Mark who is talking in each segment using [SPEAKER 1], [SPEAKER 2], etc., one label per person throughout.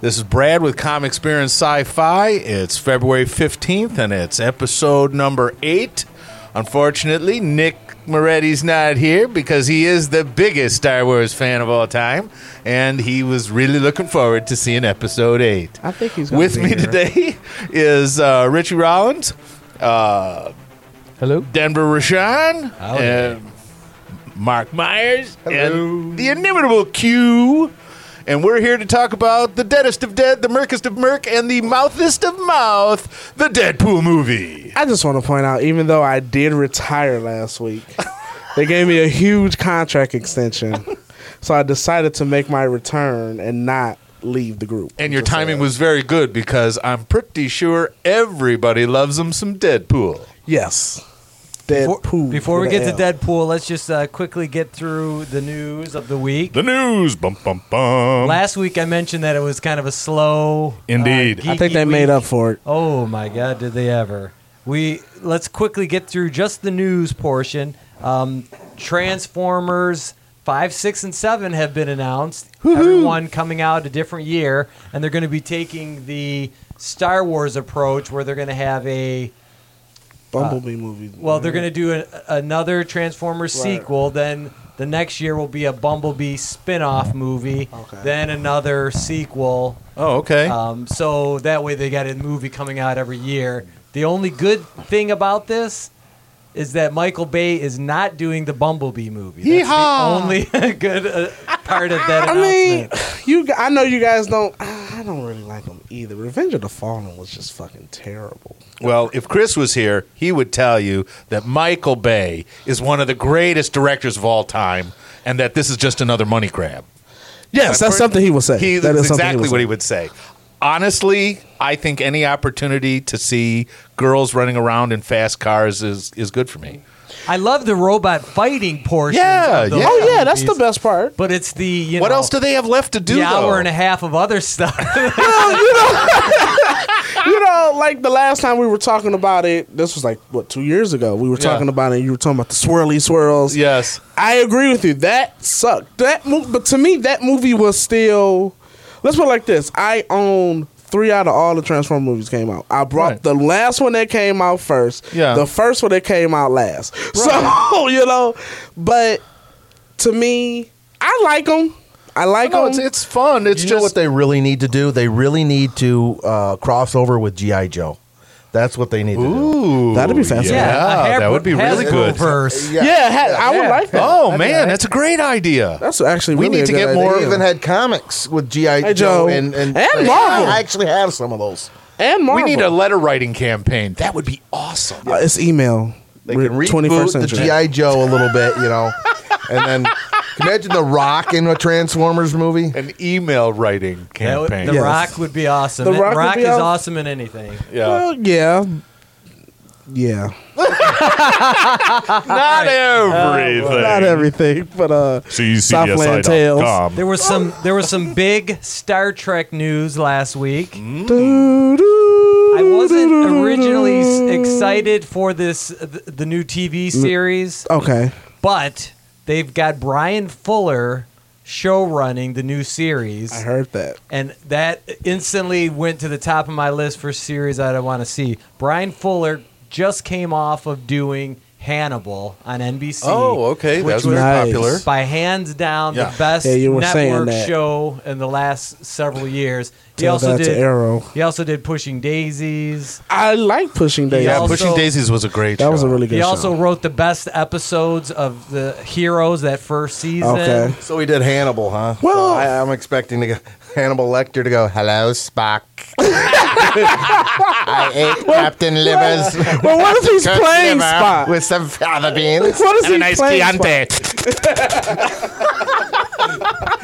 [SPEAKER 1] This is Brad with Comic Experience Sci Fi. It's February 15th and it's episode number eight. Unfortunately, Nick Moretti's not here because he is the biggest Star Wars fan of all time and he was really looking forward to seeing episode eight.
[SPEAKER 2] I think he's gonna
[SPEAKER 1] With
[SPEAKER 2] be
[SPEAKER 1] me
[SPEAKER 2] here.
[SPEAKER 1] today is uh, Richie Rollins, uh,
[SPEAKER 2] Hello.
[SPEAKER 1] Denver Rashan, and Mark Myers, and the inimitable Q. And we're here to talk about the deadest of dead, the murkest of murk, and the mouthest of mouth, the Deadpool movie.
[SPEAKER 2] I just want to point out, even though I did retire last week, they gave me a huge contract extension, so I decided to make my return and not leave the group.
[SPEAKER 1] And your timing was very good because I'm pretty sure everybody loves them some Deadpool.
[SPEAKER 2] yes. Deadpool.
[SPEAKER 3] Before, before we
[SPEAKER 2] with a
[SPEAKER 3] get to
[SPEAKER 2] L.
[SPEAKER 3] Deadpool, let's just uh, quickly get through the news of the week.
[SPEAKER 1] The news, bum bum bum.
[SPEAKER 3] Last week I mentioned that it was kind of a slow.
[SPEAKER 1] Indeed.
[SPEAKER 3] geeky
[SPEAKER 2] I think they made
[SPEAKER 3] week.
[SPEAKER 2] up for it.
[SPEAKER 3] Oh my God! Did they ever? We let's quickly get through just the news portion. Um, Transformers five, six, and seven have been announced. Everyone coming out a different year, and they're going to be taking the Star Wars approach, where they're going to have a
[SPEAKER 2] Bumblebee movie.
[SPEAKER 3] Well, they're going to do a, another Transformers
[SPEAKER 2] Right.
[SPEAKER 3] sequel. Then the next year will be a Bumblebee spin-off movie.
[SPEAKER 2] Okay.
[SPEAKER 3] Then another sequel.
[SPEAKER 1] Oh,
[SPEAKER 2] Uh,
[SPEAKER 1] okay.
[SPEAKER 3] Um, so that way they got a movie coming out every year. The only good thing about this is that Michael Bay is not doing the Bumblebee movie. That's
[SPEAKER 1] Yeehaw!
[SPEAKER 3] the only good uh, part of that
[SPEAKER 2] I mean,
[SPEAKER 3] announcement.
[SPEAKER 2] you. g- I know you guys don't. I don't really like them either. Revenge of the Fallen was just fucking terrible.
[SPEAKER 1] Well, if Chris was here, he would tell you that Michael Bay is one of the greatest directors of all time and that this is just another money grab.
[SPEAKER 2] Yes, that's something he would say.
[SPEAKER 1] He,
[SPEAKER 2] that
[SPEAKER 1] that's
[SPEAKER 2] is something
[SPEAKER 1] exactly
[SPEAKER 2] would
[SPEAKER 1] what
[SPEAKER 2] say.
[SPEAKER 1] he would say. Honestly, I think any opportunity to see girls running around in fast cars is, is good for me.
[SPEAKER 3] I love the robot fighting portion.
[SPEAKER 1] Yeah,
[SPEAKER 3] of those
[SPEAKER 1] yeah.
[SPEAKER 2] Oh yeah, that's the
[SPEAKER 3] movies,
[SPEAKER 2] best part.
[SPEAKER 3] But it's the you
[SPEAKER 1] what
[SPEAKER 3] know,
[SPEAKER 1] else do they have left to do?
[SPEAKER 3] the
[SPEAKER 1] though?
[SPEAKER 3] hour and a half of other stuff.
[SPEAKER 2] you know, like the last time we were talking about it, this was like what two years ago. We were
[SPEAKER 1] Yeah.
[SPEAKER 2] talking about it. You were talking about the swirly swirls.
[SPEAKER 1] Yes.
[SPEAKER 2] I agree with you. That sucked. That movie, but to me, that movie was still. Let's put it like this: I own three out of all the Transform movies came out. I brought
[SPEAKER 1] Right.
[SPEAKER 2] the last one that came out first.
[SPEAKER 1] Yeah.
[SPEAKER 2] The first one that came out last. So you know, but to me, I like them. I like
[SPEAKER 1] No,
[SPEAKER 2] them.
[SPEAKER 1] it's, it's fun. It's
[SPEAKER 4] you
[SPEAKER 1] just
[SPEAKER 4] know what they really need to do? They really need to uh, cross over with GI Joe. That's what they need to do.
[SPEAKER 1] Ooh,
[SPEAKER 2] That'd be fascinating.
[SPEAKER 1] Yeah,
[SPEAKER 3] a
[SPEAKER 1] that would be
[SPEAKER 3] Hasbro
[SPEAKER 1] really good.
[SPEAKER 3] verse.
[SPEAKER 2] yeah, ha- I would like that.
[SPEAKER 1] Oh man, that's a great idea.
[SPEAKER 2] That's actually
[SPEAKER 1] We
[SPEAKER 2] really
[SPEAKER 1] need
[SPEAKER 2] a
[SPEAKER 1] to
[SPEAKER 2] good
[SPEAKER 1] get
[SPEAKER 2] idea.
[SPEAKER 1] more
[SPEAKER 4] They even had comics with GI
[SPEAKER 2] Hey, Joe.
[SPEAKER 4] Joe and and,
[SPEAKER 2] And Marvel.
[SPEAKER 4] I actually have some of those.
[SPEAKER 2] and
[SPEAKER 1] we
[SPEAKER 2] Marvel.
[SPEAKER 1] need a letter writing campaign. That would be awesome.
[SPEAKER 2] Uh, it's email.
[SPEAKER 4] They
[SPEAKER 2] Re-
[SPEAKER 4] can reboot the GI Joe a little bit, you know, and then imagine the Rock in a Transformers movie.
[SPEAKER 1] An email writing
[SPEAKER 3] That would-
[SPEAKER 1] campaign.
[SPEAKER 3] the
[SPEAKER 2] Yes.
[SPEAKER 3] Rock would be awesome.
[SPEAKER 2] The
[SPEAKER 3] The
[SPEAKER 2] Rock
[SPEAKER 3] Rock,
[SPEAKER 2] would be
[SPEAKER 3] is
[SPEAKER 2] awesome.
[SPEAKER 3] awesome in anything.
[SPEAKER 1] yeah.
[SPEAKER 2] Well, yeah, yeah,
[SPEAKER 1] Not everything.
[SPEAKER 2] not everything, but uh, Southland Tales.
[SPEAKER 3] There was some there was some big Star Trek news last week. I
[SPEAKER 2] I
[SPEAKER 3] wasn't originally s- excited for this the, the new TV series,
[SPEAKER 2] Okay,
[SPEAKER 3] but they've got Brian Fuller show running the new series.
[SPEAKER 2] I heard that.
[SPEAKER 3] and that instantly went to the top of my list for series that I want to see. Brian Fuller just came off of doing Hannibal on NBC.
[SPEAKER 1] Oh, okay.
[SPEAKER 3] which
[SPEAKER 1] That's
[SPEAKER 3] was
[SPEAKER 1] very
[SPEAKER 2] Nice.
[SPEAKER 1] popular.
[SPEAKER 3] by hands down
[SPEAKER 1] Yeah.
[SPEAKER 3] the best
[SPEAKER 2] Yeah, you were saying
[SPEAKER 3] network
[SPEAKER 2] that.
[SPEAKER 3] show in the last several years. He
[SPEAKER 2] Tell
[SPEAKER 3] also
[SPEAKER 2] that to
[SPEAKER 3] did
[SPEAKER 2] Arrow.
[SPEAKER 3] He also did Pushing Daisies.
[SPEAKER 2] I like pushing days.
[SPEAKER 1] Yeah,
[SPEAKER 3] also-
[SPEAKER 1] Pushing Daisies was a great
[SPEAKER 2] that was
[SPEAKER 1] show.
[SPEAKER 2] a really good.
[SPEAKER 3] He also
[SPEAKER 2] show.
[SPEAKER 3] wrote the best episodes of the Heroes that first season.
[SPEAKER 2] okay.
[SPEAKER 4] So we did Hannibal, huh? So
[SPEAKER 2] Well-
[SPEAKER 4] I, am expecting to go, Hannibal Lecter to go, "Hello, Spock." I ate Captain Livers.
[SPEAKER 2] well, what if he's
[SPEAKER 4] cooked
[SPEAKER 2] playing
[SPEAKER 4] liver
[SPEAKER 2] Spot?
[SPEAKER 4] with some fava beans.
[SPEAKER 2] What is he playing Spot?
[SPEAKER 3] Yeah,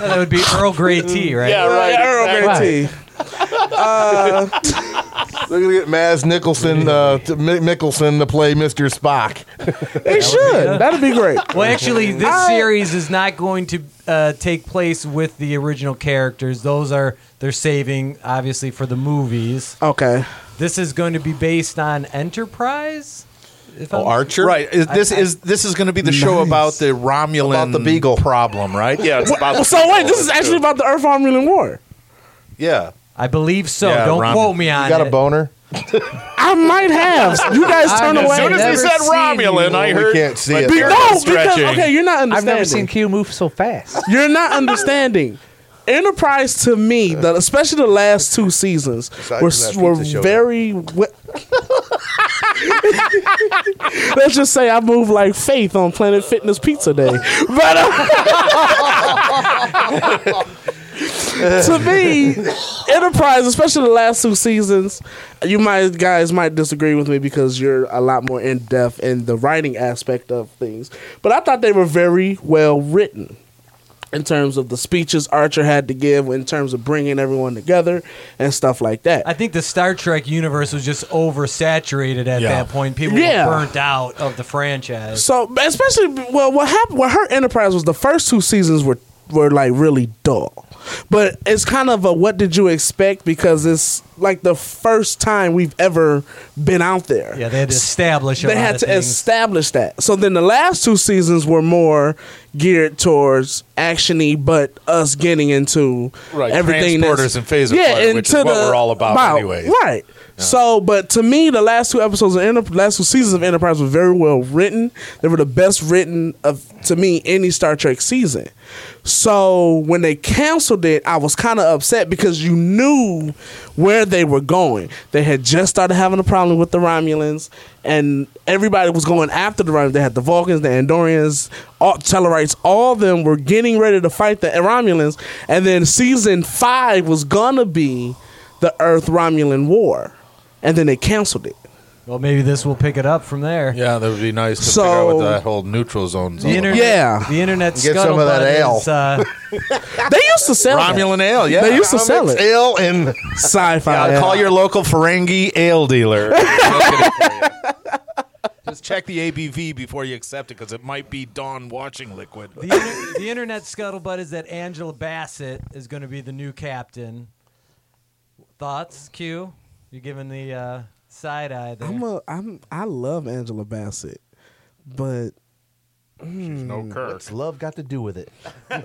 [SPEAKER 3] that would be Earl Grey tea, right?
[SPEAKER 1] Yeah, right.
[SPEAKER 2] Arrow guarantee.
[SPEAKER 4] They're gonna get Maz Nicholson, uh, to, Mi- Mickelson to play Mr. Spock.
[SPEAKER 2] They should. That'd be great.
[SPEAKER 3] Well, actually, this
[SPEAKER 2] I-
[SPEAKER 3] series is not going to uh, take place with the original characters. Those are they're saving obviously for the movies.
[SPEAKER 2] Okay.
[SPEAKER 3] This is going to be based on Enterprise.
[SPEAKER 1] Oh,
[SPEAKER 3] If I'm-
[SPEAKER 4] Archer,
[SPEAKER 1] Right. Is- This
[SPEAKER 3] I-
[SPEAKER 1] is this is going to be the show
[SPEAKER 2] Nice.
[SPEAKER 1] about the Romulan
[SPEAKER 4] About the beagle.
[SPEAKER 1] problem, right? Yeah, it's about
[SPEAKER 2] So wait, this is actually about the Earth Arm War.
[SPEAKER 1] Yeah.
[SPEAKER 3] I believe so.
[SPEAKER 1] Yeah,
[SPEAKER 3] Don't
[SPEAKER 1] Ramen.
[SPEAKER 3] quote me
[SPEAKER 4] You
[SPEAKER 3] on
[SPEAKER 4] got
[SPEAKER 3] it.
[SPEAKER 4] a boner?
[SPEAKER 2] I might have. You guys turn
[SPEAKER 3] I've
[SPEAKER 1] As
[SPEAKER 2] away.
[SPEAKER 1] soon as
[SPEAKER 3] never
[SPEAKER 1] he said
[SPEAKER 3] seen
[SPEAKER 1] Romulan,
[SPEAKER 3] you.
[SPEAKER 1] I
[SPEAKER 4] We
[SPEAKER 1] heard.
[SPEAKER 4] can't see
[SPEAKER 1] my
[SPEAKER 4] it.
[SPEAKER 1] dick
[SPEAKER 4] Be-
[SPEAKER 1] was
[SPEAKER 2] no, because
[SPEAKER 1] stretching.
[SPEAKER 2] okay, you're not
[SPEAKER 5] I've
[SPEAKER 2] understanding.
[SPEAKER 5] never seen Q move so fast.
[SPEAKER 2] You're not understanding. Enterprise to me, the, especially the last two seasons,
[SPEAKER 4] Besides
[SPEAKER 2] were
[SPEAKER 4] that
[SPEAKER 2] were
[SPEAKER 4] pizza showdown.
[SPEAKER 2] very. we- Let's just say I moved like Faith on Planet Fitness Pizza Day, but uh, to me, Enterprise, especially the last two seasons, you might guys might disagree with me because you're a lot more in depth in the writing aspect of things, but I thought they were very well written in terms of the speeches Archer had to give, in terms of bringing everyone together and stuff like that.
[SPEAKER 3] I think the Star Trek universe was just oversaturated at
[SPEAKER 1] Yeah.
[SPEAKER 3] that point. People
[SPEAKER 2] Yeah.
[SPEAKER 3] were burnt out of the franchise.
[SPEAKER 2] so, especially well, what happened? Well, her Enterprise was the first two seasons were were like really dull, but it's kind of a what did you expect because it's like the first time we've ever been out there.
[SPEAKER 3] Yeah, they had to establish. A
[SPEAKER 2] they
[SPEAKER 3] lot
[SPEAKER 2] had
[SPEAKER 3] of
[SPEAKER 2] to
[SPEAKER 3] things.
[SPEAKER 2] establish that. So then the last two seasons were more geared towards actiony, but us getting into
[SPEAKER 1] Right,
[SPEAKER 2] everything
[SPEAKER 1] transporters
[SPEAKER 2] that's,
[SPEAKER 1] and phaser flight, which is
[SPEAKER 2] into
[SPEAKER 1] what we're all about anyways.
[SPEAKER 2] Right. So, but to me, the last two episodes of Enter- last two seasons of Enterprise were very well written. They were the best written of to me any Star Trek season. So when they canceled it, I was kind of upset because you knew where they were going. They had just started having a problem with the Romulans, and everybody was going after the Romulans. They had the Vulcans, the Andorians, all, Tellarites. All of them were getting ready to fight the Romulans, and then season five was gonna be the Earth Romulan War, and then they canceled it.
[SPEAKER 3] Well, maybe this will pick it up from there.
[SPEAKER 1] Yeah, that would be nice to
[SPEAKER 2] So-
[SPEAKER 1] figure out what that whole neutral zone's
[SPEAKER 3] The
[SPEAKER 1] all about.
[SPEAKER 3] internet,
[SPEAKER 2] Yeah.
[SPEAKER 3] the internet
[SPEAKER 4] Get some of that
[SPEAKER 3] scuttlebutt
[SPEAKER 4] ale.
[SPEAKER 3] is, uh,
[SPEAKER 2] They used to sell that.
[SPEAKER 1] Romulan ale, yeah.
[SPEAKER 2] They used to
[SPEAKER 4] Comics
[SPEAKER 2] sell it.
[SPEAKER 4] Ale and
[SPEAKER 2] Sci-fi.
[SPEAKER 1] Yeah,
[SPEAKER 2] yeah.
[SPEAKER 1] Call your local Ferengi ale dealer. They'll get it for you. Just check the ABV before you accept it because it might be Dawn watching liquid.
[SPEAKER 3] the, inter- the internet scuttlebutt is that Angela Bassett is going to be the new captain. Thoughts, Q? You're giving the uh, side eye there.
[SPEAKER 2] I'm a, I'm I love Angela Bassett, but
[SPEAKER 1] No
[SPEAKER 2] Hmm.
[SPEAKER 1] curse.
[SPEAKER 4] what's love got to do with it?
[SPEAKER 2] I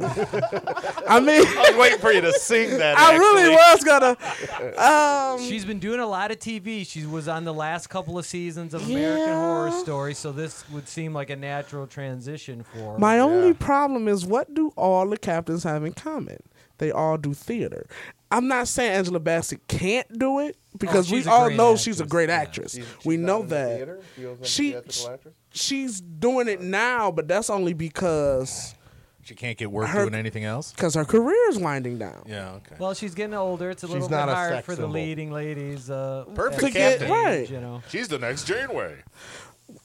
[SPEAKER 2] mean,
[SPEAKER 1] I was waiting for you to sing that.
[SPEAKER 2] I really was gonna.
[SPEAKER 3] She's been doing a lot of TV. She was on the last couple of seasons of American
[SPEAKER 2] Yeah.
[SPEAKER 3] Horror Story, so this would seem like a natural transition for her.
[SPEAKER 2] My only problem is what do all the captains have in common? They all do theater. I'm not saying Angela Bassett can't do it because we
[SPEAKER 3] Oh, she's a
[SPEAKER 2] all
[SPEAKER 3] great
[SPEAKER 2] know she's a
[SPEAKER 3] actress,
[SPEAKER 2] great
[SPEAKER 3] yeah.
[SPEAKER 2] actress. we know that. She- She's doing it now, but that's only because
[SPEAKER 1] She can't get work
[SPEAKER 2] Her-
[SPEAKER 1] doing anything else.
[SPEAKER 2] because her career is winding down.
[SPEAKER 1] Yeah. Okay.
[SPEAKER 3] Well, she's getting older. It's a
[SPEAKER 4] She's
[SPEAKER 3] little
[SPEAKER 4] not
[SPEAKER 3] bit
[SPEAKER 4] a
[SPEAKER 3] hard
[SPEAKER 4] sex
[SPEAKER 3] for the
[SPEAKER 4] symbol.
[SPEAKER 3] leading ladies. Uh,
[SPEAKER 1] Perfect
[SPEAKER 3] at
[SPEAKER 2] To get-
[SPEAKER 3] that age,
[SPEAKER 2] right.
[SPEAKER 3] You know.
[SPEAKER 1] She's the next Janeway.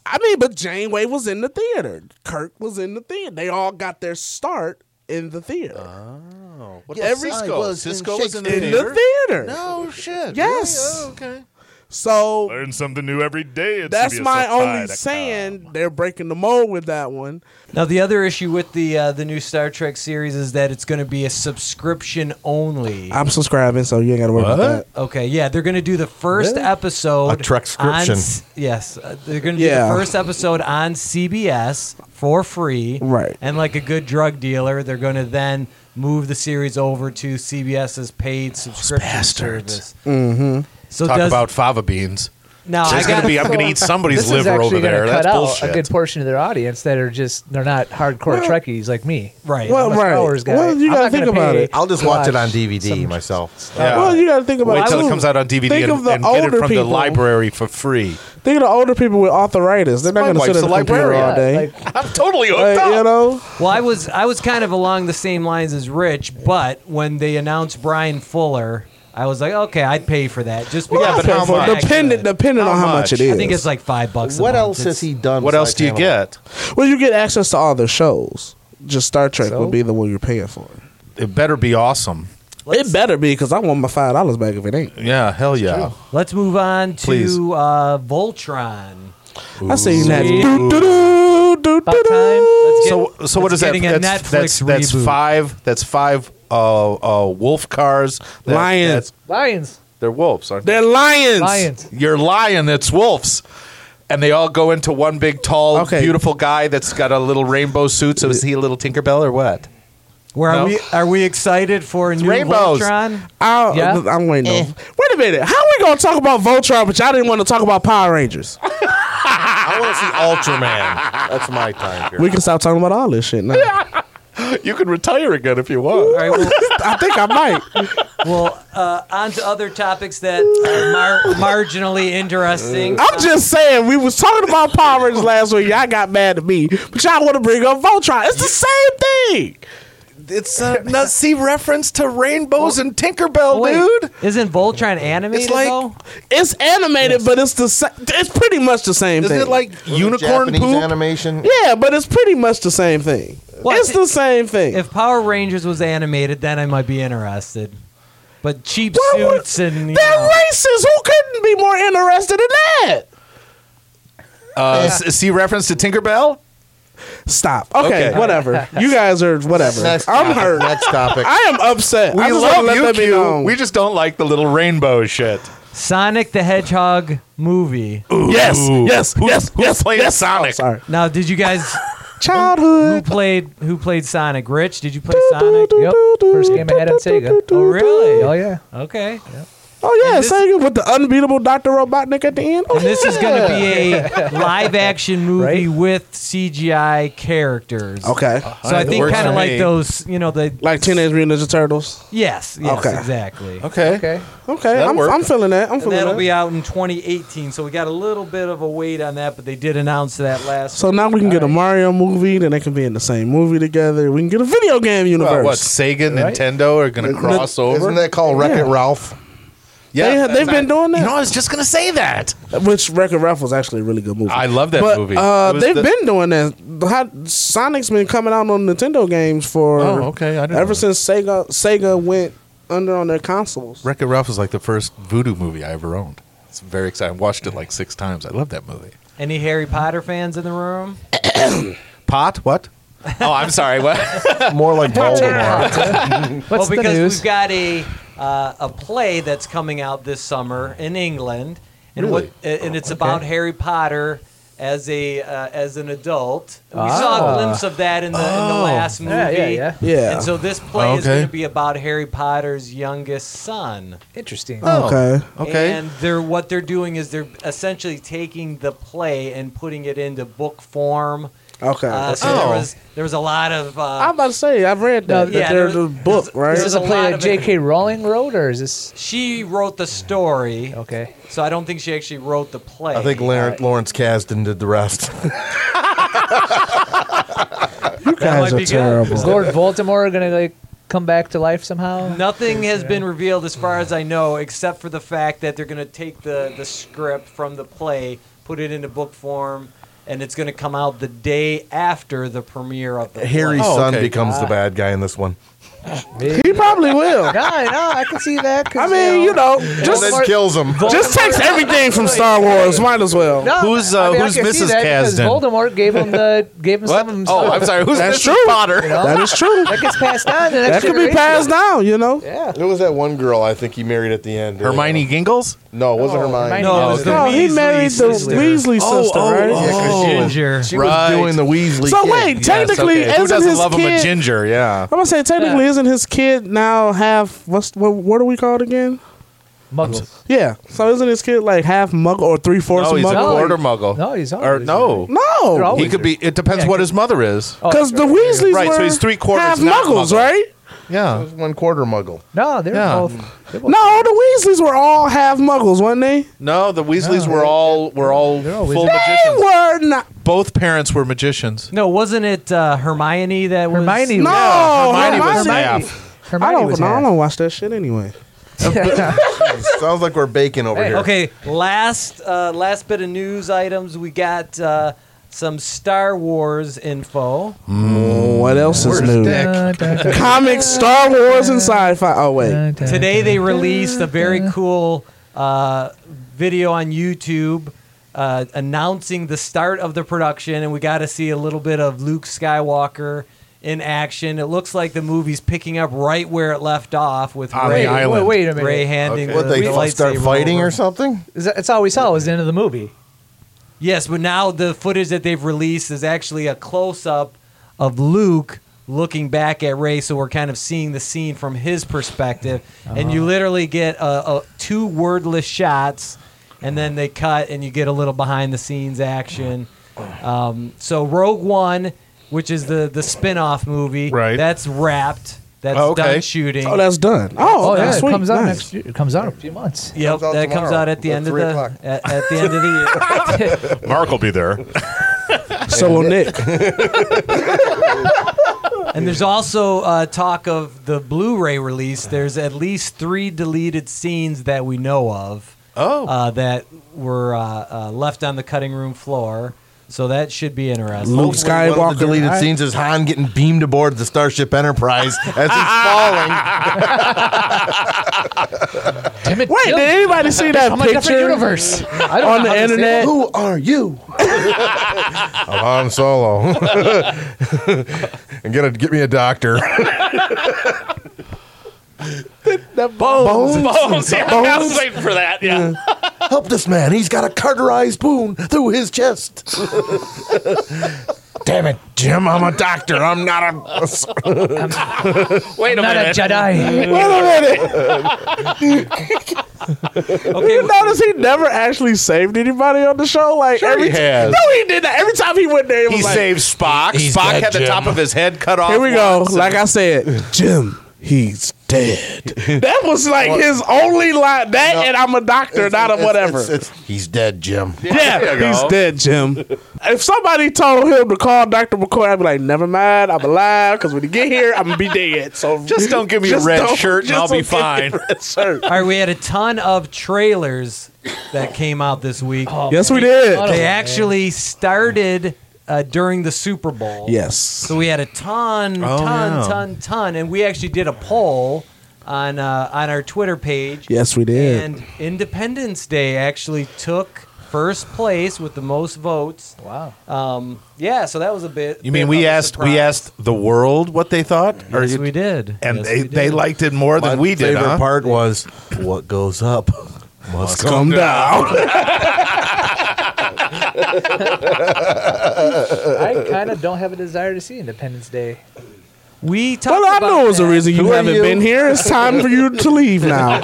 [SPEAKER 2] I mean, but Janeway was in the theater. Kirk was in the theater. They all got their start in the theater.
[SPEAKER 1] Oh, what
[SPEAKER 2] Yeah, every-
[SPEAKER 1] Cisco?
[SPEAKER 4] was in
[SPEAKER 1] Cisco was in the
[SPEAKER 2] in
[SPEAKER 1] theater.
[SPEAKER 2] the theater.
[SPEAKER 1] No shit.
[SPEAKER 2] Yes.
[SPEAKER 1] Really? Oh, okay.
[SPEAKER 2] So
[SPEAKER 1] Learn something new every day. It's
[SPEAKER 2] that's my only saying. They're breaking the mold with that one.
[SPEAKER 3] Now, the other issue with the uh, the new Star Trek series is that it's going to be a subscription only.
[SPEAKER 2] I'm subscribing, so you ain't got to worry
[SPEAKER 1] What?
[SPEAKER 2] about
[SPEAKER 3] Okay, yeah, they're going to do the first episode.
[SPEAKER 4] A Trekscription.
[SPEAKER 3] on s- Yes, uh, they're going to
[SPEAKER 2] Yeah.
[SPEAKER 3] do the first episode on CBS for free.
[SPEAKER 2] Right.
[SPEAKER 3] And like a good drug dealer, they're going to then move the series over to CBS's paid subscription
[SPEAKER 1] bastards.
[SPEAKER 3] service. Mm-hmm. So
[SPEAKER 1] Talk
[SPEAKER 3] does,
[SPEAKER 1] about fava beans.
[SPEAKER 3] now I
[SPEAKER 1] There's
[SPEAKER 3] got
[SPEAKER 1] gonna be. I'm gonna eat somebody's
[SPEAKER 5] This is
[SPEAKER 1] liver over
[SPEAKER 5] actually going
[SPEAKER 1] there.
[SPEAKER 5] to
[SPEAKER 1] That's
[SPEAKER 5] cut out
[SPEAKER 1] bullshit.
[SPEAKER 5] a good portion of their audience that are just they're not hardcore
[SPEAKER 2] Well-
[SPEAKER 5] Trekkies like me.
[SPEAKER 3] right.
[SPEAKER 2] Well,
[SPEAKER 5] I'm a
[SPEAKER 2] right.
[SPEAKER 5] Star Wars guy.
[SPEAKER 2] Well, you
[SPEAKER 5] I'm
[SPEAKER 2] gotta
[SPEAKER 5] not
[SPEAKER 2] think
[SPEAKER 5] gonna
[SPEAKER 2] about
[SPEAKER 5] pay
[SPEAKER 2] it.
[SPEAKER 4] I'll just watch it on
[SPEAKER 5] watch
[SPEAKER 4] DVD
[SPEAKER 5] some-
[SPEAKER 4] myself.
[SPEAKER 1] Yeah.
[SPEAKER 2] that. Well, you got to think about
[SPEAKER 1] Wait
[SPEAKER 2] it.
[SPEAKER 1] till
[SPEAKER 2] I
[SPEAKER 1] it
[SPEAKER 2] would-
[SPEAKER 1] comes out on DVD
[SPEAKER 2] think
[SPEAKER 1] and,
[SPEAKER 2] of the
[SPEAKER 1] and get it
[SPEAKER 2] older
[SPEAKER 1] from the
[SPEAKER 2] people.
[SPEAKER 1] library for free.
[SPEAKER 2] Think of the older people with arthritis. They're not
[SPEAKER 1] My
[SPEAKER 2] going to sit
[SPEAKER 1] wife's
[SPEAKER 2] at the
[SPEAKER 1] a
[SPEAKER 2] computer
[SPEAKER 1] librarian.
[SPEAKER 2] all day.
[SPEAKER 5] Like,
[SPEAKER 1] I'm totally hooked
[SPEAKER 2] Like,
[SPEAKER 1] up.
[SPEAKER 2] you know,
[SPEAKER 3] Well, I was I was kind of along the same lines as Rich, but when they announced Brian Fuller, I was like, okay, I'd pay for that just because.
[SPEAKER 1] Yeah, but how
[SPEAKER 3] it's
[SPEAKER 1] much?
[SPEAKER 3] that
[SPEAKER 2] depending
[SPEAKER 3] good.
[SPEAKER 2] depending
[SPEAKER 1] How
[SPEAKER 2] on how
[SPEAKER 1] much?
[SPEAKER 2] much it is.
[SPEAKER 3] I think it's like five bucks. a
[SPEAKER 4] What
[SPEAKER 3] month.
[SPEAKER 4] else
[SPEAKER 3] It's-
[SPEAKER 4] has he done?
[SPEAKER 1] What else do you
[SPEAKER 4] besides Hannibal?
[SPEAKER 1] get?
[SPEAKER 2] well, you get access to all their shows. Just Star Trek
[SPEAKER 5] So?
[SPEAKER 2] will be the one you're paying for.
[SPEAKER 1] It better be awesome.
[SPEAKER 2] it better be because I want my five dollars back if it ain't.
[SPEAKER 1] Yeah, hell yeah.
[SPEAKER 3] Let's move on to
[SPEAKER 1] Please.
[SPEAKER 3] uh, Voltron.
[SPEAKER 2] I seen that.
[SPEAKER 3] Sweet.
[SPEAKER 2] Do, do, do, do,
[SPEAKER 5] About
[SPEAKER 2] do, do.
[SPEAKER 5] time. Let's get
[SPEAKER 1] So, so what
[SPEAKER 3] It's
[SPEAKER 1] is that?
[SPEAKER 3] getting a
[SPEAKER 1] that's,
[SPEAKER 3] Netflix
[SPEAKER 1] that's, that's
[SPEAKER 3] reboot.
[SPEAKER 1] five. That's five. Uh, uh, wolf cars. That-
[SPEAKER 2] Lions.
[SPEAKER 1] that's-
[SPEAKER 5] lions.
[SPEAKER 1] They're wolves, aren't they?
[SPEAKER 2] They're lions.
[SPEAKER 5] Lions.
[SPEAKER 1] You're lying. It's wolves. And they all go into one big, tall,
[SPEAKER 2] Okay.
[SPEAKER 1] beautiful guy that's got a little rainbow suit. So is he a little Tinkerbell or what?
[SPEAKER 3] Where
[SPEAKER 1] No.
[SPEAKER 3] are we? Are we excited for a new
[SPEAKER 1] rainbows.
[SPEAKER 3] Voltron?
[SPEAKER 2] I'll,
[SPEAKER 5] Yeah. Eh.
[SPEAKER 2] I'm waiting. on- Wait a minute. How we gonna talk about Voltron, but y'all didn't want to talk about Power Rangers?
[SPEAKER 4] I want to see Ultraman. That's my time here.
[SPEAKER 2] We can stop talking about all this shit now.
[SPEAKER 1] You can retire again if you
[SPEAKER 3] All
[SPEAKER 1] want.
[SPEAKER 3] right. Well,
[SPEAKER 2] I think I might.
[SPEAKER 3] well uh, on to other topics that are mar- marginally interesting.
[SPEAKER 2] I'm just saying, we was talking about Power Rangers last week. Y'all got mad at me, but y'all want to bring up Voltron. It's the same thing.
[SPEAKER 1] It's a Nazi reference to rainbows and Tinkerbell,
[SPEAKER 3] Wait,
[SPEAKER 1] Oh, dude.
[SPEAKER 3] isn't Voltron animated
[SPEAKER 1] It's like-
[SPEAKER 3] though?
[SPEAKER 2] It's animated, but it's the sa- it's pretty much the same
[SPEAKER 1] Isn't
[SPEAKER 2] thing.
[SPEAKER 1] it like unicorn
[SPEAKER 4] Japanese
[SPEAKER 1] poop?
[SPEAKER 4] animation.
[SPEAKER 2] yeah, but it's pretty much the same thing.
[SPEAKER 3] Well,
[SPEAKER 2] it's
[SPEAKER 3] i-
[SPEAKER 2] the same thing.
[SPEAKER 3] If Power Rangers was animated, then I might be interested. But cheap
[SPEAKER 2] Why would-
[SPEAKER 3] suits and you
[SPEAKER 2] They're
[SPEAKER 3] know.
[SPEAKER 2] racist. Who couldn't be more interested in that?
[SPEAKER 1] Uh, s- see reference to Tinkerbell?
[SPEAKER 2] Stop. Okay,
[SPEAKER 1] Okay.
[SPEAKER 2] whatever. You guys are whatever.
[SPEAKER 4] Next
[SPEAKER 2] I'm
[SPEAKER 4] topic,
[SPEAKER 2] hurt.
[SPEAKER 4] Next topic.
[SPEAKER 2] I am upset.
[SPEAKER 1] We
[SPEAKER 2] I just
[SPEAKER 1] love
[SPEAKER 2] wanna let that be
[SPEAKER 1] UQ.
[SPEAKER 2] known.
[SPEAKER 1] We just don't like the little rainbow shit.
[SPEAKER 3] Sonic the Hedgehog movie.
[SPEAKER 2] yes,
[SPEAKER 1] Ooh.
[SPEAKER 2] yes,
[SPEAKER 1] Who's-
[SPEAKER 2] yes,
[SPEAKER 1] who's
[SPEAKER 2] yes,
[SPEAKER 1] playing
[SPEAKER 2] yes.
[SPEAKER 1] Sonic?
[SPEAKER 2] Sorry.
[SPEAKER 3] Now, did you guys who
[SPEAKER 2] Childhood.
[SPEAKER 3] played who played Sonic? Rich, did you play Sonic?
[SPEAKER 5] Yep. First game I had on Sega.
[SPEAKER 3] Oh, really?
[SPEAKER 5] Oh yeah.
[SPEAKER 3] Okay.
[SPEAKER 2] Oh yeah,
[SPEAKER 3] And this-
[SPEAKER 2] Sega with the unbeatable Dr. Robotnik at the end. Oh,
[SPEAKER 3] And this is going to
[SPEAKER 2] yeah.
[SPEAKER 3] be a live action movie with CGI characters.
[SPEAKER 2] okay,
[SPEAKER 3] So I
[SPEAKER 1] That
[SPEAKER 3] think
[SPEAKER 1] works
[SPEAKER 3] kind of
[SPEAKER 1] for
[SPEAKER 3] like
[SPEAKER 1] me.
[SPEAKER 3] those, you know, the
[SPEAKER 2] like Teenage Mutant Ninja Turtles.
[SPEAKER 3] yes, yes,
[SPEAKER 2] Okay.
[SPEAKER 3] exactly.
[SPEAKER 1] Okay.
[SPEAKER 5] Okay.
[SPEAKER 2] Okay,
[SPEAKER 1] That
[SPEAKER 2] I'm,
[SPEAKER 1] worked.
[SPEAKER 2] I'm feeling that. I'm
[SPEAKER 3] And
[SPEAKER 2] feeling
[SPEAKER 3] that'll
[SPEAKER 2] that.
[SPEAKER 3] be out in 2018. So we got a little bit of a wait on that, but they did announce that last.
[SPEAKER 2] so now we can get a Mario movie, then they can be in the same movie together. We can get a video game universe.
[SPEAKER 1] Well, what Sega, Nintendo are going to cross over?
[SPEAKER 4] Isn't that called Wreck It
[SPEAKER 2] Yeah.
[SPEAKER 4] Ralph?
[SPEAKER 2] They- they've been doing that.
[SPEAKER 1] You know, I was just going to say that.
[SPEAKER 2] Which Record Ralph was actually a really good movie.
[SPEAKER 1] I love that
[SPEAKER 2] but,
[SPEAKER 1] movie. It
[SPEAKER 2] Uh,
[SPEAKER 1] was
[SPEAKER 2] they've
[SPEAKER 1] the-
[SPEAKER 2] been doing that. How, Sonic's been coming out on Nintendo games for.
[SPEAKER 1] Oh, okay. I didn't know
[SPEAKER 2] ever
[SPEAKER 1] that.
[SPEAKER 2] since Sega Sega went under on their consoles.
[SPEAKER 1] Wreck It Ralph was like the first voodoo movie I ever owned. It's very exciting. I watched it like six times. I love that movie.
[SPEAKER 3] Any Harry Potter fans in the room?
[SPEAKER 1] Pot? What? Oh, I'm sorry. What?
[SPEAKER 4] More like Voldemort.
[SPEAKER 5] What's
[SPEAKER 3] well,
[SPEAKER 5] the
[SPEAKER 3] because
[SPEAKER 5] news?
[SPEAKER 3] we've got a uh, a play that's coming out this summer in England, and what and
[SPEAKER 5] Oh,
[SPEAKER 3] it's about Harry Potter as a uh, as an adult. We saw a
[SPEAKER 5] Ah. Oh.
[SPEAKER 3] glimpse of that in the, in the last movie.
[SPEAKER 5] Yeah, yeah, yeah. Oh,
[SPEAKER 2] Yeah.
[SPEAKER 3] And so this play is
[SPEAKER 1] Okay.
[SPEAKER 3] going to be about Harry Potter's youngest son.
[SPEAKER 5] Interesting.
[SPEAKER 2] Oh,
[SPEAKER 1] Oh.
[SPEAKER 2] okay.
[SPEAKER 1] Okay.
[SPEAKER 3] And they're what they're doing is they're essentially taking the play and putting it into book form.
[SPEAKER 2] Okay.
[SPEAKER 3] Uh, so
[SPEAKER 1] Oh.
[SPEAKER 3] there was there was a lot of uh,
[SPEAKER 2] I'm about to say I've read that.
[SPEAKER 3] Yeah,
[SPEAKER 2] that they're
[SPEAKER 3] there-
[SPEAKER 2] the book, right?
[SPEAKER 5] Is this
[SPEAKER 3] there's
[SPEAKER 5] a
[SPEAKER 3] a
[SPEAKER 5] play
[SPEAKER 3] lot
[SPEAKER 5] that
[SPEAKER 3] of it.
[SPEAKER 5] J.K. Rowling wrote, or is this
[SPEAKER 3] she wrote the story.
[SPEAKER 5] okay?
[SPEAKER 3] So I don't think she actually wrote the play.
[SPEAKER 4] I think Lawrence, Lawrence Kasdan did the rest.
[SPEAKER 2] you guys
[SPEAKER 3] might
[SPEAKER 2] are
[SPEAKER 3] be good.
[SPEAKER 5] Is
[SPEAKER 2] terrible.
[SPEAKER 5] Lord Voldemort gonna like come back to life somehow?
[SPEAKER 3] nothing has been revealed as far as I know, except for the fact that they're going to take the the script from the play, put it into book form, and it's going to come out the day after the premiere of the
[SPEAKER 4] Harry's
[SPEAKER 3] play.
[SPEAKER 1] Oh,
[SPEAKER 4] son
[SPEAKER 1] okay.
[SPEAKER 4] becomes the bad guy in this one.
[SPEAKER 2] He probably will.
[SPEAKER 5] No, no, I can see that. 'cause,
[SPEAKER 2] I mean, you know,
[SPEAKER 4] Just
[SPEAKER 2] just
[SPEAKER 4] then kills him.
[SPEAKER 2] just takes everything from Star Wars. Might as well.
[SPEAKER 5] No,
[SPEAKER 1] Who's,
[SPEAKER 5] I
[SPEAKER 1] uh,
[SPEAKER 5] mean, I
[SPEAKER 1] who's
[SPEAKER 5] can see
[SPEAKER 1] Mrs.
[SPEAKER 5] that because
[SPEAKER 1] Kasdan?
[SPEAKER 5] Voldemort gave him the gave him
[SPEAKER 1] What?
[SPEAKER 5] some of
[SPEAKER 1] Oh,
[SPEAKER 5] himself.
[SPEAKER 1] I'm sorry. Who's
[SPEAKER 2] That's
[SPEAKER 1] Mrs.
[SPEAKER 2] true.
[SPEAKER 1] Potter?
[SPEAKER 2] That is true.
[SPEAKER 5] that gets passed on. to the
[SPEAKER 2] that
[SPEAKER 5] next
[SPEAKER 2] could be
[SPEAKER 5] generation.
[SPEAKER 2] passed down. You know.
[SPEAKER 5] Yeah.
[SPEAKER 4] Who was that one girl I think he married at the end?
[SPEAKER 1] Hermione Gingles?
[SPEAKER 4] No, it wasn't
[SPEAKER 5] Hermione.
[SPEAKER 4] Hermione.
[SPEAKER 3] No,
[SPEAKER 5] Oh,
[SPEAKER 3] it was
[SPEAKER 1] okay.
[SPEAKER 3] the
[SPEAKER 2] No, he
[SPEAKER 3] Weasley
[SPEAKER 2] married the
[SPEAKER 3] sister.
[SPEAKER 2] Weasley sister,
[SPEAKER 1] oh, oh.
[SPEAKER 2] right?
[SPEAKER 4] Yeah, 'cause she was-
[SPEAKER 3] Ginger.
[SPEAKER 4] She
[SPEAKER 1] Right.
[SPEAKER 4] was doing the Weasley.
[SPEAKER 2] So
[SPEAKER 4] kid.
[SPEAKER 2] wait, technically,
[SPEAKER 1] Who
[SPEAKER 2] isn't
[SPEAKER 1] doesn't
[SPEAKER 2] his
[SPEAKER 1] love him a
[SPEAKER 2] kid-
[SPEAKER 1] ginger? Yeah.
[SPEAKER 2] I'm gonna say technically, isn't his kid now half? What's what? What are we called again?
[SPEAKER 5] Muggles.
[SPEAKER 2] Yeah. So isn't his kid like half muggle or three fourths
[SPEAKER 1] No, he's a
[SPEAKER 2] muggle?
[SPEAKER 1] quarter muggle.
[SPEAKER 5] No, he's
[SPEAKER 1] Or
[SPEAKER 5] always-
[SPEAKER 1] no.
[SPEAKER 5] They're
[SPEAKER 2] No,
[SPEAKER 5] all-
[SPEAKER 1] He could be. It depends what his mother is.
[SPEAKER 5] Oh,
[SPEAKER 2] because the
[SPEAKER 5] sorry.
[SPEAKER 2] Weasleys
[SPEAKER 1] Right,
[SPEAKER 2] were
[SPEAKER 1] so he's three-quarters,
[SPEAKER 2] half
[SPEAKER 1] not
[SPEAKER 2] muggles,
[SPEAKER 1] muggle.
[SPEAKER 2] right?
[SPEAKER 1] Yeah.
[SPEAKER 4] There's one quarter muggle.
[SPEAKER 5] No, they're
[SPEAKER 1] Yeah.
[SPEAKER 5] both. They're both
[SPEAKER 2] No, the Weasleys were all half muggles, weren't they?
[SPEAKER 1] No, the Weasleys were all were all
[SPEAKER 5] all
[SPEAKER 1] full
[SPEAKER 2] They
[SPEAKER 1] magicians.
[SPEAKER 2] were not.
[SPEAKER 1] Both parents were magicians.
[SPEAKER 3] No, wasn't it uh, Hermione that was
[SPEAKER 5] Hermione
[SPEAKER 2] No,
[SPEAKER 1] Hermione
[SPEAKER 2] Hermione.
[SPEAKER 1] was half.
[SPEAKER 5] Hermione
[SPEAKER 2] I
[SPEAKER 5] was
[SPEAKER 2] don't. No, I
[SPEAKER 5] half.
[SPEAKER 2] don't watch that shit anyway.
[SPEAKER 4] Sounds like we're baking over here.
[SPEAKER 3] Okay, last uh, last bit of news items. We got uh, some Star Wars info.
[SPEAKER 2] What else is new?
[SPEAKER 5] Dun, dun, dun,
[SPEAKER 2] Comics, Star Wars, and sci-fi. Oh wait,
[SPEAKER 5] dun, dun.
[SPEAKER 3] Today they released a very cool uh, video on YouTube uh, announcing the start of the production, and we got to see a little bit of Luke Skywalker in action. It looks like the movie's pking up right where it left off with
[SPEAKER 4] Ah,
[SPEAKER 1] On the
[SPEAKER 3] Ray,
[SPEAKER 5] Wait,
[SPEAKER 1] island.
[SPEAKER 5] wait, wait a minute.
[SPEAKER 3] Ray handing
[SPEAKER 4] What
[SPEAKER 3] the,
[SPEAKER 4] they
[SPEAKER 3] the
[SPEAKER 4] fu- start
[SPEAKER 3] lightsaber
[SPEAKER 4] fighting
[SPEAKER 3] over.
[SPEAKER 4] or something?
[SPEAKER 5] Is that- That's all we saw was the end of the movie.
[SPEAKER 3] Yes, but now the footage that they've released is actually a close up of Luke looking back at Ray, so we're kind of seeing the scene from his perspective. And you literally get a, a two wordless shots, and then they cut, and you get a little behind the scenes action. Um, so Rogue One, which is the the spin off movie,
[SPEAKER 1] Right.
[SPEAKER 3] That's wrapped. That's
[SPEAKER 1] Oh, okay.
[SPEAKER 3] done shooting.
[SPEAKER 2] Oh, that's done. Oh,
[SPEAKER 5] Oh, yeah,
[SPEAKER 2] that's
[SPEAKER 5] it
[SPEAKER 2] sweet.
[SPEAKER 5] comes out
[SPEAKER 2] Nice.
[SPEAKER 5] next year. It comes out in a few months.
[SPEAKER 3] Yep,
[SPEAKER 4] Comes out
[SPEAKER 3] that comes
[SPEAKER 4] tomorrow
[SPEAKER 3] out at the
[SPEAKER 4] at
[SPEAKER 3] end of
[SPEAKER 4] 3
[SPEAKER 3] the
[SPEAKER 4] o'clock.
[SPEAKER 3] at, at the end of the year.
[SPEAKER 1] Mark will be there.
[SPEAKER 2] So will Nick.
[SPEAKER 3] And there's also uh, talk of the Blu-ray release. There's at least three deleted scenes that we know of
[SPEAKER 1] Oh.
[SPEAKER 3] uh, that were uh, uh, left on the cutting room floor. So that should be interesting.
[SPEAKER 2] Luke
[SPEAKER 4] Hopefully One
[SPEAKER 2] Skywalker.
[SPEAKER 4] of the deleted
[SPEAKER 2] I-
[SPEAKER 4] scenes is Han getting beamed aboard the Starship Enterprise as he's falling.
[SPEAKER 5] Damn it,
[SPEAKER 2] Wait,
[SPEAKER 5] Jill.
[SPEAKER 2] did anybody see
[SPEAKER 5] I'm
[SPEAKER 2] that
[SPEAKER 5] a different
[SPEAKER 2] picture
[SPEAKER 5] universe. I don't
[SPEAKER 2] on
[SPEAKER 5] know how
[SPEAKER 2] the
[SPEAKER 5] this
[SPEAKER 2] internet?
[SPEAKER 4] Who are you? I'm Han Solo. and get a get me a doctor.
[SPEAKER 2] Bones.
[SPEAKER 6] Bones. Oh, Yeah, I was waiting for that. Yeah.
[SPEAKER 4] Help this man. He's got a carterized wound through his chest. Damn it, Jim! I'm a doctor. I'm not a.
[SPEAKER 6] Wait a
[SPEAKER 5] Not a
[SPEAKER 6] minute.
[SPEAKER 5] Jedi.
[SPEAKER 2] Wait a minute.
[SPEAKER 3] Okay,
[SPEAKER 2] You notice he never actually saved anybody on the show. Like every
[SPEAKER 1] he has.
[SPEAKER 2] no, he did not. Every time he went there, it was
[SPEAKER 1] He
[SPEAKER 2] like,
[SPEAKER 1] saved Spock.
[SPEAKER 4] He's
[SPEAKER 1] Spock
[SPEAKER 4] dead,
[SPEAKER 1] had the
[SPEAKER 4] Jim.
[SPEAKER 1] top of his head cut off.
[SPEAKER 2] Here we go.
[SPEAKER 1] once, and-
[SPEAKER 2] Like I said, Jim, he's dead. That was like his only line. That and I'm a doctor, not a
[SPEAKER 4] It's-
[SPEAKER 2] whatever.
[SPEAKER 4] it's- it's- he's dead, Jim.
[SPEAKER 1] There you
[SPEAKER 2] yeah,
[SPEAKER 1] go.
[SPEAKER 2] he's dead, Jim. If somebody told him to call Dr. McCoy, I'd be like, never mind, I'm alive, because when you get here, I'm going to be dead. So
[SPEAKER 1] Just don't give me a
[SPEAKER 2] just
[SPEAKER 1] red
[SPEAKER 2] don't-
[SPEAKER 1] shirt and
[SPEAKER 2] just
[SPEAKER 1] I'll be
[SPEAKER 2] don't
[SPEAKER 1] fine.
[SPEAKER 2] give me a red shirt.
[SPEAKER 3] all right, we had a ton of trailers that came out this week.
[SPEAKER 2] Yes, we did.
[SPEAKER 5] Oh,
[SPEAKER 3] They
[SPEAKER 5] man.
[SPEAKER 3] actually started uh, during the Super Bowl.
[SPEAKER 2] Yes.
[SPEAKER 3] So we had a ton,
[SPEAKER 1] Oh,
[SPEAKER 3] ton,
[SPEAKER 1] yeah.
[SPEAKER 3] ton, ton, and we actually did a poll on uh, on our Twitter page.
[SPEAKER 2] Yes, we did.
[SPEAKER 3] And Independence Day actually took first place with the most votes.
[SPEAKER 5] Wow.
[SPEAKER 3] Um, yeah, so that was a bit.
[SPEAKER 1] You mean
[SPEAKER 3] bit
[SPEAKER 1] we
[SPEAKER 3] of a
[SPEAKER 1] asked we
[SPEAKER 3] surprise.
[SPEAKER 1] asked the world what they thought? Or
[SPEAKER 3] Yes,
[SPEAKER 1] you-
[SPEAKER 3] we did.
[SPEAKER 1] And
[SPEAKER 3] Yes,
[SPEAKER 1] they,
[SPEAKER 3] we
[SPEAKER 1] they
[SPEAKER 3] did.
[SPEAKER 1] liked it more than we did.
[SPEAKER 4] favorite
[SPEAKER 1] Huh?
[SPEAKER 4] part was what goes up must
[SPEAKER 2] Calm
[SPEAKER 4] come down.
[SPEAKER 2] down.
[SPEAKER 5] I kind of don't have a desire to see Independence Day.
[SPEAKER 3] We talked
[SPEAKER 2] Well, I
[SPEAKER 3] about
[SPEAKER 2] know it was a
[SPEAKER 3] that.
[SPEAKER 2] reason you
[SPEAKER 4] Who are
[SPEAKER 2] haven't
[SPEAKER 4] you?
[SPEAKER 2] been here. It's time for you to leave now.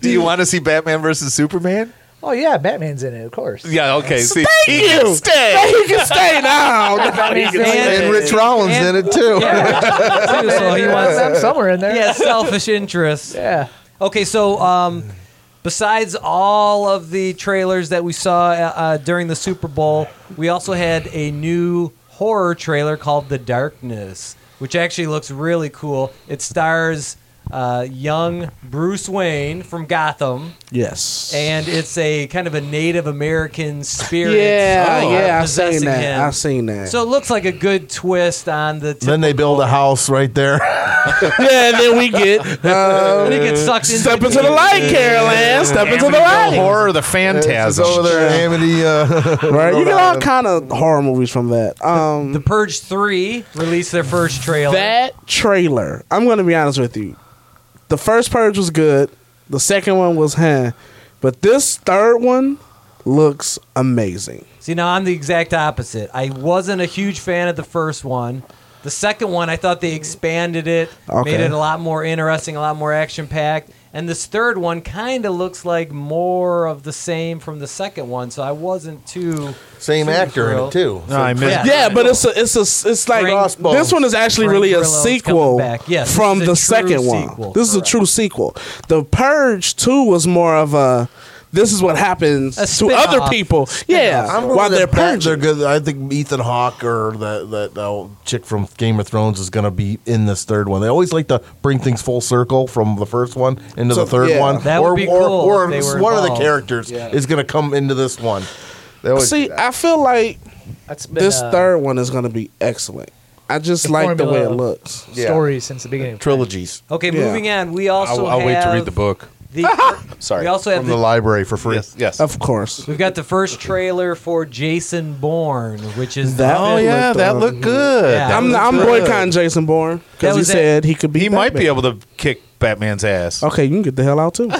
[SPEAKER 1] Do you want to see Batman versus Superman?
[SPEAKER 5] Oh yeah, Batman's in it, of course.
[SPEAKER 1] Yeah, okay. See,
[SPEAKER 2] Thank you. Stay. He can stay now.
[SPEAKER 5] Batman's in
[SPEAKER 3] And-
[SPEAKER 4] And Rich Rollins
[SPEAKER 3] And-
[SPEAKER 4] in it too.
[SPEAKER 3] Yeah, too, so he wants.
[SPEAKER 5] I'm somewhere in there.
[SPEAKER 3] He has selfish interests.
[SPEAKER 5] Yeah.
[SPEAKER 3] Okay, so um, besides all of the trailers that we saw uh, uh, during the Super Bowl, we also had a new horror trailer called The Darkness, which actually looks really cool. It stars uh, young Bruce Wayne from Gotham,
[SPEAKER 2] Yes.
[SPEAKER 3] and it's a kind of a Native American spirit.
[SPEAKER 2] yeah,
[SPEAKER 3] uh,
[SPEAKER 2] yeah, I've
[SPEAKER 3] possessing
[SPEAKER 2] seen that.
[SPEAKER 3] him.
[SPEAKER 2] I've seen that.
[SPEAKER 3] So it looks like a good twist on the.
[SPEAKER 4] Then they build a house right there.
[SPEAKER 2] yeah, and then we get uh,
[SPEAKER 3] It gets sucked into
[SPEAKER 2] step into the light, Carol Ann. Step into
[SPEAKER 1] Amityville
[SPEAKER 2] the light.
[SPEAKER 1] horror, the
[SPEAKER 4] It's
[SPEAKER 1] phantasm.
[SPEAKER 4] over there in Amity. Uh,
[SPEAKER 2] Right? You
[SPEAKER 4] Rhode
[SPEAKER 2] get all
[SPEAKER 4] Island.
[SPEAKER 2] kind of horror movies from that. Um,
[SPEAKER 3] The Purge Three released their first trailer.
[SPEAKER 2] that trailer. I'm going to be honest with you. The first purge was good. The second one was huh, but this third one looks amazing.
[SPEAKER 3] See, now I'm the exact opposite. I wasn't a huge fan of the first one. The second one, I thought they expanded it, made
[SPEAKER 2] Okay.
[SPEAKER 3] it a lot more interesting, a lot more action packed. And this third one kind of looks like more of the same from the second one, so I wasn't too.
[SPEAKER 4] Same
[SPEAKER 3] Super
[SPEAKER 4] actor in
[SPEAKER 3] Girl.
[SPEAKER 4] it too.
[SPEAKER 1] No, I missed
[SPEAKER 3] Yeah.
[SPEAKER 2] Yeah, but it's a it's a it's like
[SPEAKER 4] Crossbones.
[SPEAKER 2] this one is actually
[SPEAKER 3] Frank
[SPEAKER 2] really a
[SPEAKER 3] Grillo's
[SPEAKER 2] sequel
[SPEAKER 3] coming back. Yes,
[SPEAKER 2] from
[SPEAKER 3] this
[SPEAKER 2] the
[SPEAKER 3] is a true
[SPEAKER 2] second one.
[SPEAKER 3] sequel,
[SPEAKER 2] This is a
[SPEAKER 3] correct.
[SPEAKER 2] true sequel. The Purge Two was more of a this is what happens
[SPEAKER 3] A
[SPEAKER 2] to other
[SPEAKER 3] spin-off.
[SPEAKER 2] people. Yeah,
[SPEAKER 4] I'm
[SPEAKER 2] while
[SPEAKER 4] really
[SPEAKER 2] they're
[SPEAKER 4] bad. They're
[SPEAKER 2] purging.
[SPEAKER 4] good. I think Ethan Hawke or that that old chick from Game of Thrones is going to be in this third one. They always like to bring things full circle from the first one into
[SPEAKER 2] So,
[SPEAKER 4] the third
[SPEAKER 2] yeah.
[SPEAKER 4] one,
[SPEAKER 3] That would
[SPEAKER 4] or
[SPEAKER 3] be
[SPEAKER 4] or,
[SPEAKER 3] cool
[SPEAKER 4] or
[SPEAKER 3] if they were
[SPEAKER 4] one of the
[SPEAKER 3] involved.
[SPEAKER 4] characters is going to come into this one. They always do
[SPEAKER 2] See,
[SPEAKER 4] that.
[SPEAKER 2] I feel like
[SPEAKER 5] That's been
[SPEAKER 2] this
[SPEAKER 6] uh,
[SPEAKER 5] a
[SPEAKER 2] third one is going to be excellent. I just
[SPEAKER 5] The
[SPEAKER 2] like the way it
[SPEAKER 5] formula.
[SPEAKER 2] looks.
[SPEAKER 4] Yeah.
[SPEAKER 5] story since the beginning.
[SPEAKER 4] trilogies.
[SPEAKER 3] Okay,
[SPEAKER 2] Yeah.
[SPEAKER 3] moving on. We also have
[SPEAKER 1] book.
[SPEAKER 3] the-
[SPEAKER 1] Sorry.
[SPEAKER 3] We also have
[SPEAKER 4] From the
[SPEAKER 3] the,
[SPEAKER 4] library for free.
[SPEAKER 1] Yes. yes.
[SPEAKER 2] Of course.
[SPEAKER 3] we've got the first trailer for Jason Bourne, which is the
[SPEAKER 2] That-
[SPEAKER 1] Oh
[SPEAKER 2] It
[SPEAKER 1] yeah,
[SPEAKER 2] looked,
[SPEAKER 1] that
[SPEAKER 2] uh,
[SPEAKER 1] looked good.
[SPEAKER 3] Yeah.
[SPEAKER 1] That
[SPEAKER 2] I'm
[SPEAKER 1] looked
[SPEAKER 2] I'm
[SPEAKER 1] good.
[SPEAKER 2] boycotting Jason Bourne
[SPEAKER 3] That
[SPEAKER 2] because he
[SPEAKER 3] was it.
[SPEAKER 2] said he could be.
[SPEAKER 1] He might be
[SPEAKER 2] Batman.
[SPEAKER 1] able to kick Batman's ass.
[SPEAKER 2] Okay, you can get the hell out too.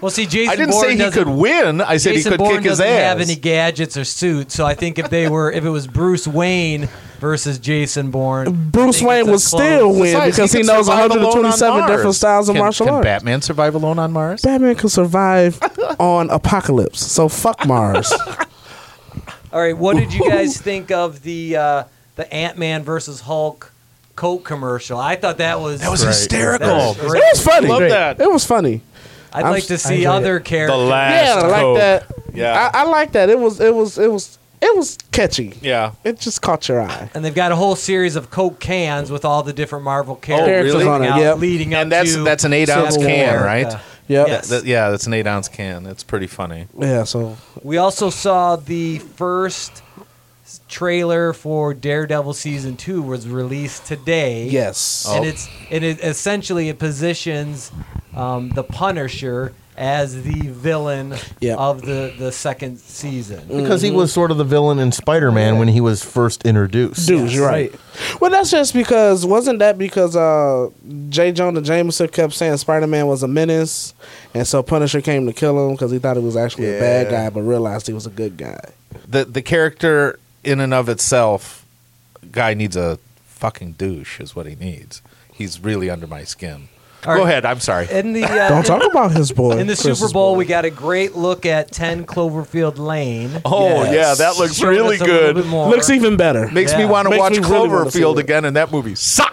[SPEAKER 3] Well, see, Jason
[SPEAKER 1] I didn't
[SPEAKER 3] Bourne
[SPEAKER 1] say he
[SPEAKER 3] doesn't-
[SPEAKER 1] could win. I said
[SPEAKER 3] Jason
[SPEAKER 1] he could
[SPEAKER 3] Bourne
[SPEAKER 1] kick his
[SPEAKER 3] doesn't
[SPEAKER 1] ass.
[SPEAKER 3] have any gadgets or suits, so I think if they were, if it was Bruce Wayne versus Jason Bourne, I
[SPEAKER 2] Bruce
[SPEAKER 3] think
[SPEAKER 2] Wayne
[SPEAKER 3] it's a
[SPEAKER 2] would still
[SPEAKER 3] close.
[SPEAKER 2] win
[SPEAKER 1] Besides,
[SPEAKER 2] because he,
[SPEAKER 1] could
[SPEAKER 2] knows
[SPEAKER 1] survive alone on
[SPEAKER 2] 127 different
[SPEAKER 1] Mars.
[SPEAKER 2] styles of
[SPEAKER 1] Can-
[SPEAKER 2] martial
[SPEAKER 1] can
[SPEAKER 2] arts.
[SPEAKER 1] Batman survive alone on Mars?
[SPEAKER 2] Batman can survive on apocalypse, so fuck Mars.
[SPEAKER 3] All right, what did you guys think of the uh, the Ant Man versus Hulk Coke commercial? I thought that was
[SPEAKER 1] That was
[SPEAKER 4] Right.
[SPEAKER 1] hysterical.
[SPEAKER 3] that was
[SPEAKER 2] it
[SPEAKER 3] great.
[SPEAKER 2] was funny.
[SPEAKER 1] Love that.
[SPEAKER 2] It was funny.
[SPEAKER 3] I'd
[SPEAKER 2] I'm
[SPEAKER 3] like
[SPEAKER 2] s-
[SPEAKER 3] to
[SPEAKER 2] I
[SPEAKER 3] see
[SPEAKER 5] enjoyed
[SPEAKER 3] other
[SPEAKER 1] The
[SPEAKER 3] characters.
[SPEAKER 1] last
[SPEAKER 2] Yeah, I
[SPEAKER 1] Coke.
[SPEAKER 2] like that.
[SPEAKER 1] Yeah.
[SPEAKER 2] I, I like that. It was it was it was it was catchy.
[SPEAKER 1] Yeah.
[SPEAKER 2] It just caught your eye.
[SPEAKER 3] and they've got a whole series of Coke cans with all the different Marvel characters
[SPEAKER 1] Oh, really?
[SPEAKER 3] coming out,
[SPEAKER 2] Yep.
[SPEAKER 3] leading up
[SPEAKER 1] And that's
[SPEAKER 3] to
[SPEAKER 1] that's an eight ounce
[SPEAKER 3] Civil
[SPEAKER 1] can,
[SPEAKER 3] War.
[SPEAKER 1] right?
[SPEAKER 3] Uh,
[SPEAKER 2] Yep.
[SPEAKER 3] Yes.
[SPEAKER 1] That- yeah, that's an eight ounce can. That's pretty funny.
[SPEAKER 2] Yeah, so
[SPEAKER 3] We also saw the first s- trailer for Daredevil season two was released today.
[SPEAKER 2] yes.
[SPEAKER 1] Oh.
[SPEAKER 3] and it's and it essentially it positions um, the Punisher as the villain
[SPEAKER 2] Yep.
[SPEAKER 3] of the the second season.
[SPEAKER 4] Because he was sort of the villain in Spider Man when he was first introduced.
[SPEAKER 2] Dudes, you're right.
[SPEAKER 5] right.
[SPEAKER 2] Well, that's just because wasn't that because uh J. Jonah Jameson kept saying Spider Man was a menace, and so Punisher came to kill him because he thought he was actually a bad guy, but realized he was a good guy.
[SPEAKER 1] The the character in and of itself, guy needs a fucking douche is what he needs. He's really under my skin.
[SPEAKER 3] All
[SPEAKER 1] Go
[SPEAKER 3] right.
[SPEAKER 1] ahead. I'm sorry.
[SPEAKER 3] In the uh,
[SPEAKER 2] Don't
[SPEAKER 3] in-
[SPEAKER 2] talk about his boy.
[SPEAKER 3] in, the
[SPEAKER 2] Chris's
[SPEAKER 3] Super Bowl,
[SPEAKER 2] boy.
[SPEAKER 3] we got a great look at Ten Cloverfield Lane.
[SPEAKER 1] oh
[SPEAKER 2] Yes.
[SPEAKER 1] yeah, that looks
[SPEAKER 3] Showed
[SPEAKER 1] really
[SPEAKER 3] us a little bit
[SPEAKER 1] good.
[SPEAKER 3] more.
[SPEAKER 2] looks even better.
[SPEAKER 1] Makes me
[SPEAKER 3] Yeah.
[SPEAKER 1] want to
[SPEAKER 2] Makes
[SPEAKER 1] watch
[SPEAKER 2] me really wanna see
[SPEAKER 1] Cloverfield
[SPEAKER 2] it.
[SPEAKER 1] again, and that movie sucked.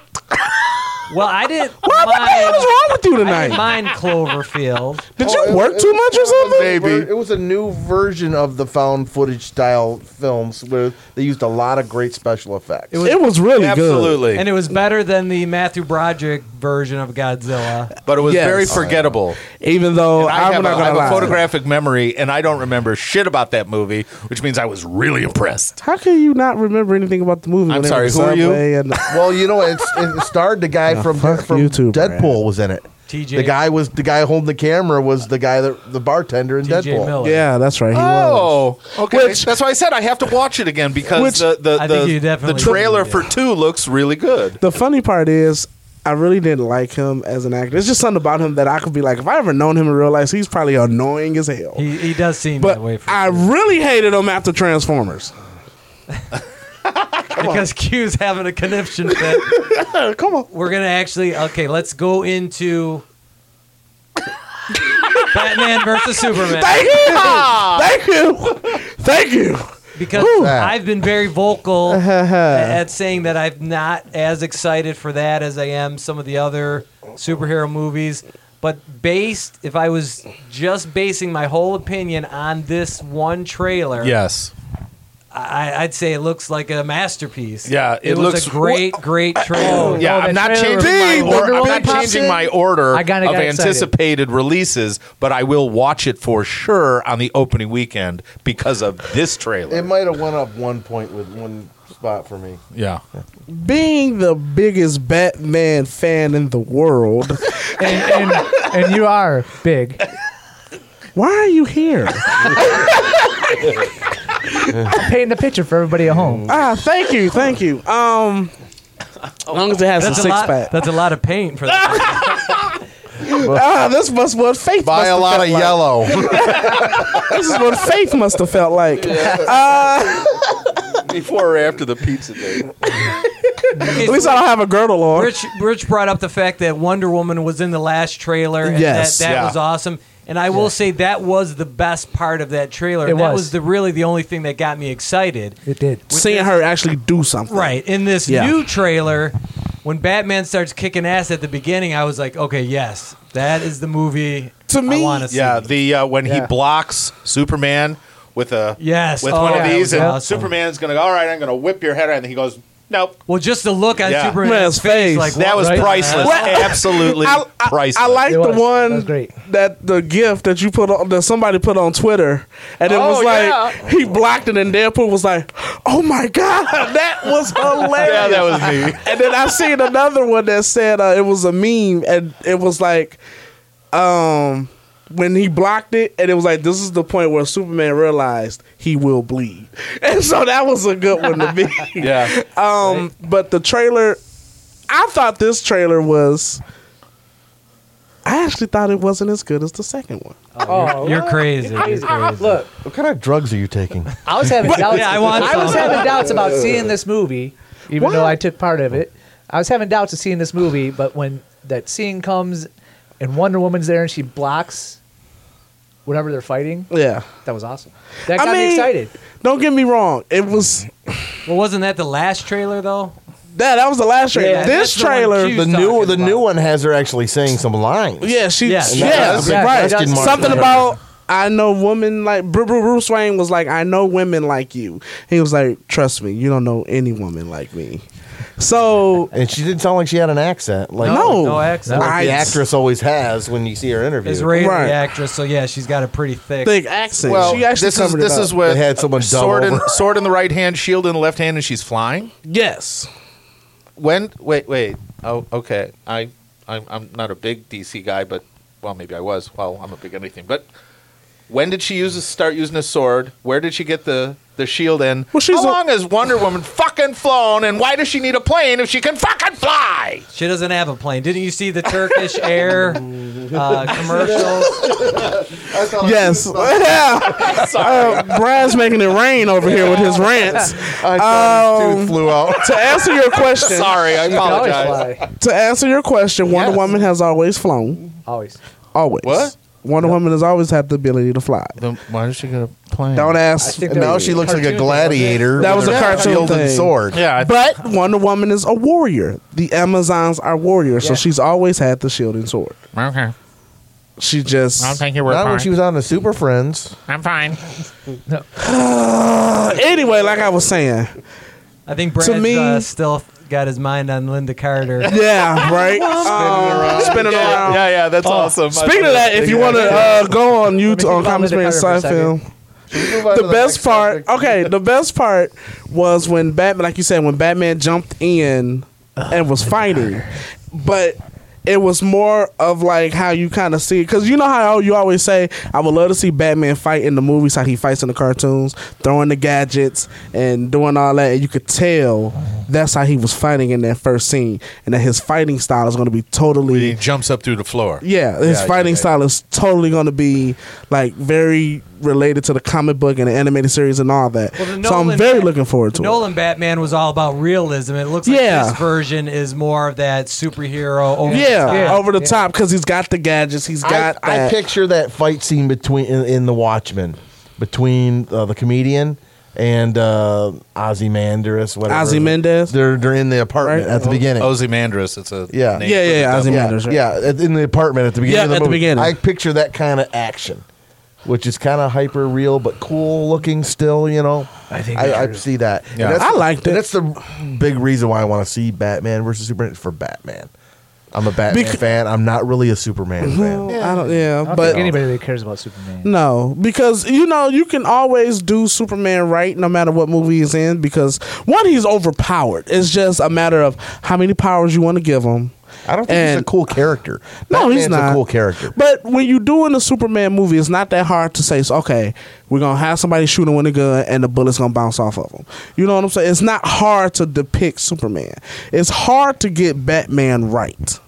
[SPEAKER 3] Well, I didn't.
[SPEAKER 2] what the hell is
[SPEAKER 3] mind-
[SPEAKER 2] wrong with you
[SPEAKER 3] I didn't
[SPEAKER 2] tonight?
[SPEAKER 3] mind Cloverfield.
[SPEAKER 2] Did
[SPEAKER 1] Oh,
[SPEAKER 4] Oh,
[SPEAKER 2] you work too much or something?
[SPEAKER 1] Maybe.
[SPEAKER 4] It was a new version of the found footage style films where they used a lot of great special effects.
[SPEAKER 2] It was really good.
[SPEAKER 1] Absolutely.
[SPEAKER 3] And it was better than the Matthew Broderick version of Godzilla.
[SPEAKER 1] but it was
[SPEAKER 2] Yes.
[SPEAKER 1] very forgettable.
[SPEAKER 2] Even though
[SPEAKER 1] And I
[SPEAKER 2] I'm
[SPEAKER 1] have, a, I
[SPEAKER 2] not gonna
[SPEAKER 1] have a
[SPEAKER 2] lie.
[SPEAKER 1] photographic memory, and I don't remember shit about that movie, which means I was really impressed.
[SPEAKER 2] How can you not remember anything about the movie?
[SPEAKER 1] I'm
[SPEAKER 2] when they
[SPEAKER 1] sorry,
[SPEAKER 2] were
[SPEAKER 1] who are you?
[SPEAKER 2] Subway And,
[SPEAKER 4] Well, you know, it's, it starred the guy from,
[SPEAKER 2] fuck
[SPEAKER 4] from
[SPEAKER 2] you too,
[SPEAKER 4] Deadpool
[SPEAKER 2] Brad.
[SPEAKER 4] was in it.
[SPEAKER 3] TJ
[SPEAKER 4] The guy was the guy holding the camera was the guy that the bartender in
[SPEAKER 3] TJ
[SPEAKER 4] Deadpool.
[SPEAKER 3] Miller.
[SPEAKER 2] yeah, that's right. He was.
[SPEAKER 1] Oh, okay.
[SPEAKER 2] Which-
[SPEAKER 1] That's why I said I have to watch it again because
[SPEAKER 2] Which-
[SPEAKER 1] the the,
[SPEAKER 3] I think you
[SPEAKER 1] the, the
[SPEAKER 3] definitely
[SPEAKER 1] trailer
[SPEAKER 3] did.
[SPEAKER 1] for two looks really good.
[SPEAKER 2] The funny part is, I really didn't like him as an actor. It's just something about him that I could be like, if I ever known him in real life, he's probably annoying as hell.
[SPEAKER 3] He, he does seem
[SPEAKER 2] but
[SPEAKER 3] that way for
[SPEAKER 2] I
[SPEAKER 3] sure.
[SPEAKER 2] really hated him after Transformers.
[SPEAKER 3] because Q's having a conniption fit.
[SPEAKER 2] Come on,
[SPEAKER 3] We're gonna actually okay. Let's go into Batman versus Superman
[SPEAKER 2] thank you, thank you, thank you.
[SPEAKER 3] because I've been very vocal at saying that I'm not as excited for that as I am some of the other superhero movies. But based, if I was just basing my whole opinion on this one trailer,
[SPEAKER 1] Yes.
[SPEAKER 3] I, I'd say it looks like a masterpiece.
[SPEAKER 1] Yeah,
[SPEAKER 3] it,
[SPEAKER 1] it
[SPEAKER 3] was
[SPEAKER 1] looks-
[SPEAKER 3] a great, great trailer.
[SPEAKER 1] Yeah,
[SPEAKER 5] Oh,
[SPEAKER 1] I'm
[SPEAKER 5] that
[SPEAKER 1] not
[SPEAKER 5] trailer with
[SPEAKER 1] changing my
[SPEAKER 5] Wonder
[SPEAKER 1] order. I'm
[SPEAKER 5] Woman
[SPEAKER 1] not
[SPEAKER 5] pops
[SPEAKER 1] changing
[SPEAKER 5] in?
[SPEAKER 1] my order
[SPEAKER 5] I kinda
[SPEAKER 1] of
[SPEAKER 5] got excited.
[SPEAKER 1] anticipated releases, but I will watch it for sure on the opening weekend because of this
[SPEAKER 4] It
[SPEAKER 1] trailer.
[SPEAKER 4] might have went up one point with one spot for me.
[SPEAKER 1] yeah.
[SPEAKER 2] Being the biggest Batman fan in the world,
[SPEAKER 5] and, and, and you are big.
[SPEAKER 2] why are you here?
[SPEAKER 5] Painting the picture for everybody at home.
[SPEAKER 2] ah, thank you, thank you. Um, as long as it has
[SPEAKER 3] That's
[SPEAKER 2] a
[SPEAKER 3] a
[SPEAKER 2] six
[SPEAKER 3] lot.
[SPEAKER 2] pack.
[SPEAKER 3] That's a lot of paint for that.
[SPEAKER 2] Ah, this must what faith.
[SPEAKER 4] Buy
[SPEAKER 2] must
[SPEAKER 4] a
[SPEAKER 2] have
[SPEAKER 4] lot
[SPEAKER 2] felt
[SPEAKER 4] of
[SPEAKER 2] like.
[SPEAKER 4] yellow.
[SPEAKER 2] This is what faith must have felt like.
[SPEAKER 1] Before or after the pizza day.
[SPEAKER 3] Okay,
[SPEAKER 2] At least
[SPEAKER 3] so
[SPEAKER 2] I don't have a girdle on.
[SPEAKER 3] Rich, Rich brought up the fact that Wonder Woman was in the last trailer, and
[SPEAKER 2] Yes.
[SPEAKER 3] that, that
[SPEAKER 1] Yeah.
[SPEAKER 3] was awesome. And I will say that was the best part of that trailer.
[SPEAKER 5] It
[SPEAKER 3] that
[SPEAKER 5] was.
[SPEAKER 3] was the really the only thing that got me excited.
[SPEAKER 5] It did.
[SPEAKER 2] Seeing her actually do something.
[SPEAKER 3] Right in this
[SPEAKER 2] Yeah.
[SPEAKER 3] new trailer, when Batman starts kicking ass at the beginning, I was like, okay, yes, that is the movie
[SPEAKER 2] To me-
[SPEAKER 3] I want to see.
[SPEAKER 1] Yeah, the uh, when he blocks Superman with a
[SPEAKER 3] Yes.
[SPEAKER 1] with
[SPEAKER 3] Oh,
[SPEAKER 1] one of
[SPEAKER 3] yeah, it
[SPEAKER 1] these,
[SPEAKER 3] was
[SPEAKER 1] and
[SPEAKER 3] awesome.
[SPEAKER 1] Superman's gonna go. All right, I'm gonna whip your head, off," and he goes, "Nope."
[SPEAKER 3] Well, just the look on
[SPEAKER 1] Yeah.
[SPEAKER 3] Superman's
[SPEAKER 2] Man's
[SPEAKER 3] face,
[SPEAKER 2] face.
[SPEAKER 3] like
[SPEAKER 1] That
[SPEAKER 3] what
[SPEAKER 1] was
[SPEAKER 3] the hell?
[SPEAKER 1] priceless, absolutely
[SPEAKER 2] I, I,
[SPEAKER 1] priceless.
[SPEAKER 2] I like
[SPEAKER 5] It
[SPEAKER 2] the
[SPEAKER 5] was. That
[SPEAKER 2] one
[SPEAKER 5] was great.
[SPEAKER 2] that the gift that you put on that somebody put on Twitter, and it
[SPEAKER 6] Oh,
[SPEAKER 2] was like
[SPEAKER 6] yeah.
[SPEAKER 2] he blocked it, and Deadpool was like, "Oh my god, that was hilarious!"
[SPEAKER 1] yeah, that was me.
[SPEAKER 2] and then I seen another one that said uh, it was a meme, and it was like, um, when he blocked it, and it was like, this is the point where Superman realized he will bleed, and so that was a good one to be.
[SPEAKER 1] Yeah,
[SPEAKER 2] Um, but the trailer, I thought this trailer was. I actually thought it wasn't as good as the second one.
[SPEAKER 6] Oh, Uh,
[SPEAKER 3] You're crazy. You're crazy.
[SPEAKER 6] Look,
[SPEAKER 4] What kind of drugs are you taking?
[SPEAKER 6] I was having doubts.
[SPEAKER 3] Yeah, I want
[SPEAKER 6] was
[SPEAKER 3] some.
[SPEAKER 6] having doubts about seeing this movie, even
[SPEAKER 2] What?
[SPEAKER 6] though I took part of it. I was having doubts of seeing this movie, but when that scene comes and Wonder Woman's there and she blocks whatever they're fighting,
[SPEAKER 2] Yeah.
[SPEAKER 6] that was awesome. That
[SPEAKER 2] I
[SPEAKER 6] got
[SPEAKER 2] mean-
[SPEAKER 6] me excited.
[SPEAKER 2] Don't get me wrong. It was
[SPEAKER 3] Well, wasn't that the last trailer though?
[SPEAKER 2] that. That was the last trailer.
[SPEAKER 3] Yeah,
[SPEAKER 2] this
[SPEAKER 3] that's the one
[SPEAKER 2] trailer,
[SPEAKER 3] Q's
[SPEAKER 4] The new
[SPEAKER 3] talking
[SPEAKER 4] the
[SPEAKER 3] about.
[SPEAKER 4] new one has her actually saying some lines.
[SPEAKER 2] yeah, she, yeah,
[SPEAKER 3] Yeah,
[SPEAKER 4] that's a big
[SPEAKER 2] right.
[SPEAKER 4] question mark
[SPEAKER 2] Something
[SPEAKER 4] there.
[SPEAKER 2] about I know women like Bru- Bru- Bruce Wayne was like, I know women like you. He was like, trust me, you don't know any woman like me. So
[SPEAKER 4] And she didn't sound like she had an accent. Like
[SPEAKER 2] no,
[SPEAKER 3] no accent.
[SPEAKER 4] like
[SPEAKER 2] I
[SPEAKER 4] the actress always has when you see her interview.
[SPEAKER 3] Is Ray
[SPEAKER 2] Right.
[SPEAKER 3] the actress? So yeah, she's got a pretty thick.
[SPEAKER 2] think accent.
[SPEAKER 1] Well,
[SPEAKER 2] she actually
[SPEAKER 1] this is
[SPEAKER 2] covered
[SPEAKER 1] this
[SPEAKER 2] it
[SPEAKER 1] is
[SPEAKER 2] up.
[SPEAKER 1] with
[SPEAKER 4] They had someone dub
[SPEAKER 1] sword in,
[SPEAKER 4] over.
[SPEAKER 1] sword in the right hand, shield in the left hand, and she's flying.
[SPEAKER 2] yes.
[SPEAKER 1] When? Wait, wait. Oh, okay. I, I'm, I'm not a big DC guy, but well, maybe I was. Well, I'm a big anything. But when did she use a, start using a sword? Where did she get the the shield in?
[SPEAKER 2] Well, she's
[SPEAKER 1] How
[SPEAKER 2] a-
[SPEAKER 1] long has Wonder Woman fucking flown, and why does she need a plane if she can fucking fly?
[SPEAKER 3] She doesn't have a plane. Didn't you see the Turkish Air uh, commercial?
[SPEAKER 2] Yes. Yeah. Uh, Brad's making it rain over here with his rants.
[SPEAKER 4] I thought his
[SPEAKER 2] Um,
[SPEAKER 4] tooth flew out.
[SPEAKER 2] To answer your question,
[SPEAKER 1] Sorry, I
[SPEAKER 6] You can always
[SPEAKER 1] apologize.
[SPEAKER 6] fly.
[SPEAKER 2] to answer your question, Wonder
[SPEAKER 1] Yes.
[SPEAKER 2] Woman has always flown.
[SPEAKER 6] Always.
[SPEAKER 2] Always.
[SPEAKER 1] What?
[SPEAKER 2] Wonder Woman has always had the ability to fly.
[SPEAKER 1] Then why does she get a plane?
[SPEAKER 2] Don't ask.
[SPEAKER 6] think
[SPEAKER 2] me.
[SPEAKER 4] now she looks like a
[SPEAKER 6] Cartoon,
[SPEAKER 4] gladiator.
[SPEAKER 2] That
[SPEAKER 4] with
[SPEAKER 2] was a
[SPEAKER 4] her
[SPEAKER 2] cartoon
[SPEAKER 4] shield and
[SPEAKER 2] thing.
[SPEAKER 4] sword.
[SPEAKER 1] Yeah, I-
[SPEAKER 2] But Wonder Woman is a warrior. The Amazons are warriors, so
[SPEAKER 6] Yeah.
[SPEAKER 2] she's always had the shield and sword.
[SPEAKER 7] Okay.
[SPEAKER 2] She just
[SPEAKER 7] I'll take your word
[SPEAKER 4] Not when
[SPEAKER 7] for
[SPEAKER 4] she
[SPEAKER 7] it.
[SPEAKER 4] was on the Super Friends.
[SPEAKER 7] I'm fine.
[SPEAKER 2] Uh, anyway, like I was saying,
[SPEAKER 3] I think Brad's
[SPEAKER 2] me-
[SPEAKER 3] uh, still got his mind on Linda Carter.
[SPEAKER 2] yeah, right. Uh, Um, Spinning
[SPEAKER 1] yeah,
[SPEAKER 2] around.
[SPEAKER 1] yeah, yeah, that's awesome.
[SPEAKER 2] Oh, Speaking of that, if you want to uh, go on YouTube on Common Space Sci
[SPEAKER 6] Linda Carter for a
[SPEAKER 2] Film, the best part. Okay, the best part was when Batman, like you said, when Batman jumped in and was fighting, but. It was more of like how you kind of see it, because you know how you always say, "I would love to see Batman fight in the movies, how he fights in the cartoons, throwing the gadgets and doing all that." And you could tell that's how he was fighting in that first scene, and that his fighting style is going to be totally
[SPEAKER 1] he jumps up through the floor.
[SPEAKER 2] yeah, his
[SPEAKER 1] Yeah,
[SPEAKER 2] fighting
[SPEAKER 1] yeah, yeah.
[SPEAKER 2] style is totally going to be like very related to the comic book and the animated series and all that.
[SPEAKER 3] Well, the
[SPEAKER 2] so I'm
[SPEAKER 3] Nolan
[SPEAKER 2] very
[SPEAKER 3] Bat-
[SPEAKER 2] looking forward to
[SPEAKER 3] Nolan Batman was all about realism. It looks like
[SPEAKER 2] Yeah.
[SPEAKER 3] this version is more of that superhero. Over
[SPEAKER 2] it. Yeah,
[SPEAKER 5] Yeah,
[SPEAKER 2] over the
[SPEAKER 5] yeah.
[SPEAKER 2] top top because he's got the gadgets, he's
[SPEAKER 4] I,
[SPEAKER 2] got
[SPEAKER 4] I
[SPEAKER 2] that.
[SPEAKER 4] picture that fight scene between in, in The Watchmen between uh, the comedian and uh, Ozymandias. Whatever.
[SPEAKER 2] Ozymandias?
[SPEAKER 4] They're they're in the apartment
[SPEAKER 2] Right.
[SPEAKER 4] at the beginning.
[SPEAKER 1] Ozymandias. It's a
[SPEAKER 4] Yeah.
[SPEAKER 1] name for
[SPEAKER 2] Yeah, yeah,
[SPEAKER 1] the
[SPEAKER 2] yeah,
[SPEAKER 1] devil.
[SPEAKER 4] yeah,
[SPEAKER 2] Ozymandias, right.
[SPEAKER 4] yeah, at- in the apartment at the beginning.
[SPEAKER 2] Yeah,
[SPEAKER 4] of the
[SPEAKER 2] at the
[SPEAKER 4] movie.
[SPEAKER 2] beginning.
[SPEAKER 4] I picture that kind of action, which is kind of hyper real but cool looking still. You know, I think I, see that. And
[SPEAKER 1] Yeah.
[SPEAKER 2] I liked
[SPEAKER 4] and
[SPEAKER 2] it.
[SPEAKER 4] That's the big reason why I want to see Batman versus Superman for Batman. I'm a Batman
[SPEAKER 2] Bec-
[SPEAKER 4] fan. I'm not really a Superman fan.
[SPEAKER 2] I don't, yeah,
[SPEAKER 5] I don't
[SPEAKER 2] but
[SPEAKER 5] think anybody that cares about Superman.
[SPEAKER 2] No, because you know you can always do Superman right, no matter what movie he's in. Because one, he's overpowered. It's just a matter of how many powers you want to give him.
[SPEAKER 4] I don't think he's a
[SPEAKER 2] And-
[SPEAKER 4] cool character.
[SPEAKER 2] No, he's
[SPEAKER 4] Batman's
[SPEAKER 2] not
[SPEAKER 4] a cool character.
[SPEAKER 2] But when you do in a Superman movie, it's not that hard to say, okay, we're gonna have somebody shooting with a gun and the bullet's gonna bounce off of him. You know what I'm saying? It's not hard to depict Superman. It's hard to get Batman right,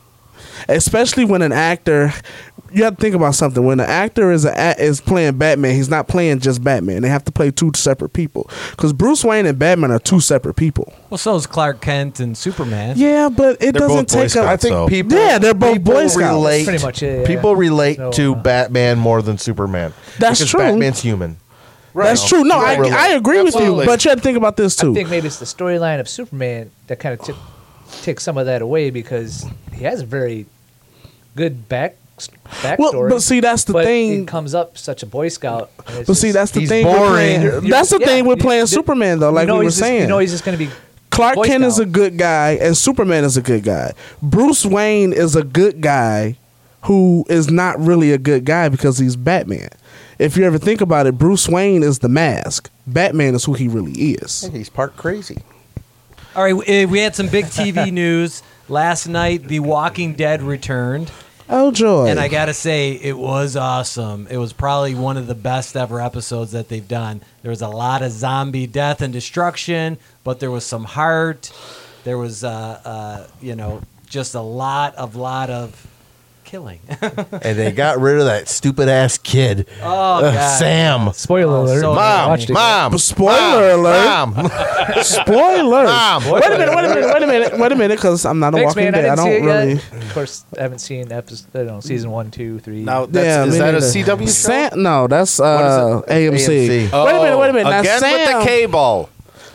[SPEAKER 2] especially when an actor. You have to think about something. When an actor is a, is playing Batman, he's not playing just Batman. They have to play two separate people because Bruce Wayne and Batman are two separate people.
[SPEAKER 3] Well, so is Clark Kent and Superman.
[SPEAKER 2] Yeah, but
[SPEAKER 1] They're
[SPEAKER 2] it
[SPEAKER 1] both
[SPEAKER 2] doesn't
[SPEAKER 1] Boy
[SPEAKER 2] take
[SPEAKER 1] Scouts.
[SPEAKER 2] up.
[SPEAKER 4] I think
[SPEAKER 1] So-
[SPEAKER 4] people.
[SPEAKER 2] Yeah, they're both
[SPEAKER 4] people
[SPEAKER 2] Boy Scouts.
[SPEAKER 4] relate-
[SPEAKER 6] Pretty much, yeah, yeah,
[SPEAKER 4] People
[SPEAKER 6] yeah.
[SPEAKER 4] relate
[SPEAKER 6] So,
[SPEAKER 4] to
[SPEAKER 6] uh,
[SPEAKER 4] Batman more than Superman.
[SPEAKER 2] That's
[SPEAKER 4] because
[SPEAKER 2] true.
[SPEAKER 4] Batman's human.
[SPEAKER 2] That's true. No, I,
[SPEAKER 4] Really.
[SPEAKER 2] I agree with
[SPEAKER 1] Absolutely.
[SPEAKER 2] you, but you have to think about this too.
[SPEAKER 6] I think maybe it's the storyline of Superman that kind of took took some of that away because he has a very good back backstory.
[SPEAKER 2] Well, but see, that's the
[SPEAKER 6] but
[SPEAKER 2] thing.
[SPEAKER 6] It comes up such a Boy Scout. and it's
[SPEAKER 2] But see,
[SPEAKER 6] just-
[SPEAKER 2] that's the
[SPEAKER 4] he's
[SPEAKER 2] thing.
[SPEAKER 4] boring.
[SPEAKER 2] With playing,
[SPEAKER 6] You-
[SPEAKER 2] that's the
[SPEAKER 6] yeah,
[SPEAKER 2] thing with
[SPEAKER 6] you-
[SPEAKER 2] playing
[SPEAKER 6] you-
[SPEAKER 2] Superman, though. Like
[SPEAKER 6] you know
[SPEAKER 2] we were
[SPEAKER 6] he's just-
[SPEAKER 2] saying,
[SPEAKER 6] you know, he's just going to be
[SPEAKER 2] Clark
[SPEAKER 6] Boy
[SPEAKER 2] Kent is a
[SPEAKER 6] Scout.
[SPEAKER 2] good guy, and Superman is a good guy. Bruce Wayne is a good guy who is not really a good guy because he's Batman. If you ever think about it, Bruce Wayne is the mask. Batman is who he really is.
[SPEAKER 4] He's part crazy.
[SPEAKER 3] All right, we, we had some big TV news last night. The Walking Dead returned.
[SPEAKER 2] Oh joy!
[SPEAKER 3] And I gotta say, it was awesome. It was probably one of the best ever episodes that they've done. There was a lot of zombie death and destruction, but there was some heart. There was, uh, uh, you know, just a lot of lot of killing.
[SPEAKER 4] and they got rid of that stupid ass kid,
[SPEAKER 3] Oh,
[SPEAKER 4] Uh,
[SPEAKER 3] God.
[SPEAKER 4] Sam.
[SPEAKER 5] Spoiler
[SPEAKER 3] Oh,
[SPEAKER 5] alert.
[SPEAKER 3] so
[SPEAKER 5] I
[SPEAKER 4] Mom,
[SPEAKER 5] watched it.
[SPEAKER 4] mom,
[SPEAKER 2] Spoiler alert.
[SPEAKER 4] mom, mom.
[SPEAKER 2] Spoiler.
[SPEAKER 4] Mom.
[SPEAKER 2] Wait a minute, wait a minute, wait a minute, wait a minute, because I'm not a
[SPEAKER 6] Ah, Thanks,
[SPEAKER 2] Walking
[SPEAKER 6] man. I
[SPEAKER 2] Dead. I,
[SPEAKER 6] didn't see
[SPEAKER 2] don't
[SPEAKER 6] it
[SPEAKER 2] really.
[SPEAKER 6] yet. Of course, I haven't seen episode. I don't know, season one, two, three.
[SPEAKER 1] Now,
[SPEAKER 2] Yeah,
[SPEAKER 1] that's, is
[SPEAKER 2] me
[SPEAKER 1] that a
[SPEAKER 2] neither.
[SPEAKER 1] CW show?
[SPEAKER 2] Sam, no, that's uh, AMC.
[SPEAKER 4] AMC.
[SPEAKER 2] Wait a minute, wait a minute. Now,
[SPEAKER 1] Oh, Again
[SPEAKER 2] Sam,
[SPEAKER 1] with the cable.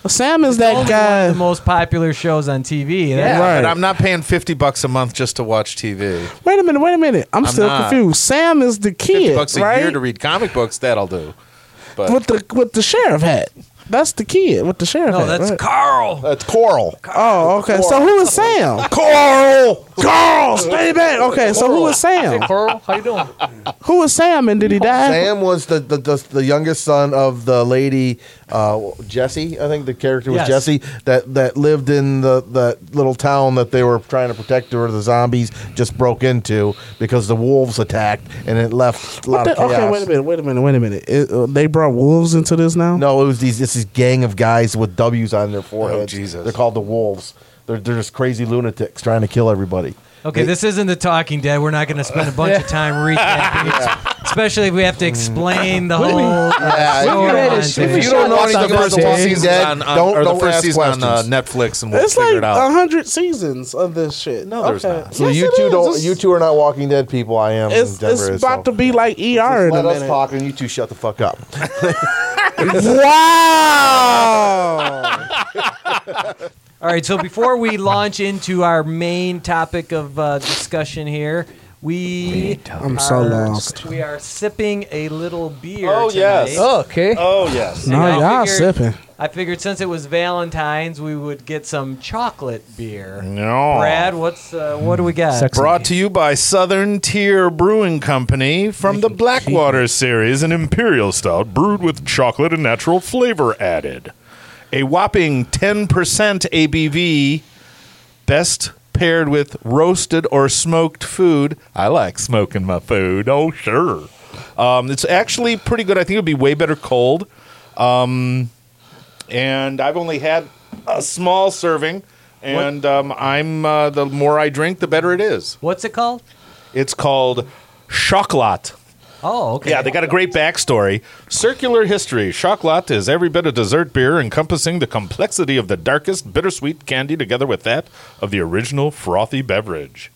[SPEAKER 2] Sam is
[SPEAKER 3] Only one of
[SPEAKER 2] that
[SPEAKER 3] the
[SPEAKER 2] guy.
[SPEAKER 3] most popular shows on TV. and
[SPEAKER 6] Yeah.
[SPEAKER 3] that-
[SPEAKER 1] But
[SPEAKER 2] Right.
[SPEAKER 1] I'm not paying 50 bucks a month just to watch TV.
[SPEAKER 2] Wait a minute, wait a minute. I'm,
[SPEAKER 1] I'm
[SPEAKER 2] still
[SPEAKER 1] not.
[SPEAKER 2] confused. Sam is the
[SPEAKER 1] 50
[SPEAKER 2] kid,
[SPEAKER 1] bucks a
[SPEAKER 2] right?
[SPEAKER 1] year to read comic books, that'll do. But
[SPEAKER 2] with the with the sheriff hat. That's the kid with the sheriff
[SPEAKER 3] No,
[SPEAKER 2] hat.
[SPEAKER 3] that's
[SPEAKER 2] right?
[SPEAKER 3] Carl.
[SPEAKER 4] That's Coral.
[SPEAKER 2] Oh, okay. So who is Sam?
[SPEAKER 4] Coral.
[SPEAKER 2] Carl, stay back. Okay, so who is Sam?
[SPEAKER 6] Coral, how you doing?
[SPEAKER 2] Who is Sam and did he die?
[SPEAKER 4] Sam was the, the the the youngest son of the lady uh, Jesse. I think the character was
[SPEAKER 3] Yes.
[SPEAKER 4] Jesse that that lived in the that little town that they were trying to protect, or the zombies just broke into because the wolves attacked and it left a lot
[SPEAKER 2] What
[SPEAKER 4] of
[SPEAKER 2] the-
[SPEAKER 4] chaos.
[SPEAKER 2] okay, wait a minute, wait a minute, wait a minute. It- uh, they brought wolves into this now?
[SPEAKER 4] No, it was these. This is gang of guys with W's on their foreheads.
[SPEAKER 1] Jesus.
[SPEAKER 4] They're called the wolves. They're they're just crazy lunatics trying to kill everybody.
[SPEAKER 3] Okay, this isn't the Talking Dead. We're not going to spend a bunch of time recapping, it, especially if we have to explain the whole. Uh,
[SPEAKER 4] if you
[SPEAKER 3] storyline
[SPEAKER 6] read it,
[SPEAKER 3] to
[SPEAKER 6] if
[SPEAKER 3] it.
[SPEAKER 4] you don't know
[SPEAKER 1] watch
[SPEAKER 4] anything
[SPEAKER 1] the
[SPEAKER 4] about
[SPEAKER 1] first
[SPEAKER 4] The
[SPEAKER 1] two
[SPEAKER 4] Walking
[SPEAKER 1] seasons
[SPEAKER 4] Dead,
[SPEAKER 1] on, on,
[SPEAKER 4] don't
[SPEAKER 1] or the
[SPEAKER 4] don't
[SPEAKER 1] first
[SPEAKER 4] ask
[SPEAKER 1] season on uh,
[SPEAKER 4] questions.
[SPEAKER 1] Netflix, and we'll
[SPEAKER 2] It's
[SPEAKER 1] figure
[SPEAKER 2] like
[SPEAKER 1] it
[SPEAKER 2] a
[SPEAKER 1] out.
[SPEAKER 2] hundred seasons of this shit.
[SPEAKER 1] No, there's
[SPEAKER 2] Okay.
[SPEAKER 1] not.
[SPEAKER 4] So
[SPEAKER 2] Yes,
[SPEAKER 4] you
[SPEAKER 2] it
[SPEAKER 4] two
[SPEAKER 2] is.
[SPEAKER 4] don't.
[SPEAKER 2] It's-
[SPEAKER 4] You two are not Walking Dead people. I am.
[SPEAKER 2] It's,
[SPEAKER 4] in Denver,
[SPEAKER 2] it's about
[SPEAKER 4] so-
[SPEAKER 2] to be like ER in a
[SPEAKER 4] Let us
[SPEAKER 2] minute.
[SPEAKER 4] talk, and you two shut the fuck up.
[SPEAKER 2] Wow!
[SPEAKER 3] All right, so before we launch into our main topic of uh, discussion here, we
[SPEAKER 2] I'm so
[SPEAKER 3] are-
[SPEAKER 2] lost.
[SPEAKER 3] We are sipping a little beer.
[SPEAKER 1] Oh, yes.
[SPEAKER 3] tonight.
[SPEAKER 6] Oh, okay.
[SPEAKER 1] Oh yes.
[SPEAKER 3] And
[SPEAKER 2] no,
[SPEAKER 3] I
[SPEAKER 2] y'all
[SPEAKER 3] figured-
[SPEAKER 2] sipping.
[SPEAKER 3] I figured since it was Valentine's, we would get some chocolate beer.
[SPEAKER 2] uh,
[SPEAKER 1] No.
[SPEAKER 3] Brad, what's uh, what do we got?
[SPEAKER 5] Sex-
[SPEAKER 1] Brought to you by Southern Tier Brewing Company from the Blackwater series, an imperial stout brewed with chocolate and natural flavor added. A whopping 10% ABV, best paired with roasted or smoked food. I like smoking my food. Oh, sure. Um, it's actually pretty good. I think it would be way better cold. Um, and I've only had a small serving. And um, I'm uh, the more I drink, the better it is.
[SPEAKER 3] What's it called?
[SPEAKER 1] It's called Chocolat.
[SPEAKER 3] Oh, okay.
[SPEAKER 1] Yeah, they got a great backstory. Circular history. Chocolat is every bit of dessert beer encompassing the complexity of the darkest bittersweet candy together with that of the original frothy beverage.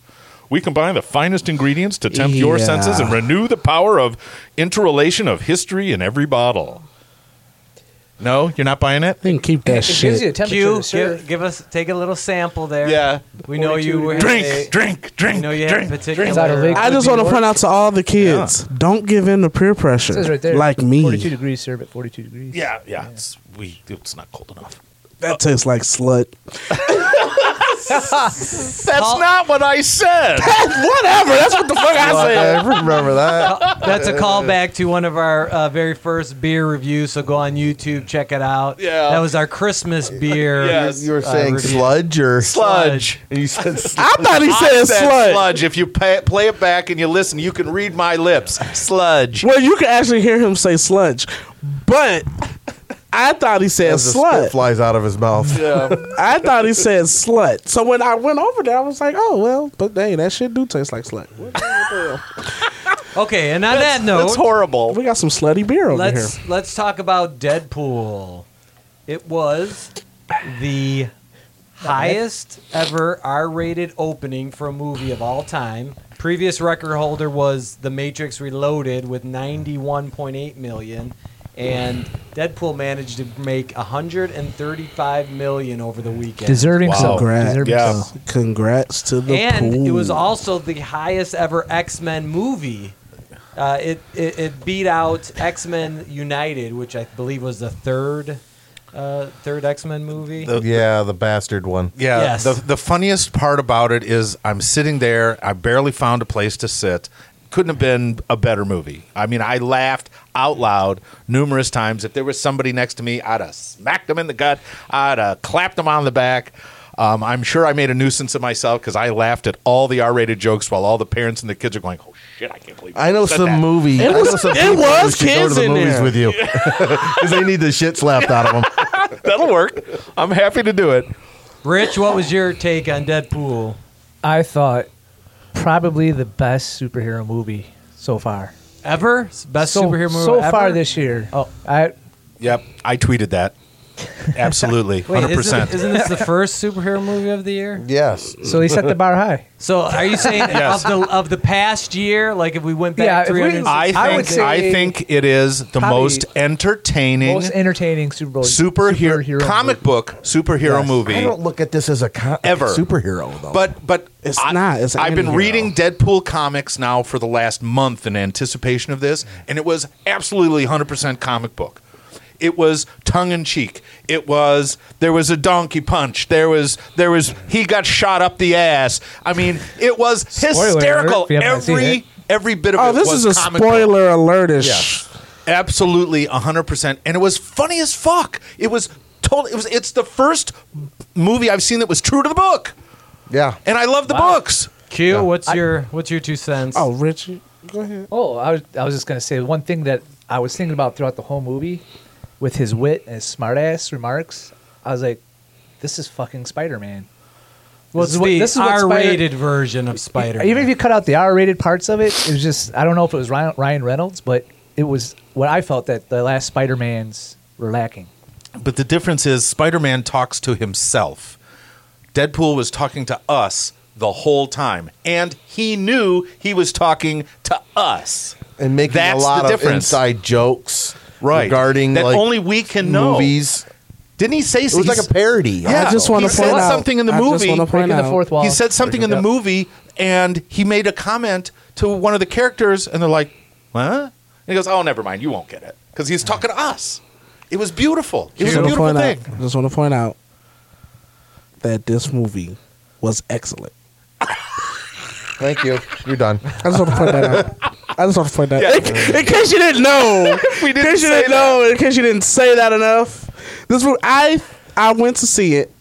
[SPEAKER 1] We combine the finest ingredients to tempt your
[SPEAKER 2] Yeah.
[SPEAKER 1] senses and renew the power of interrelation of history in every bottle. No, you're not buying it?
[SPEAKER 2] They can keep that
[SPEAKER 6] It gives you a
[SPEAKER 2] shit.
[SPEAKER 6] temperature
[SPEAKER 3] Q,
[SPEAKER 6] to serve.
[SPEAKER 3] give, give us take a little sample there.
[SPEAKER 1] Yeah.
[SPEAKER 3] we know you were
[SPEAKER 1] Drink, drink, drink,
[SPEAKER 3] know you had
[SPEAKER 1] drink.
[SPEAKER 3] particular.
[SPEAKER 5] Is that a leak?
[SPEAKER 2] I just want to point out to all the kids: don't give in to peer pressure.
[SPEAKER 6] It says right there.
[SPEAKER 2] Like
[SPEAKER 6] Forty-two
[SPEAKER 2] me,
[SPEAKER 6] degrees. Serve at forty-two degrees.
[SPEAKER 1] Yeah, yeah. It's, we, it's not cold enough.
[SPEAKER 2] that tastes like slut.
[SPEAKER 1] That's
[SPEAKER 3] Call-
[SPEAKER 1] not what I said.
[SPEAKER 2] Whatever. That's what the fuck I said.
[SPEAKER 4] I remember that.
[SPEAKER 3] That's a callback to one of our uh, very first beer reviews. So go on YouTube, check it out.
[SPEAKER 1] Yeah.
[SPEAKER 3] that was our Christmas beer.
[SPEAKER 1] Yes.
[SPEAKER 4] You were
[SPEAKER 3] uh,
[SPEAKER 4] saying
[SPEAKER 3] review.
[SPEAKER 4] sludge or
[SPEAKER 1] Sludge.
[SPEAKER 4] And you said sludge.
[SPEAKER 2] I thought he said,
[SPEAKER 1] I said
[SPEAKER 2] slut.
[SPEAKER 1] sludge. If you pay, play it back and you listen, you can read my lips. Sludge.
[SPEAKER 2] Well, you can actually hear him say sludge, but I thought he said
[SPEAKER 4] As the spit
[SPEAKER 2] slut.
[SPEAKER 4] flies out of his mouth.
[SPEAKER 2] I thought he said slut. So when I went over there, I was like, oh well, but dang, that shit do taste like slut.
[SPEAKER 3] Okay, and on that
[SPEAKER 1] That's
[SPEAKER 3] note,
[SPEAKER 1] horrible.
[SPEAKER 2] We got some slutty beer over
[SPEAKER 3] let's
[SPEAKER 2] here.
[SPEAKER 3] let's talk about Deadpool. It was the highest ever R-rated opening for a movie of all time. Previous record holder was The Matrix Reloaded with 91.8 million and Deadpool managed to make 135 million over the weekend.
[SPEAKER 5] Deserving so.
[SPEAKER 1] Wow.
[SPEAKER 6] Oh,
[SPEAKER 2] Congrats.
[SPEAKER 5] Deserving
[SPEAKER 1] Yeah.
[SPEAKER 5] so.
[SPEAKER 2] Congrats to the
[SPEAKER 3] and
[SPEAKER 2] pool.
[SPEAKER 3] it was also the highest ever X Men movie. Uh, it, it it beat out X Men United, which I believe was the third uh, third X Men movie.
[SPEAKER 4] yeah, the bastard one.
[SPEAKER 1] Yeah.
[SPEAKER 3] Yes.
[SPEAKER 1] The, the funniest part about it is I'm sitting there. I barely found a place to sit. Couldn't have been a better movie. I mean, I laughed out loud numerous times. If there was somebody next to me, I'd have smacked them in the gut. I'd have clapped them on the back. Um, I'm sure I made a nuisance of myself because I laughed at all the R-rated jokes while all the parents and the kids are going, "Oh shit, I can't believe."
[SPEAKER 4] I know
[SPEAKER 1] said
[SPEAKER 4] some
[SPEAKER 1] that."
[SPEAKER 4] movie.
[SPEAKER 2] It
[SPEAKER 4] I know
[SPEAKER 2] was-
[SPEAKER 4] some
[SPEAKER 2] it
[SPEAKER 4] people who
[SPEAKER 2] was
[SPEAKER 4] should go to
[SPEAKER 2] kids
[SPEAKER 4] the
[SPEAKER 2] in
[SPEAKER 4] movies
[SPEAKER 2] there.
[SPEAKER 4] with you because they need the shit slapped out of them.
[SPEAKER 1] That'll work. I'm happy to do it.
[SPEAKER 3] Rich, what was your take on Deadpool?
[SPEAKER 5] I thought
[SPEAKER 6] probably the best superhero movie so far.
[SPEAKER 3] Ever best
[SPEAKER 6] so,
[SPEAKER 3] superhero movie
[SPEAKER 6] so
[SPEAKER 3] ever?
[SPEAKER 6] far this year.
[SPEAKER 3] Oh.
[SPEAKER 6] I
[SPEAKER 1] Yep, I tweeted that. Absolutely,
[SPEAKER 3] Wait,
[SPEAKER 1] hundred
[SPEAKER 3] Isn't,
[SPEAKER 1] percent.
[SPEAKER 3] isn't this the first superhero movie of the year?
[SPEAKER 4] Yes.
[SPEAKER 6] so he set the bar high.
[SPEAKER 3] So are you saying of the of the past year, like if we went back
[SPEAKER 6] Yeah, if we-
[SPEAKER 3] 360
[SPEAKER 1] I think
[SPEAKER 6] I
[SPEAKER 1] I,
[SPEAKER 6] would say
[SPEAKER 1] think it is the
[SPEAKER 6] probably
[SPEAKER 1] most entertaining
[SPEAKER 6] Most entertaining Super Bowl
[SPEAKER 1] superhero, comic
[SPEAKER 6] movie.
[SPEAKER 1] book superhero movie.
[SPEAKER 4] I don't look at this as a co-
[SPEAKER 1] Ever.
[SPEAKER 4] superhero though.
[SPEAKER 1] But but
[SPEAKER 2] It's not, it's an
[SPEAKER 1] I've been
[SPEAKER 2] anti-hero.
[SPEAKER 1] reading Deadpool comics now for the last month in anticipation of this, and it was absolutely 100% comic book. It was tongue in cheek. It was there was a donkey punch. There was there was he got shot up the ass. I mean, it was
[SPEAKER 5] Spoiler alert,
[SPEAKER 1] hysterical.
[SPEAKER 5] if you haven't seen
[SPEAKER 1] every
[SPEAKER 5] it.
[SPEAKER 1] every bit of
[SPEAKER 2] Oh,
[SPEAKER 1] it
[SPEAKER 2] this
[SPEAKER 1] was
[SPEAKER 2] is a
[SPEAKER 1] comic book.
[SPEAKER 2] spoiler alert. ish
[SPEAKER 1] Absolutely, hundred percent, and it was funny as fuck. It was totally. It was. It's the first movie I've seen that was true to the book,
[SPEAKER 4] yeah.
[SPEAKER 1] and I love the books.
[SPEAKER 3] Q, what's your what's your two cents?
[SPEAKER 2] Oh, Richard, go ahead.
[SPEAKER 6] Oh, I was, I was just gonna say one thing that I was thinking about throughout the whole movie, with his wit and his smartass remarks. I was like, this is fucking Spider Man.
[SPEAKER 3] what's
[SPEAKER 6] is what-
[SPEAKER 3] the
[SPEAKER 6] this is what Spider-
[SPEAKER 3] R-rated version of Spider?
[SPEAKER 6] Even if you cut out the R-rated parts of it, it was just I don't know if it was Ryan, Ryan Reynolds, but it was what I felt that the last Spider-Mans were lacking.
[SPEAKER 1] But the difference is Spider-Man talks to himself. Deadpool was talking to us the whole time, and he knew he was talking to us.
[SPEAKER 4] And making
[SPEAKER 1] That's
[SPEAKER 4] a lot
[SPEAKER 1] the
[SPEAKER 4] of
[SPEAKER 1] difference.
[SPEAKER 4] inside jokes
[SPEAKER 1] Right.
[SPEAKER 4] regarding
[SPEAKER 1] That
[SPEAKER 4] like,
[SPEAKER 1] only we can know.
[SPEAKER 4] movies.
[SPEAKER 1] Didn't he say
[SPEAKER 4] It was like a parody.
[SPEAKER 1] Yeah,
[SPEAKER 2] I just want
[SPEAKER 1] he
[SPEAKER 2] to
[SPEAKER 1] said
[SPEAKER 2] point out
[SPEAKER 1] something in the
[SPEAKER 2] I just
[SPEAKER 1] movie,
[SPEAKER 2] wanna point
[SPEAKER 6] breaking the
[SPEAKER 2] out-
[SPEAKER 6] fourth wall.
[SPEAKER 1] He said something in the
[SPEAKER 6] Yep.
[SPEAKER 1] movie, and he made a comment to one of the characters, and they're like, "Huh?" And he goes, "Oh, never mind. You won't get it because he's talking to us." It was beautiful. It was
[SPEAKER 2] Just
[SPEAKER 1] a
[SPEAKER 2] want to
[SPEAKER 1] beautiful
[SPEAKER 2] point
[SPEAKER 1] thing.
[SPEAKER 2] out. Just want to point out that this movie was excellent.
[SPEAKER 4] Thank you. You're done.
[SPEAKER 2] I just want to point that out. I just want to point that.
[SPEAKER 1] Yeah.
[SPEAKER 2] In, in case you didn't know,
[SPEAKER 1] We didn't
[SPEAKER 2] in case you
[SPEAKER 1] say
[SPEAKER 2] didn't know, in case you didn't say that enough, this movie, I I went to see it,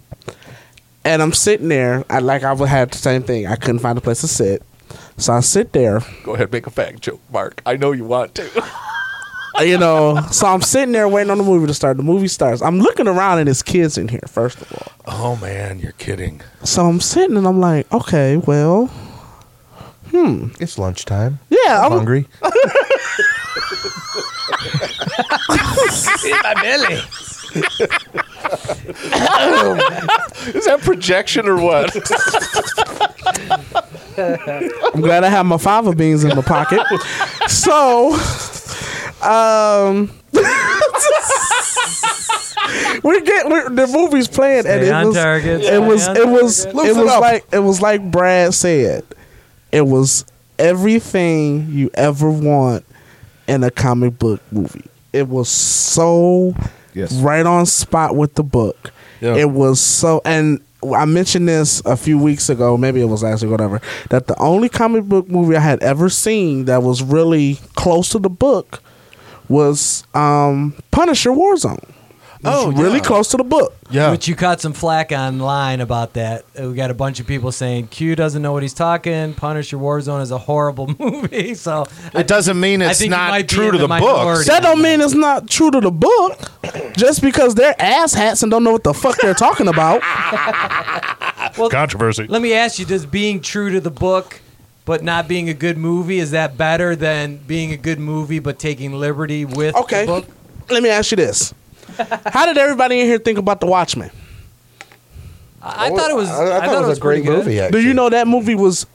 [SPEAKER 2] and I'm sitting there. I like I had the same thing. I couldn't find a place to sit, so I sit there.
[SPEAKER 1] Go ahead, make a fact joke, Mark. I know you want to.
[SPEAKER 2] Uh, you know. So I'm sitting there waiting on the movie to start. The movie starts. I'm looking around and there's kids in here, first of all.
[SPEAKER 1] oh man, you're kidding.
[SPEAKER 2] So I'm sitting and I'm like, okay, well,
[SPEAKER 4] It's lunchtime.
[SPEAKER 2] yeah,
[SPEAKER 4] I'm
[SPEAKER 2] I'm,
[SPEAKER 4] hungry.
[SPEAKER 1] Is that projection or what?
[SPEAKER 2] I'm glad I have my fava beans in my pocket. so, um, we're getting we're, the movie's playing and
[SPEAKER 3] Stay
[SPEAKER 2] it
[SPEAKER 3] on
[SPEAKER 2] was,
[SPEAKER 3] target, stay
[SPEAKER 2] it was
[SPEAKER 3] on
[SPEAKER 2] it was it
[SPEAKER 3] target.
[SPEAKER 2] was
[SPEAKER 4] Loosen up.
[SPEAKER 2] like it was like Brad said, it was everything you ever want in a comic book movie. It was so
[SPEAKER 4] Yes.
[SPEAKER 2] right on spot with the book.
[SPEAKER 4] Yeah.
[SPEAKER 2] It was so, and I mentioned this a few weeks ago, maybe it was last week, whatever. That the only comic book movie I had ever seen that was really close to the book was um, Punisher Warzone. Oh, really close to the book.
[SPEAKER 4] Yeah.
[SPEAKER 3] Which you caught some flack online about that. Uh, We got a bunch of people saying Q doesn't know what he's talking. Punisher Warzone is a horrible movie. So
[SPEAKER 1] It doesn't mean
[SPEAKER 3] I
[SPEAKER 1] it's
[SPEAKER 3] think you
[SPEAKER 1] not
[SPEAKER 3] might be
[SPEAKER 1] true
[SPEAKER 3] in
[SPEAKER 1] to
[SPEAKER 3] the
[SPEAKER 1] the, books.
[SPEAKER 3] minority.
[SPEAKER 2] That don't mean it's not true to the book, just because they're asshats and don't know what the fuck they're talking about.
[SPEAKER 1] Controversy.
[SPEAKER 3] let me ask you: Does being true to the book but not being a good movie is that better than being a good movie but taking liberty with
[SPEAKER 2] Okay.
[SPEAKER 3] the book?
[SPEAKER 2] Let me ask you this: How did everybody in here think about The Watchmen?
[SPEAKER 3] I, I thought it was. I, thought, it was
[SPEAKER 4] a great
[SPEAKER 3] pretty good.
[SPEAKER 4] movie.
[SPEAKER 2] Do
[SPEAKER 4] actually.
[SPEAKER 2] you know that movie was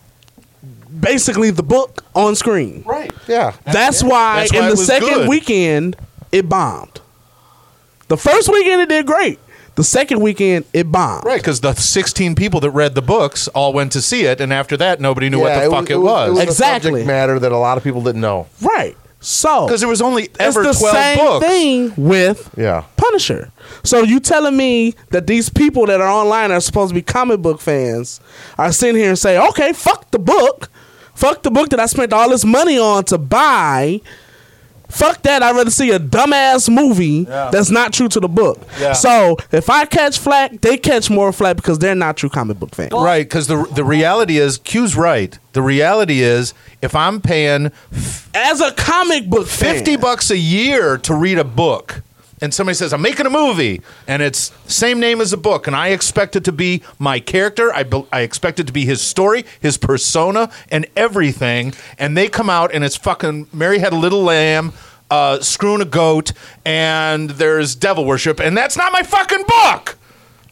[SPEAKER 2] basically the book on screen?
[SPEAKER 1] Right.
[SPEAKER 4] Yeah.
[SPEAKER 2] That's why
[SPEAKER 1] That's why
[SPEAKER 2] in
[SPEAKER 1] it
[SPEAKER 2] the
[SPEAKER 1] was
[SPEAKER 2] second
[SPEAKER 1] good.
[SPEAKER 2] weekend it bombed. The first weekend it did great. The second weekend it bombed.
[SPEAKER 1] Right, because the 16 people that read the books all went to see it, and after that, nobody knew what
[SPEAKER 4] Yeah,
[SPEAKER 1] the fuck it
[SPEAKER 4] It was
[SPEAKER 1] was.
[SPEAKER 4] a subject
[SPEAKER 2] Exactly.
[SPEAKER 4] matter that a lot of people didn't know.
[SPEAKER 2] Right. So
[SPEAKER 1] Because there was only
[SPEAKER 2] it's
[SPEAKER 1] ever
[SPEAKER 2] the
[SPEAKER 1] 12
[SPEAKER 2] same
[SPEAKER 1] books.
[SPEAKER 2] thing with
[SPEAKER 4] Yeah.
[SPEAKER 2] Punisher. So you telling me that these people that are online are supposed to be comic book fans are sitting here and say, okay, fuck the book. Fuck the book that I spent all this money on to buy. Fuck that. I'd rather see a dumbass movie that's not true to the book.
[SPEAKER 1] Yeah.
[SPEAKER 2] So if I catch flack, they catch more flack because they're not true comic book fans.
[SPEAKER 1] Right, because the, the reality is, Q's right. The reality is, if I'm paying
[SPEAKER 2] As a comic book fan,
[SPEAKER 1] 50 bucks a year to read a book, and somebody says, I'm making a movie, and it's same name as a book, and I expect it to be my character, I, be- I expect it to be his story, his persona, and everything, and they come out, and it's fucking Mary Had a Little Lamb, uh, Screwing a Goat, and there's Devil Worship, and that's not my fucking book!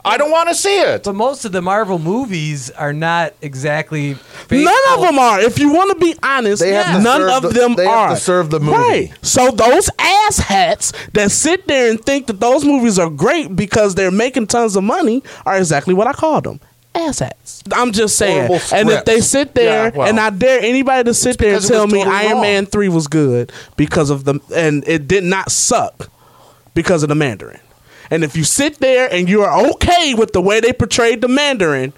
[SPEAKER 1] I don't want to see it.
[SPEAKER 3] But most of the Marvel movies are not exactly.
[SPEAKER 2] None
[SPEAKER 3] faithful.
[SPEAKER 2] of them are. If you want to be honest,
[SPEAKER 4] They have to
[SPEAKER 2] none
[SPEAKER 4] serve
[SPEAKER 2] of
[SPEAKER 4] the-
[SPEAKER 2] them
[SPEAKER 4] they
[SPEAKER 2] are.
[SPEAKER 4] have to serve the movie.
[SPEAKER 2] Right. So those asshats that sit there and think that those movies are great because they're making tons of money are exactly what I call them. Asshats. I'm just saying.
[SPEAKER 4] Horrible
[SPEAKER 2] And if they
[SPEAKER 4] scripts.
[SPEAKER 2] sit there,
[SPEAKER 1] Yeah, well.
[SPEAKER 2] and I dare anybody to sit there and
[SPEAKER 1] because it
[SPEAKER 2] tell
[SPEAKER 1] was
[SPEAKER 2] me
[SPEAKER 1] totally
[SPEAKER 2] Iron
[SPEAKER 1] wrong.
[SPEAKER 2] Man 3 was good because of the, and it did not suck because of the Mandarin. And if you sit there and you are okay with the way they portrayed the Mandarin,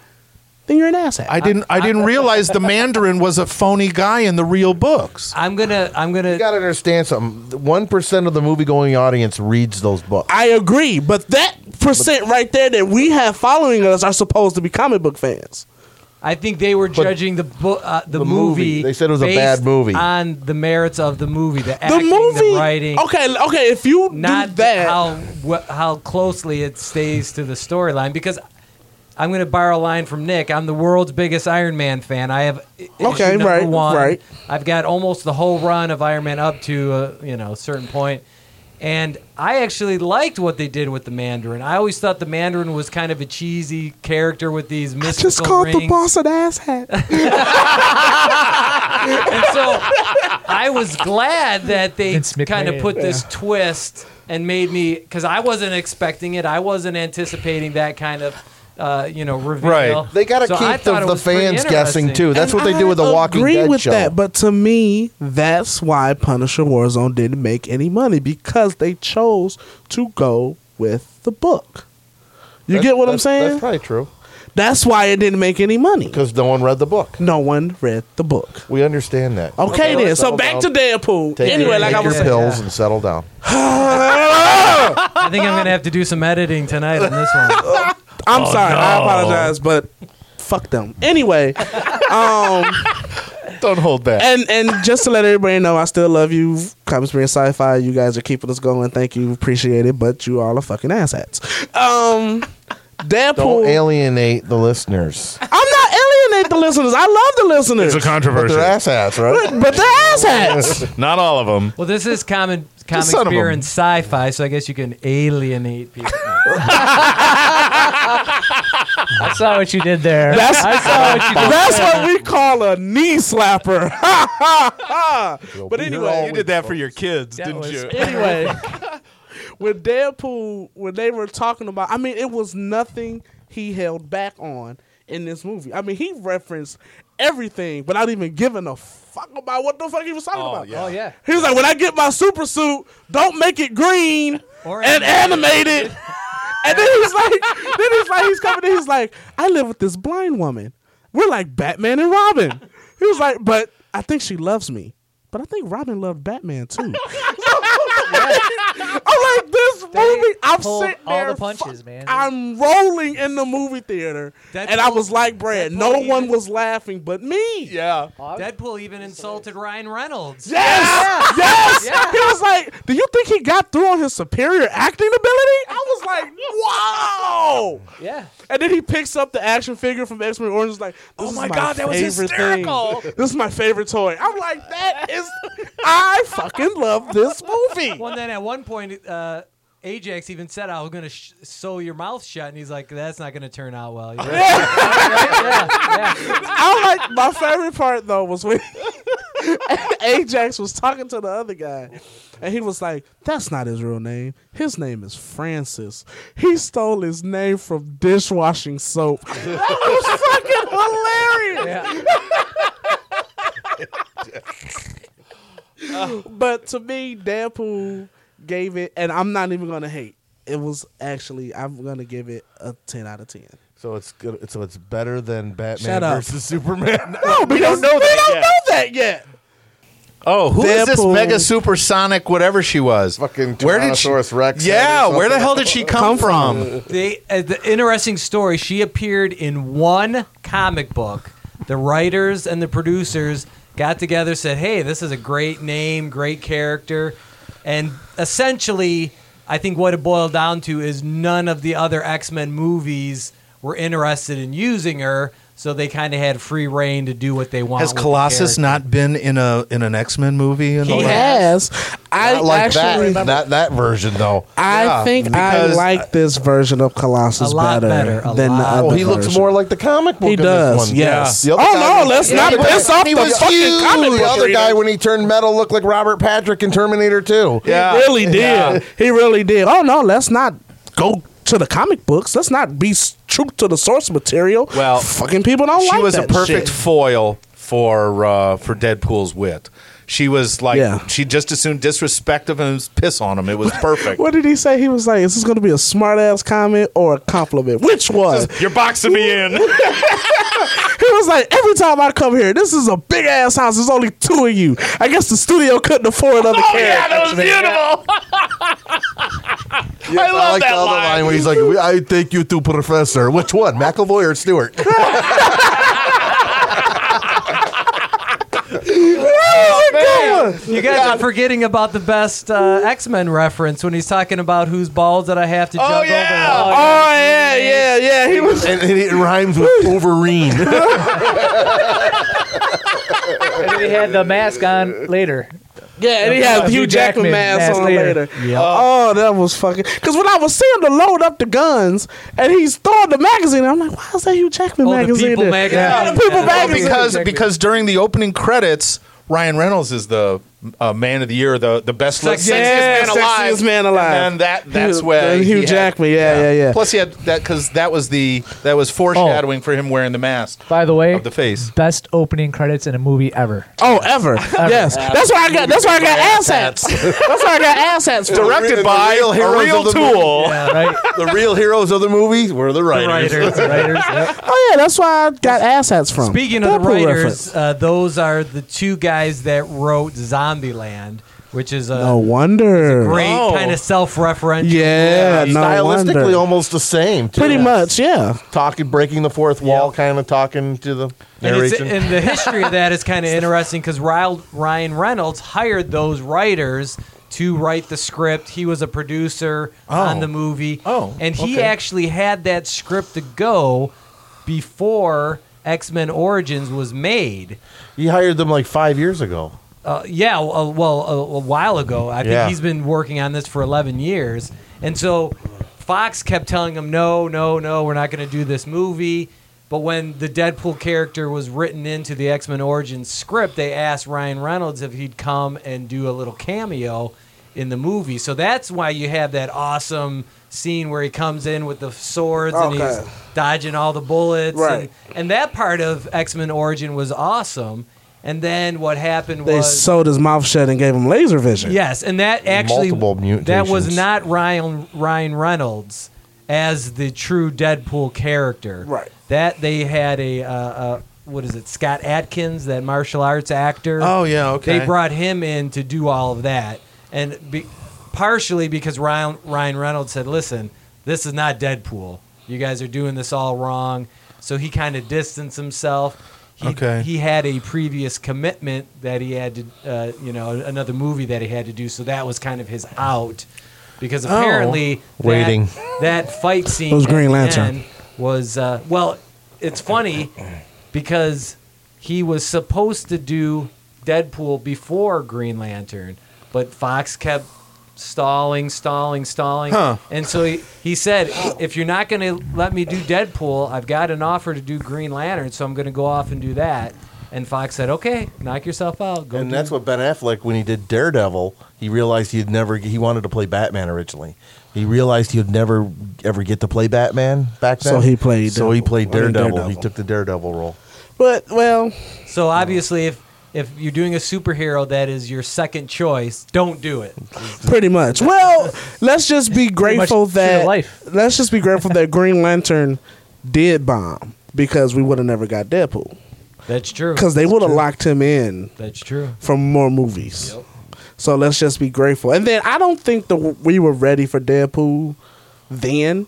[SPEAKER 2] then you're an asshat.
[SPEAKER 1] I didn't. I didn't realize the Mandarin was a phony guy in the real books.
[SPEAKER 3] I'm gonna. I'm gonna.
[SPEAKER 4] You got to understand something. One percent of the movie-going audience reads those books.
[SPEAKER 2] I agree, but that percent right there that we have following us are supposed to be comic book fans.
[SPEAKER 3] I think they were judging the bo- uh, the,
[SPEAKER 4] The movie.
[SPEAKER 3] movie.
[SPEAKER 4] They said it was a
[SPEAKER 3] based
[SPEAKER 4] bad movie.
[SPEAKER 3] on the merits of the movie, the acting,
[SPEAKER 2] the movie,
[SPEAKER 3] the writing.
[SPEAKER 2] okay, okay. If you do
[SPEAKER 3] Not
[SPEAKER 2] that,
[SPEAKER 3] how wh- how closely it stays to the storyline because. I'm going to borrow a line from Nick. I'm the world's biggest Iron Man fan. I have i- issue
[SPEAKER 2] Okay,
[SPEAKER 3] number
[SPEAKER 2] right,
[SPEAKER 3] one.
[SPEAKER 2] right.
[SPEAKER 3] I've got almost the whole run of Iron Man up to a, you know a certain point, and I actually liked what they did with the Mandarin. I always thought the Mandarin was kind of a cheesy character with these
[SPEAKER 2] I
[SPEAKER 3] mystical
[SPEAKER 2] just called the
[SPEAKER 3] rings.
[SPEAKER 2] boss an asshat.
[SPEAKER 3] And so I was glad that they
[SPEAKER 6] Vince McMahon.
[SPEAKER 3] kind of put this twist and made me because I wasn't expecting it. I wasn't anticipating that kind of. Uh, you know, reveal.
[SPEAKER 1] Right.
[SPEAKER 4] They got to
[SPEAKER 3] So I
[SPEAKER 4] keep
[SPEAKER 3] thought
[SPEAKER 4] the,
[SPEAKER 3] it
[SPEAKER 4] the
[SPEAKER 3] was pretty
[SPEAKER 4] fans guessing
[SPEAKER 3] interesting.
[SPEAKER 4] too. That's
[SPEAKER 2] And
[SPEAKER 4] what they do with the
[SPEAKER 2] I
[SPEAKER 4] Walking
[SPEAKER 2] agree
[SPEAKER 4] Dead
[SPEAKER 2] with
[SPEAKER 4] show.
[SPEAKER 2] that, but to me, that's why Punisher Warzone didn't make any money because they chose to go with the book. You
[SPEAKER 4] That's-
[SPEAKER 2] get what I'm
[SPEAKER 4] that's-
[SPEAKER 2] saying?
[SPEAKER 4] That's probably true
[SPEAKER 2] that's why it didn't make any money.
[SPEAKER 4] because no one read the book.
[SPEAKER 2] No one read the book.
[SPEAKER 4] We understand that.
[SPEAKER 2] Okay,
[SPEAKER 4] let's
[SPEAKER 2] then. So
[SPEAKER 4] settle
[SPEAKER 2] back
[SPEAKER 4] down.
[SPEAKER 2] to Deadpool.
[SPEAKER 4] Take
[SPEAKER 2] anyway,
[SPEAKER 4] your,
[SPEAKER 2] like
[SPEAKER 4] take
[SPEAKER 2] I was saying,
[SPEAKER 4] your pills and settle down.
[SPEAKER 3] I think I'm gonna have to do some editing tonight on this one.
[SPEAKER 2] I'm sorry. I apologize, but fuck them. Anyway, um,
[SPEAKER 4] Don't hold back.
[SPEAKER 2] and and just to let everybody know, I still love you, Comic Spirit Sci-Fi. You guys are keeping us going. Thank you, appreciate it. But you all are fucking asshats. Um,
[SPEAKER 4] Don't
[SPEAKER 2] Deadpool.
[SPEAKER 4] alienate the listeners.
[SPEAKER 2] I'm not alienate the listeners. I love the listeners,
[SPEAKER 4] But
[SPEAKER 1] controversy.
[SPEAKER 4] they're asshats, right?
[SPEAKER 2] but they're asshats.
[SPEAKER 1] Not all of them.
[SPEAKER 3] Well, this is common comic
[SPEAKER 4] son of
[SPEAKER 3] beer
[SPEAKER 4] a-
[SPEAKER 3] and sci-fi, so I guess you can alienate people.
[SPEAKER 5] I saw what you did there.
[SPEAKER 2] That's-
[SPEAKER 5] I saw what you did.
[SPEAKER 2] That's what we call a knee slapper. Ha ha ha. But anyway,
[SPEAKER 1] You did that for your kids,
[SPEAKER 3] That
[SPEAKER 1] didn't
[SPEAKER 3] was-
[SPEAKER 1] you?
[SPEAKER 2] anyway, with Deadpool, when they were talking about, I mean, it was nothing he held back on in this movie. I mean, he referenced everything without even giving a fuck about what the fuck he was talking about.
[SPEAKER 1] yeah.
[SPEAKER 6] Oh yeah.
[SPEAKER 2] He was like, when I get my super suit, don't make it green
[SPEAKER 3] Or
[SPEAKER 2] and animated. and then he's like, then he's like, he's coming in, he's like, I live with this blind woman. We're like Batman and Robin. He was like, but I think she loves me. But I think Robin loved Batman too. I'm like, this movie, I'm
[SPEAKER 6] pulled
[SPEAKER 2] sitting
[SPEAKER 6] all
[SPEAKER 2] there.
[SPEAKER 6] the punches,
[SPEAKER 2] fuck-
[SPEAKER 6] man.
[SPEAKER 2] I'm rolling in the movie theater.
[SPEAKER 3] That
[SPEAKER 2] and I
[SPEAKER 3] pulled-
[SPEAKER 2] was like, Brad,
[SPEAKER 3] that
[SPEAKER 2] no
[SPEAKER 3] pulled
[SPEAKER 2] one
[SPEAKER 3] even-
[SPEAKER 2] was laughing but me.
[SPEAKER 1] Yeah.
[SPEAKER 3] Deadpool even insulted Ryan Reynolds.
[SPEAKER 2] Yes, yes. He was like, "Do you think he got through on his superior acting ability?" I was like, "Wow!"
[SPEAKER 6] Yeah.
[SPEAKER 2] And then he picks up the action figure from X Men Orange. Is like, "Oh my, god, that was hysterical! This is my favorite toy." I'm like, "That is, I fucking love this movie."
[SPEAKER 3] Well, and then at one point, uh, Ajax even said, "I was gonna sh- sew your mouth shut," and he's like, "That's not gonna turn out well." He's like,
[SPEAKER 2] I like my favorite part though was when Ajax was talking to the other guy, and he was like, "That's not his real name. His name is Francis. He stole his name from dishwashing soap." that was fucking hilarious. but to me, Deadpool gave it, and I'm not even gonna hate. It was actually I'm gonna give it a ten out of ten.
[SPEAKER 4] So it's good. So it's better than Batman
[SPEAKER 2] Shut up.
[SPEAKER 4] versus Superman.
[SPEAKER 2] No, we don't know we
[SPEAKER 1] that
[SPEAKER 2] don't
[SPEAKER 1] yet.
[SPEAKER 2] know that yet.
[SPEAKER 1] Oh, who is this
[SPEAKER 2] Deadpool.
[SPEAKER 1] mega supersonic whatever she was?
[SPEAKER 4] Fucking
[SPEAKER 1] she-
[SPEAKER 4] Tyrannosaurus Rex
[SPEAKER 1] Yeah,
[SPEAKER 4] or
[SPEAKER 1] where the
[SPEAKER 4] something.
[SPEAKER 1] hell did she come, from?
[SPEAKER 3] they uh, the interesting story she appeared in one comic book the writers and the producers got together said hey this is a great name great character and essentially I think what it boiled down to is none of the other X Men movies were interested in using her, so they kind of had free reign to do what they want.
[SPEAKER 1] Has
[SPEAKER 3] with the
[SPEAKER 1] Colossus
[SPEAKER 3] character.
[SPEAKER 1] not been in a in an X Men movie? In
[SPEAKER 3] He
[SPEAKER 1] a
[SPEAKER 3] has.
[SPEAKER 1] while?
[SPEAKER 2] Yes, I
[SPEAKER 4] Not like
[SPEAKER 2] actually.
[SPEAKER 4] that, that that version though.
[SPEAKER 2] I
[SPEAKER 1] Yeah,
[SPEAKER 2] think I
[SPEAKER 1] because-
[SPEAKER 2] like this version of Colossus
[SPEAKER 3] A lot better, a
[SPEAKER 2] than the
[SPEAKER 3] lot.
[SPEAKER 2] other.
[SPEAKER 4] Well, Oh, he looks
[SPEAKER 2] version.
[SPEAKER 4] more like the comic book.
[SPEAKER 2] He
[SPEAKER 4] in this
[SPEAKER 2] does,
[SPEAKER 4] one.
[SPEAKER 2] yes.
[SPEAKER 4] The other
[SPEAKER 2] Oh,
[SPEAKER 4] guy-
[SPEAKER 2] no, let's not
[SPEAKER 4] the other
[SPEAKER 2] piss
[SPEAKER 4] guy-
[SPEAKER 2] off
[SPEAKER 4] he
[SPEAKER 2] the
[SPEAKER 4] was
[SPEAKER 2] fucking
[SPEAKER 4] huge.
[SPEAKER 2] comic book
[SPEAKER 4] The other guy
[SPEAKER 2] readers.
[SPEAKER 4] when he turned metal looked like Robert Patrick in Terminator 2.
[SPEAKER 1] Yeah.
[SPEAKER 2] He really did. He really did. Oh no, let's not go to the comic books. Let's not be s- true to the source material.
[SPEAKER 1] Well,
[SPEAKER 2] fucking people don't
[SPEAKER 1] she
[SPEAKER 2] like
[SPEAKER 1] was a
[SPEAKER 2] that
[SPEAKER 1] perfect
[SPEAKER 2] shit.
[SPEAKER 1] foil for uh, for Deadpool's wit. She was like
[SPEAKER 2] Yeah.
[SPEAKER 1] she just assumed disrespect of him, piss on him. It was perfect.
[SPEAKER 2] What did he say? He was like, "Is this going to be a smart ass comment or a compliment?" Which was?
[SPEAKER 1] You're boxing me in.
[SPEAKER 2] He was like, "Every time I come here, this is a big ass house. There's only two of you. I guess the studio couldn't afford another
[SPEAKER 1] oh
[SPEAKER 2] character."
[SPEAKER 1] yeah, that was beautiful.
[SPEAKER 4] Yeah, I
[SPEAKER 1] love
[SPEAKER 4] like
[SPEAKER 1] that
[SPEAKER 4] the other
[SPEAKER 1] line.
[SPEAKER 4] line where he's like, "We- "I take you to professor." Which one, McAvoy or Stewart?
[SPEAKER 3] You guys are forgetting about the best uh, X Men reference when he's talking about whose balls that I have to juggle.
[SPEAKER 1] yeah.
[SPEAKER 2] Oh yeah, yeah, yeah. He was.
[SPEAKER 4] and, and it rhymes with Wolverine.
[SPEAKER 6] and then he had the mask on later.
[SPEAKER 2] Yeah, and he had Hugh Jackman, mask, on later. Oh, that was fucking. Because when I was seeing him to load up the guns and he's throwing the magazine, I'm like, why is that Hugh Jackman
[SPEAKER 3] Oh, the
[SPEAKER 2] magazine?
[SPEAKER 3] People
[SPEAKER 2] there?
[SPEAKER 3] magazine.
[SPEAKER 2] Yeah, the People
[SPEAKER 3] Yeah.
[SPEAKER 1] Well,
[SPEAKER 2] magazine.
[SPEAKER 1] because because during the opening credits, Ryan Reynolds is the uh, man of the year, the the best look-
[SPEAKER 3] Sexiest
[SPEAKER 2] yeah,
[SPEAKER 1] man alive.
[SPEAKER 2] sexiest man alive.
[SPEAKER 1] And that that's
[SPEAKER 2] Hugh-
[SPEAKER 1] where
[SPEAKER 2] and
[SPEAKER 1] he
[SPEAKER 2] Hugh
[SPEAKER 1] had-
[SPEAKER 2] Jackman. yeah, yeah, yeah.
[SPEAKER 1] Plus, he had that because that was the that was
[SPEAKER 2] Oh.
[SPEAKER 1] foreshadowing for him wearing the mask
[SPEAKER 6] By the way,
[SPEAKER 1] of the face.
[SPEAKER 6] best opening credits in a movie ever.
[SPEAKER 2] oh, ever. yes, that's why I got. That's why I got ass hats. that's why I got ass hats. for.
[SPEAKER 1] Directed
[SPEAKER 4] the
[SPEAKER 1] by
[SPEAKER 4] real
[SPEAKER 1] a
[SPEAKER 4] heroes
[SPEAKER 1] real
[SPEAKER 4] of the
[SPEAKER 1] tool.
[SPEAKER 6] Yeah, right.
[SPEAKER 4] the real heroes of the movie were the writers.
[SPEAKER 6] writers, writers. Yep.
[SPEAKER 2] Oh yeah, that's why I got ass hats from.
[SPEAKER 3] Speaking of the
[SPEAKER 2] Deadpool reference.
[SPEAKER 3] writers, uh, those are the two guys that wrote Zombieland, which is a
[SPEAKER 2] no wonder.
[SPEAKER 3] great
[SPEAKER 1] Oh.
[SPEAKER 3] kind of self-referential.
[SPEAKER 2] yeah, no
[SPEAKER 4] Stylistically,
[SPEAKER 2] wonder.
[SPEAKER 4] almost the same. Too.
[SPEAKER 2] Pretty much, yeah.
[SPEAKER 4] talking, breaking the fourth wall, kind of talking to the
[SPEAKER 3] And, it's,
[SPEAKER 4] narration.
[SPEAKER 3] and the history of that is kind of interesting because Ryan Reynolds hired those writers to write the script. He was a producer on the movie.
[SPEAKER 1] Oh,
[SPEAKER 3] and he
[SPEAKER 1] okay.
[SPEAKER 3] actually had that script to go before X Men Origins was made.
[SPEAKER 4] he hired them like five years ago.
[SPEAKER 3] Uh, yeah, uh, well, a, a while ago. I think
[SPEAKER 4] Yeah.
[SPEAKER 3] he's been working on this for 11 years. And so Fox kept telling him, no, no, no, we're not going to do this movie. But when the Deadpool character was written into the X Men Origins script, they asked Ryan Reynolds if he'd come and do a little cameo in the movie. So that's why you have that awesome scene where he comes in with the swords and
[SPEAKER 2] Okay.
[SPEAKER 3] he's dodging all the bullets.
[SPEAKER 2] Right.
[SPEAKER 3] And, and that part of X Men Origin was awesome. And then what happened
[SPEAKER 2] They
[SPEAKER 3] was
[SPEAKER 2] sewed his mouth shut and gave him laser vision.
[SPEAKER 3] Yes, and that actually
[SPEAKER 4] Multiple
[SPEAKER 3] that was
[SPEAKER 4] mutations.
[SPEAKER 3] not Ryan Ryan Reynolds as the true Deadpool character.
[SPEAKER 2] Right.
[SPEAKER 3] That they had a uh, uh, what is it? Scott Atkins, that martial arts actor.
[SPEAKER 1] Oh, yeah, okay.
[SPEAKER 3] They brought him in to do all of that, and be, partially because Ryan Ryan Reynolds said, "Listen, this is not Deadpool. You guys are doing this all wrong." So he kind of distanced himself. He,
[SPEAKER 1] Okay.
[SPEAKER 3] He had a previous commitment that he had to, uh, you know, another movie that he had to do. So that was kind of his out, because apparently that-
[SPEAKER 4] Waiting.
[SPEAKER 3] that, fight scene
[SPEAKER 2] It was
[SPEAKER 3] at
[SPEAKER 2] Green
[SPEAKER 3] the
[SPEAKER 2] Lantern.
[SPEAKER 3] end was uh, well. It's funny because he was supposed to do Deadpool before Green Lantern, but Fox kept stalling, stalling, stalling.
[SPEAKER 1] Huh.
[SPEAKER 3] And so he, he said, if you're not going to let me do Deadpool, I've got an offer to do Green Lantern, so I'm going to go off and do that. And Fox said, okay, knock yourself out. Go
[SPEAKER 4] And
[SPEAKER 3] do
[SPEAKER 4] that's what Ben Affleck, when he did Daredevil, he realized he'd never. He wanted to play Batman originally. He realized he'd never ever get to play Batman back then.
[SPEAKER 2] So he played
[SPEAKER 4] So he
[SPEAKER 2] Devil. I
[SPEAKER 4] played
[SPEAKER 2] mean,
[SPEAKER 4] Daredevil. He
[SPEAKER 2] Daredevil.
[SPEAKER 4] took the Daredevil role.
[SPEAKER 2] But well,
[SPEAKER 3] So obviously, if if you're doing a superhero that is your second choice, don't do it.
[SPEAKER 2] pretty much. Well, let's just be grateful
[SPEAKER 6] much true to
[SPEAKER 2] that
[SPEAKER 6] life.
[SPEAKER 2] let's just be grateful that Green Lantern did bomb because we would have never got Deadpool
[SPEAKER 3] That's true.
[SPEAKER 2] because they would have locked him in
[SPEAKER 3] That's true.
[SPEAKER 2] for more movies.
[SPEAKER 3] Yep.
[SPEAKER 2] So let's just be grateful. And then I don't think that we were ready for Deadpool then.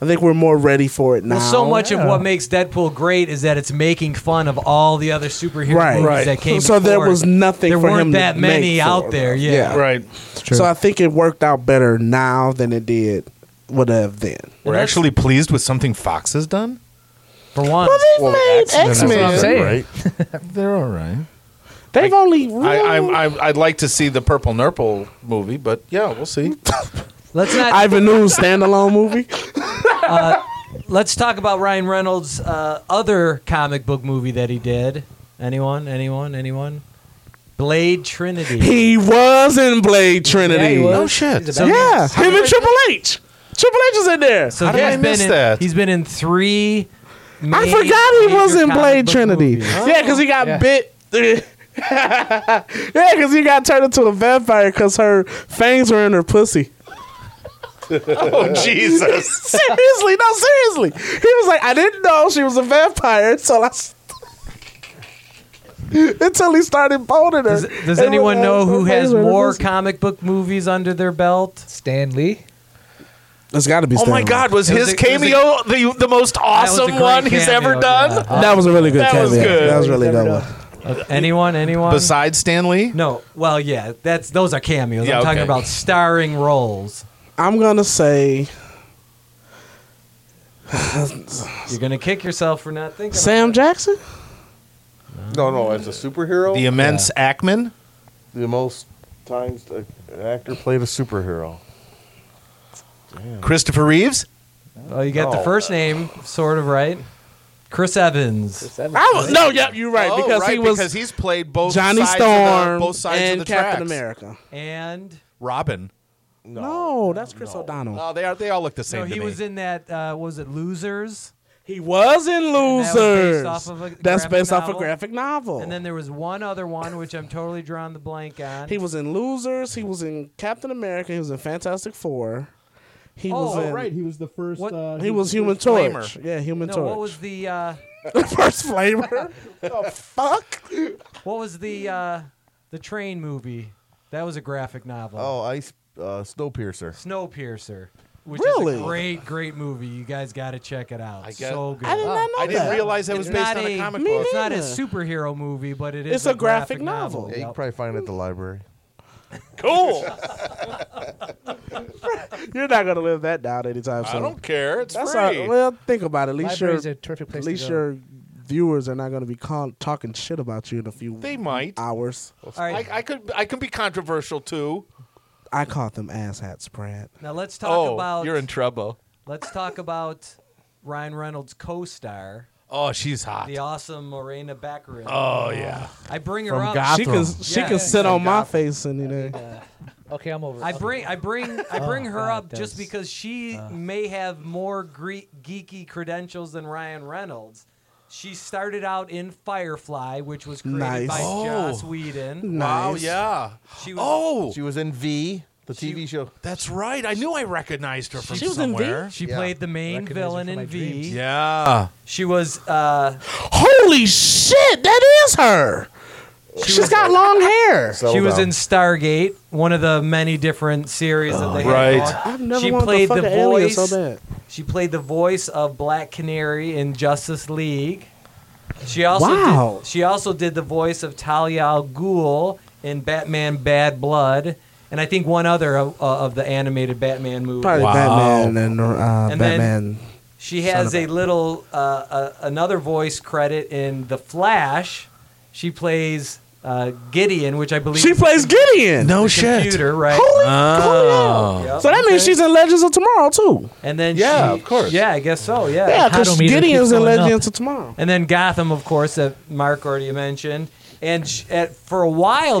[SPEAKER 2] I think we're more ready for it now.
[SPEAKER 3] Well, so much of
[SPEAKER 6] yeah.
[SPEAKER 3] what makes Deadpool great is that it's making fun of all the other superhero
[SPEAKER 2] Right.
[SPEAKER 3] movies
[SPEAKER 2] Right.
[SPEAKER 3] that came.
[SPEAKER 2] So there
[SPEAKER 3] before.
[SPEAKER 2] was nothing
[SPEAKER 3] There
[SPEAKER 2] for
[SPEAKER 3] weren't
[SPEAKER 2] him to
[SPEAKER 3] that many
[SPEAKER 2] make
[SPEAKER 3] out
[SPEAKER 2] for.
[SPEAKER 3] there. Yeah.
[SPEAKER 2] Yeah.
[SPEAKER 1] Right.
[SPEAKER 2] So I think it worked out better now than it did would have then.
[SPEAKER 1] We're
[SPEAKER 3] that's-
[SPEAKER 1] actually pleased with something Fox has done.
[SPEAKER 3] For one,
[SPEAKER 4] X
[SPEAKER 6] I'm saying.
[SPEAKER 4] Right?
[SPEAKER 1] They're all right.
[SPEAKER 2] They've only
[SPEAKER 1] I, I'm, I'm, I'd like to see the Purple Nurple movie, but yeah, we'll see.
[SPEAKER 3] let's not.
[SPEAKER 2] Ivan Ooze standalone movie.
[SPEAKER 3] let's talk about Ryan Reynolds' uh, other comic book movie that he did. Anyone? Anyone? Anyone? Blade Trinity.
[SPEAKER 2] He was in Blade Trinity.
[SPEAKER 6] Yeah, he was.
[SPEAKER 1] No shit.
[SPEAKER 6] He's a
[SPEAKER 3] So-
[SPEAKER 6] bad
[SPEAKER 2] Yeah,
[SPEAKER 6] man.
[SPEAKER 2] him and Triple H. Triple H is in there.
[SPEAKER 3] so
[SPEAKER 1] How did
[SPEAKER 3] he's
[SPEAKER 1] I
[SPEAKER 3] been
[SPEAKER 1] miss
[SPEAKER 3] in,
[SPEAKER 1] that?
[SPEAKER 3] He's been in three.
[SPEAKER 2] I
[SPEAKER 3] major-
[SPEAKER 2] forgot he was
[SPEAKER 3] major
[SPEAKER 2] in
[SPEAKER 3] comic
[SPEAKER 2] Blade
[SPEAKER 3] book
[SPEAKER 2] Trinity.
[SPEAKER 3] movies.
[SPEAKER 2] Yeah, because he got
[SPEAKER 6] Yeah.
[SPEAKER 2] bit. yeah, because he got turned into a vampire because her fangs were in her pussy.
[SPEAKER 1] Oh, Jesus.
[SPEAKER 2] seriously, no, seriously. He was like, I didn't know she was a vampire until I. st- Until he started boning her.
[SPEAKER 3] Does, does
[SPEAKER 2] And
[SPEAKER 3] anyone
[SPEAKER 2] when-
[SPEAKER 3] know who
[SPEAKER 2] her
[SPEAKER 3] has
[SPEAKER 2] fangs were in her
[SPEAKER 3] more
[SPEAKER 2] pussy.
[SPEAKER 3] comic book movies under their belt?
[SPEAKER 6] Stan Lee.
[SPEAKER 2] It's got to be.
[SPEAKER 1] Oh, my
[SPEAKER 2] Stanley.
[SPEAKER 1] God. Was
[SPEAKER 3] It was
[SPEAKER 1] his
[SPEAKER 3] a- it was a-
[SPEAKER 1] cameo the, the most
[SPEAKER 3] was a
[SPEAKER 1] awesome
[SPEAKER 3] great
[SPEAKER 1] one he's
[SPEAKER 3] cameo,
[SPEAKER 1] ever done?
[SPEAKER 3] yeah.
[SPEAKER 2] that was a really good.
[SPEAKER 1] That was
[SPEAKER 2] cameo.
[SPEAKER 1] good.
[SPEAKER 2] That was really
[SPEAKER 6] He's never
[SPEAKER 2] good. one.
[SPEAKER 6] done.
[SPEAKER 3] Anyone? Anyone?
[SPEAKER 1] Besides Stan Lee?
[SPEAKER 3] no. Well, yeah. That's those are cameos.
[SPEAKER 1] Yeah,
[SPEAKER 3] I'm talking
[SPEAKER 1] okay.
[SPEAKER 3] about starring roles.
[SPEAKER 2] I'm gonna say
[SPEAKER 3] You're gonna kick yourself for not thinking.
[SPEAKER 2] Sam Jackson.
[SPEAKER 4] No, no, as a superhero,
[SPEAKER 1] The immense Ackman?
[SPEAKER 4] the most times a- an actor played a superhero.
[SPEAKER 1] Christopher Reeves?
[SPEAKER 3] Oh, you got the
[SPEAKER 4] No.
[SPEAKER 3] first name sort of right. Chris Evans.
[SPEAKER 6] Seven.
[SPEAKER 2] I was, no, yep, you're right
[SPEAKER 1] Oh,
[SPEAKER 2] because he was
[SPEAKER 1] because he's played both
[SPEAKER 2] Johnny
[SPEAKER 1] sides
[SPEAKER 2] Storm
[SPEAKER 1] of the, both sides
[SPEAKER 2] and
[SPEAKER 1] of the
[SPEAKER 2] Captain
[SPEAKER 1] tracks.
[SPEAKER 2] America.
[SPEAKER 3] And
[SPEAKER 1] Robin.
[SPEAKER 2] No, that's Chris O'Donnell.
[SPEAKER 1] No, Oh, they are. They all look the same.
[SPEAKER 3] no,
[SPEAKER 1] to
[SPEAKER 3] he
[SPEAKER 1] me.
[SPEAKER 3] was in that. Uh, what was it Losers?
[SPEAKER 2] He was in
[SPEAKER 3] was based
[SPEAKER 2] Losers.
[SPEAKER 3] off of a
[SPEAKER 2] That's
[SPEAKER 3] graphic
[SPEAKER 2] based off a
[SPEAKER 3] novel.
[SPEAKER 2] graphic novel.
[SPEAKER 3] And then there was one other one which I'm totally drawing the blank on.
[SPEAKER 2] he was in Losers. He was in Captain America. He was in Fantastic Four. He
[SPEAKER 3] Oh,
[SPEAKER 2] was in,
[SPEAKER 7] Right, he was the first.
[SPEAKER 3] What-
[SPEAKER 7] Uh,
[SPEAKER 2] He was Human Torch.
[SPEAKER 1] Flamer.
[SPEAKER 2] Yeah, Human
[SPEAKER 3] no,
[SPEAKER 2] Torch.
[SPEAKER 3] what was the uh,
[SPEAKER 2] first flavor? the fuck?
[SPEAKER 3] what was the uh, the train movie? That was a graphic novel.
[SPEAKER 4] Oh, Ice uh, Snowpiercer.
[SPEAKER 3] Snowpiercer, which is
[SPEAKER 2] Really?
[SPEAKER 3] a great, great movie. You guys got to check it out.
[SPEAKER 1] I get-
[SPEAKER 3] so good.
[SPEAKER 2] I did not know
[SPEAKER 1] I didn't
[SPEAKER 2] that.
[SPEAKER 1] realize that was
[SPEAKER 3] It's
[SPEAKER 1] based
[SPEAKER 3] not
[SPEAKER 1] on a
[SPEAKER 3] a-
[SPEAKER 1] comic
[SPEAKER 2] Me
[SPEAKER 1] book.
[SPEAKER 3] It's not a
[SPEAKER 2] neither.
[SPEAKER 3] superhero movie, but it is.
[SPEAKER 2] It's a graphic novel.
[SPEAKER 4] Yeah, you can
[SPEAKER 3] Yep.
[SPEAKER 4] probably find it at the library.
[SPEAKER 1] Cool.
[SPEAKER 2] You're not gonna live that down anytime soon.
[SPEAKER 1] I don't care. It's
[SPEAKER 2] That's
[SPEAKER 1] free.
[SPEAKER 2] all, well, think about it. At least
[SPEAKER 6] Library's
[SPEAKER 2] your,
[SPEAKER 6] a terrific place
[SPEAKER 2] at
[SPEAKER 6] to
[SPEAKER 2] least
[SPEAKER 6] go.
[SPEAKER 2] your viewers are not going to be call, talking shit about you in a few
[SPEAKER 1] They might.
[SPEAKER 2] hours.
[SPEAKER 3] All right,
[SPEAKER 1] I, I could. I can be controversial too.
[SPEAKER 2] I caught them asshats, Brad.
[SPEAKER 3] now let's talk
[SPEAKER 1] oh,
[SPEAKER 3] about.
[SPEAKER 1] you're in trouble.
[SPEAKER 3] let's talk about Ryan Reynolds' co-star,
[SPEAKER 1] Oh, she's hot.
[SPEAKER 3] the awesome Morena Baccarin.
[SPEAKER 1] Oh yeah.
[SPEAKER 3] I bring her
[SPEAKER 4] From
[SPEAKER 3] up.
[SPEAKER 4] Gotham.
[SPEAKER 2] She can she
[SPEAKER 3] Oh. Yeah,
[SPEAKER 2] can
[SPEAKER 3] yeah,
[SPEAKER 2] sit
[SPEAKER 3] yeah.
[SPEAKER 2] on my face any day.
[SPEAKER 6] Okay, I'm over.
[SPEAKER 3] I
[SPEAKER 6] it.
[SPEAKER 3] bring I bring I bring her
[SPEAKER 6] Oh, God,
[SPEAKER 3] up just
[SPEAKER 6] that's- uh.
[SPEAKER 3] because she may have more gre- geeky credentials than Ryan Reynolds. She started out in Firefly, which was created
[SPEAKER 2] Nice.
[SPEAKER 3] by
[SPEAKER 1] Oh.
[SPEAKER 3] Joss Whedon.
[SPEAKER 1] Wow.
[SPEAKER 2] Nice.
[SPEAKER 1] Yeah.
[SPEAKER 3] She was
[SPEAKER 1] Oh,
[SPEAKER 4] She was in V, the TV show.
[SPEAKER 1] that's right. I knew I recognized her from
[SPEAKER 2] She was in V?
[SPEAKER 1] somewhere.
[SPEAKER 3] she
[SPEAKER 4] Yeah.
[SPEAKER 3] played the main
[SPEAKER 6] Recognize her
[SPEAKER 3] villain
[SPEAKER 6] from
[SPEAKER 3] in
[SPEAKER 6] my
[SPEAKER 3] V.
[SPEAKER 6] dreams.
[SPEAKER 1] Yeah.
[SPEAKER 3] She was uh,
[SPEAKER 2] Holy shit, that is her. She has got long hair.
[SPEAKER 3] she
[SPEAKER 4] Settle
[SPEAKER 3] was
[SPEAKER 4] down.
[SPEAKER 3] in Stargate, one of the many different series that they had.
[SPEAKER 1] Right.
[SPEAKER 3] going.
[SPEAKER 2] I've never
[SPEAKER 3] she
[SPEAKER 2] wanted
[SPEAKER 3] played
[SPEAKER 2] to
[SPEAKER 3] the
[SPEAKER 2] fuck an alien
[SPEAKER 3] voice.
[SPEAKER 2] so bad.
[SPEAKER 3] She played the voice of Black Canary in Justice League. She also
[SPEAKER 2] Wow.
[SPEAKER 3] did, she also did the voice of Talia al Ghul in Batman Bad Blood, and I think one other of, uh, of the animated Batman movie.
[SPEAKER 2] Probably
[SPEAKER 1] Wow.
[SPEAKER 2] Batman and, uh,
[SPEAKER 3] And then-
[SPEAKER 2] Batman.
[SPEAKER 3] She has a little uh, uh, another voice credit in The Flash. She plays uh, Gideon, which I believe
[SPEAKER 2] she
[SPEAKER 3] is the
[SPEAKER 2] plays Gideon. Oh,
[SPEAKER 1] No
[SPEAKER 3] computer, right?
[SPEAKER 2] Holy
[SPEAKER 1] Oh.
[SPEAKER 3] Yep,
[SPEAKER 2] So that means
[SPEAKER 3] okay.
[SPEAKER 2] she's in Legends of Tomorrow too.
[SPEAKER 3] And then
[SPEAKER 1] Yeah,
[SPEAKER 3] she-
[SPEAKER 1] of course.
[SPEAKER 3] Yeah, I guess so. Yeah.
[SPEAKER 2] Yeah, because
[SPEAKER 6] Hydrometer keeps
[SPEAKER 2] Gideon's in
[SPEAKER 6] going up.
[SPEAKER 2] Legends of Tomorrow.
[SPEAKER 3] And then Gotham, of course, that Mark already mentioned. And sh at, for a while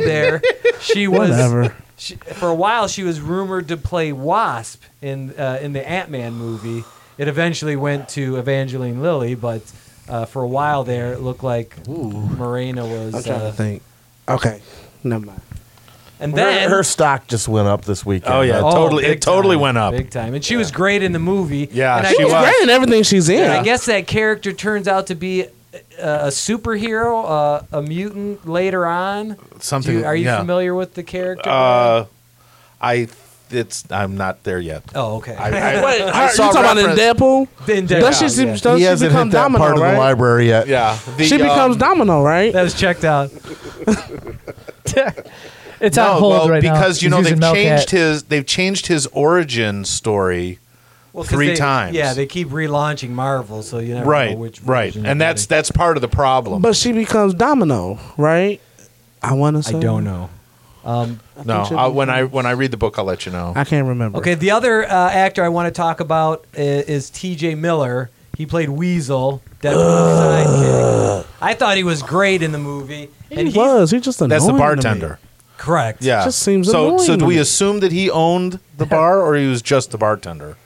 [SPEAKER 3] there, she was.
[SPEAKER 2] Whatever.
[SPEAKER 3] She, for a while, she was rumored to play Wasp in uh, in the Ant Man movie. It eventually went to Evangeline Lilly, but uh, for a while there, it looked like Morena
[SPEAKER 2] I'm
[SPEAKER 3] was.
[SPEAKER 2] trying to
[SPEAKER 3] Uh,
[SPEAKER 2] think. Okay, never mind.
[SPEAKER 3] and
[SPEAKER 4] Her,
[SPEAKER 3] then
[SPEAKER 4] her stock just went up this weekend.
[SPEAKER 1] Oh, yeah.
[SPEAKER 4] Uh,
[SPEAKER 3] Oh,
[SPEAKER 1] totally-
[SPEAKER 3] big
[SPEAKER 1] it totally
[SPEAKER 3] time,
[SPEAKER 1] went up.
[SPEAKER 3] big time, and she was great in the movie.
[SPEAKER 1] Yeah,
[SPEAKER 3] and I
[SPEAKER 1] she
[SPEAKER 2] She was
[SPEAKER 1] was.
[SPEAKER 2] great in everything she's in.
[SPEAKER 3] And I guess that character turns out to be a, a superhero, uh, a mutant later on. Do
[SPEAKER 1] Something.
[SPEAKER 3] you- are you
[SPEAKER 1] yeah.
[SPEAKER 2] Uh,
[SPEAKER 3] familiar with the character?
[SPEAKER 1] Uh, I it's I'm not there yet.
[SPEAKER 3] Oh, okay.
[SPEAKER 1] I, I,
[SPEAKER 2] Wait,
[SPEAKER 1] I
[SPEAKER 2] her, you
[SPEAKER 1] saw
[SPEAKER 2] talking
[SPEAKER 1] reference-
[SPEAKER 2] about in Deadpool?
[SPEAKER 3] Then
[SPEAKER 2] That shit
[SPEAKER 3] yeah.
[SPEAKER 2] seems- does
[SPEAKER 4] he
[SPEAKER 2] she
[SPEAKER 4] hasn't
[SPEAKER 2] become
[SPEAKER 4] hit that
[SPEAKER 2] Domino,
[SPEAKER 4] part of
[SPEAKER 2] right?
[SPEAKER 4] the library yet.
[SPEAKER 1] Yeah, the,
[SPEAKER 2] she becomes
[SPEAKER 1] um,
[SPEAKER 2] Domino, right?
[SPEAKER 3] That was checked out.
[SPEAKER 5] It's
[SPEAKER 1] no,
[SPEAKER 5] on hold
[SPEAKER 1] well,
[SPEAKER 5] right now.
[SPEAKER 1] because you
[SPEAKER 5] He's
[SPEAKER 1] know
[SPEAKER 5] using
[SPEAKER 1] they've
[SPEAKER 5] Melcat.
[SPEAKER 1] changed his they've changed his origin story.
[SPEAKER 3] Well, 'cause
[SPEAKER 1] Three
[SPEAKER 3] they-
[SPEAKER 1] times.
[SPEAKER 3] Yeah, they keep relaunching Marvel, so you never
[SPEAKER 1] Right,
[SPEAKER 3] know which.
[SPEAKER 1] right,
[SPEAKER 3] version
[SPEAKER 1] and
[SPEAKER 3] you're
[SPEAKER 1] that's
[SPEAKER 3] getting.
[SPEAKER 1] that's part of the problem.
[SPEAKER 2] But she becomes Domino, right? I want to say.
[SPEAKER 3] I don't know. Um,
[SPEAKER 1] no,
[SPEAKER 2] think she
[SPEAKER 1] I, when I when I read the book, I'll let you know.
[SPEAKER 2] I can't remember.
[SPEAKER 3] Okay, the other uh, actor I want to talk about i- is T.J. Miller. He played Weasel, Deadpool's sidekick. I thought he was great in the movie.
[SPEAKER 2] he
[SPEAKER 3] and he's-
[SPEAKER 2] was. He just annoying
[SPEAKER 1] That's the
[SPEAKER 2] to me.
[SPEAKER 1] bartender.
[SPEAKER 3] correct.
[SPEAKER 1] Yeah,
[SPEAKER 2] Just seems
[SPEAKER 1] so. So
[SPEAKER 2] annoying
[SPEAKER 1] do
[SPEAKER 2] to
[SPEAKER 1] we
[SPEAKER 2] me.
[SPEAKER 1] assume that he owned the bar, or he was just the bartender?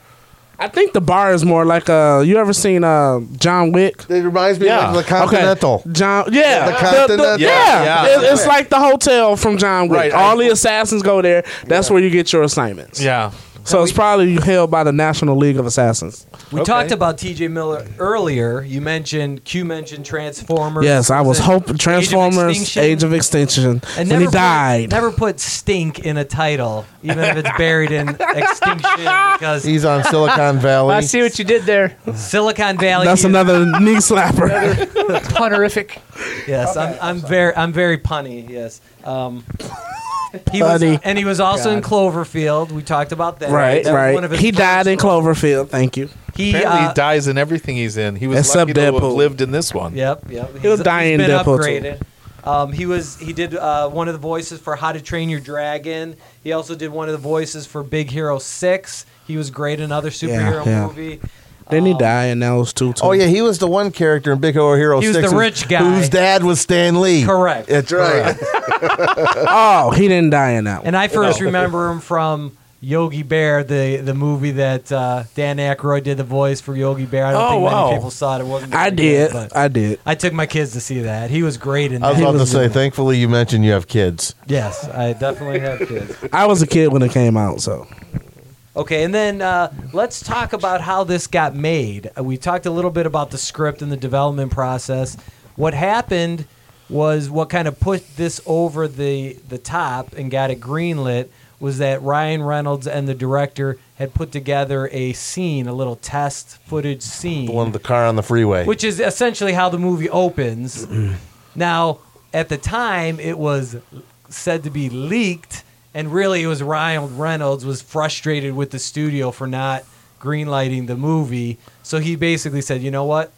[SPEAKER 2] I think the bar is more like uh You ever seen uh John Wick?
[SPEAKER 4] It reminds me
[SPEAKER 1] Yeah.
[SPEAKER 4] of like the Continental.
[SPEAKER 2] John, yeah,
[SPEAKER 4] The
[SPEAKER 2] yeah,
[SPEAKER 4] Continental.
[SPEAKER 1] Yeah,
[SPEAKER 2] It-
[SPEAKER 1] yeah.
[SPEAKER 2] it's like the hotel from John Wick.
[SPEAKER 1] Right, I-
[SPEAKER 2] All the assassins go there. That's where you get your assignments.
[SPEAKER 1] Yeah,
[SPEAKER 2] So it's probably held by the National League of Assassins.
[SPEAKER 3] We
[SPEAKER 1] Okay.
[SPEAKER 3] talked about T.J. Miller earlier. You mentioned Q mentioned Transformers.
[SPEAKER 2] Yes, I was
[SPEAKER 3] it
[SPEAKER 2] hoping Transformers:
[SPEAKER 3] Extinction?
[SPEAKER 2] Age of Extinction, and when
[SPEAKER 3] never
[SPEAKER 2] he died.
[SPEAKER 3] Put, never put stink in a title, even if it's buried in extinction, because
[SPEAKER 4] He's on Silicon Valley.
[SPEAKER 5] I see what you did there.
[SPEAKER 3] Silicon Valley.
[SPEAKER 2] That's
[SPEAKER 3] is-
[SPEAKER 2] another knee slapper.
[SPEAKER 5] Honorific.
[SPEAKER 3] Yes, I'm, I'm very, I'm very punny. Yes. Um, he was,
[SPEAKER 2] Punny.
[SPEAKER 3] and he was also in Cloverfield. We talked about that.
[SPEAKER 2] right,
[SPEAKER 3] That was one
[SPEAKER 2] right.
[SPEAKER 3] of his
[SPEAKER 2] He
[SPEAKER 3] first
[SPEAKER 2] died in
[SPEAKER 3] roles.
[SPEAKER 2] Cloverfield. Thank you.
[SPEAKER 3] He,
[SPEAKER 1] apparently
[SPEAKER 3] uh,
[SPEAKER 1] he dies in everything he's in. He was
[SPEAKER 2] Except
[SPEAKER 1] lucky to have
[SPEAKER 2] Deadpool.
[SPEAKER 1] lived in this one.
[SPEAKER 3] Yep, yep. He's,
[SPEAKER 2] He'll die
[SPEAKER 3] he's
[SPEAKER 2] in
[SPEAKER 3] been
[SPEAKER 2] Deadpool too.
[SPEAKER 3] upgraded. Um, he was he did uh, one of the voices for How to Train Your Dragon. He also did one of the voices for Big Hero Six. He was great in another superhero
[SPEAKER 2] yeah.
[SPEAKER 3] movie.
[SPEAKER 2] Then he died, and now it's two. two.
[SPEAKER 4] Oh yeah, he was the one character in Big Hero Hero
[SPEAKER 3] He was
[SPEAKER 4] 6
[SPEAKER 3] the
[SPEAKER 4] who-
[SPEAKER 3] rich guy.
[SPEAKER 4] whose dad was Stan Lee.
[SPEAKER 3] Correct.
[SPEAKER 4] That's right.
[SPEAKER 2] Oh, he didn't die in that one.
[SPEAKER 3] And I first remember him from Yogi Bear, the the movie that uh, Dan Aykroyd did the voice for Yogi Bear. I don't
[SPEAKER 1] Oh,
[SPEAKER 3] think many
[SPEAKER 1] wow.
[SPEAKER 3] people saw it. It wasn't.
[SPEAKER 2] I
[SPEAKER 3] very
[SPEAKER 2] did.
[SPEAKER 3] Good, but
[SPEAKER 2] I did.
[SPEAKER 3] I took my kids to see that. He was great in
[SPEAKER 4] I was
[SPEAKER 3] that.
[SPEAKER 4] about to say, thankfully you mentioned you have kids.
[SPEAKER 3] yes, I definitely have kids.
[SPEAKER 2] I was a kid when it came out, so
[SPEAKER 3] Okay, and then uh, let's talk about how this got made. Uh, We talked a little bit about the script and the development process. What happened was what kind of put this over the the top and got it greenlit was that Ryan Reynolds and the director had put together a scene, a little test footage scene,
[SPEAKER 4] The one with the car on the freeway.
[SPEAKER 3] which is essentially how the movie opens. now, at the time, it was said to be leaked, and really, it was Ryan Reynolds was frustrated with the studio for not greenlighting the movie. So he basically said, "You know what?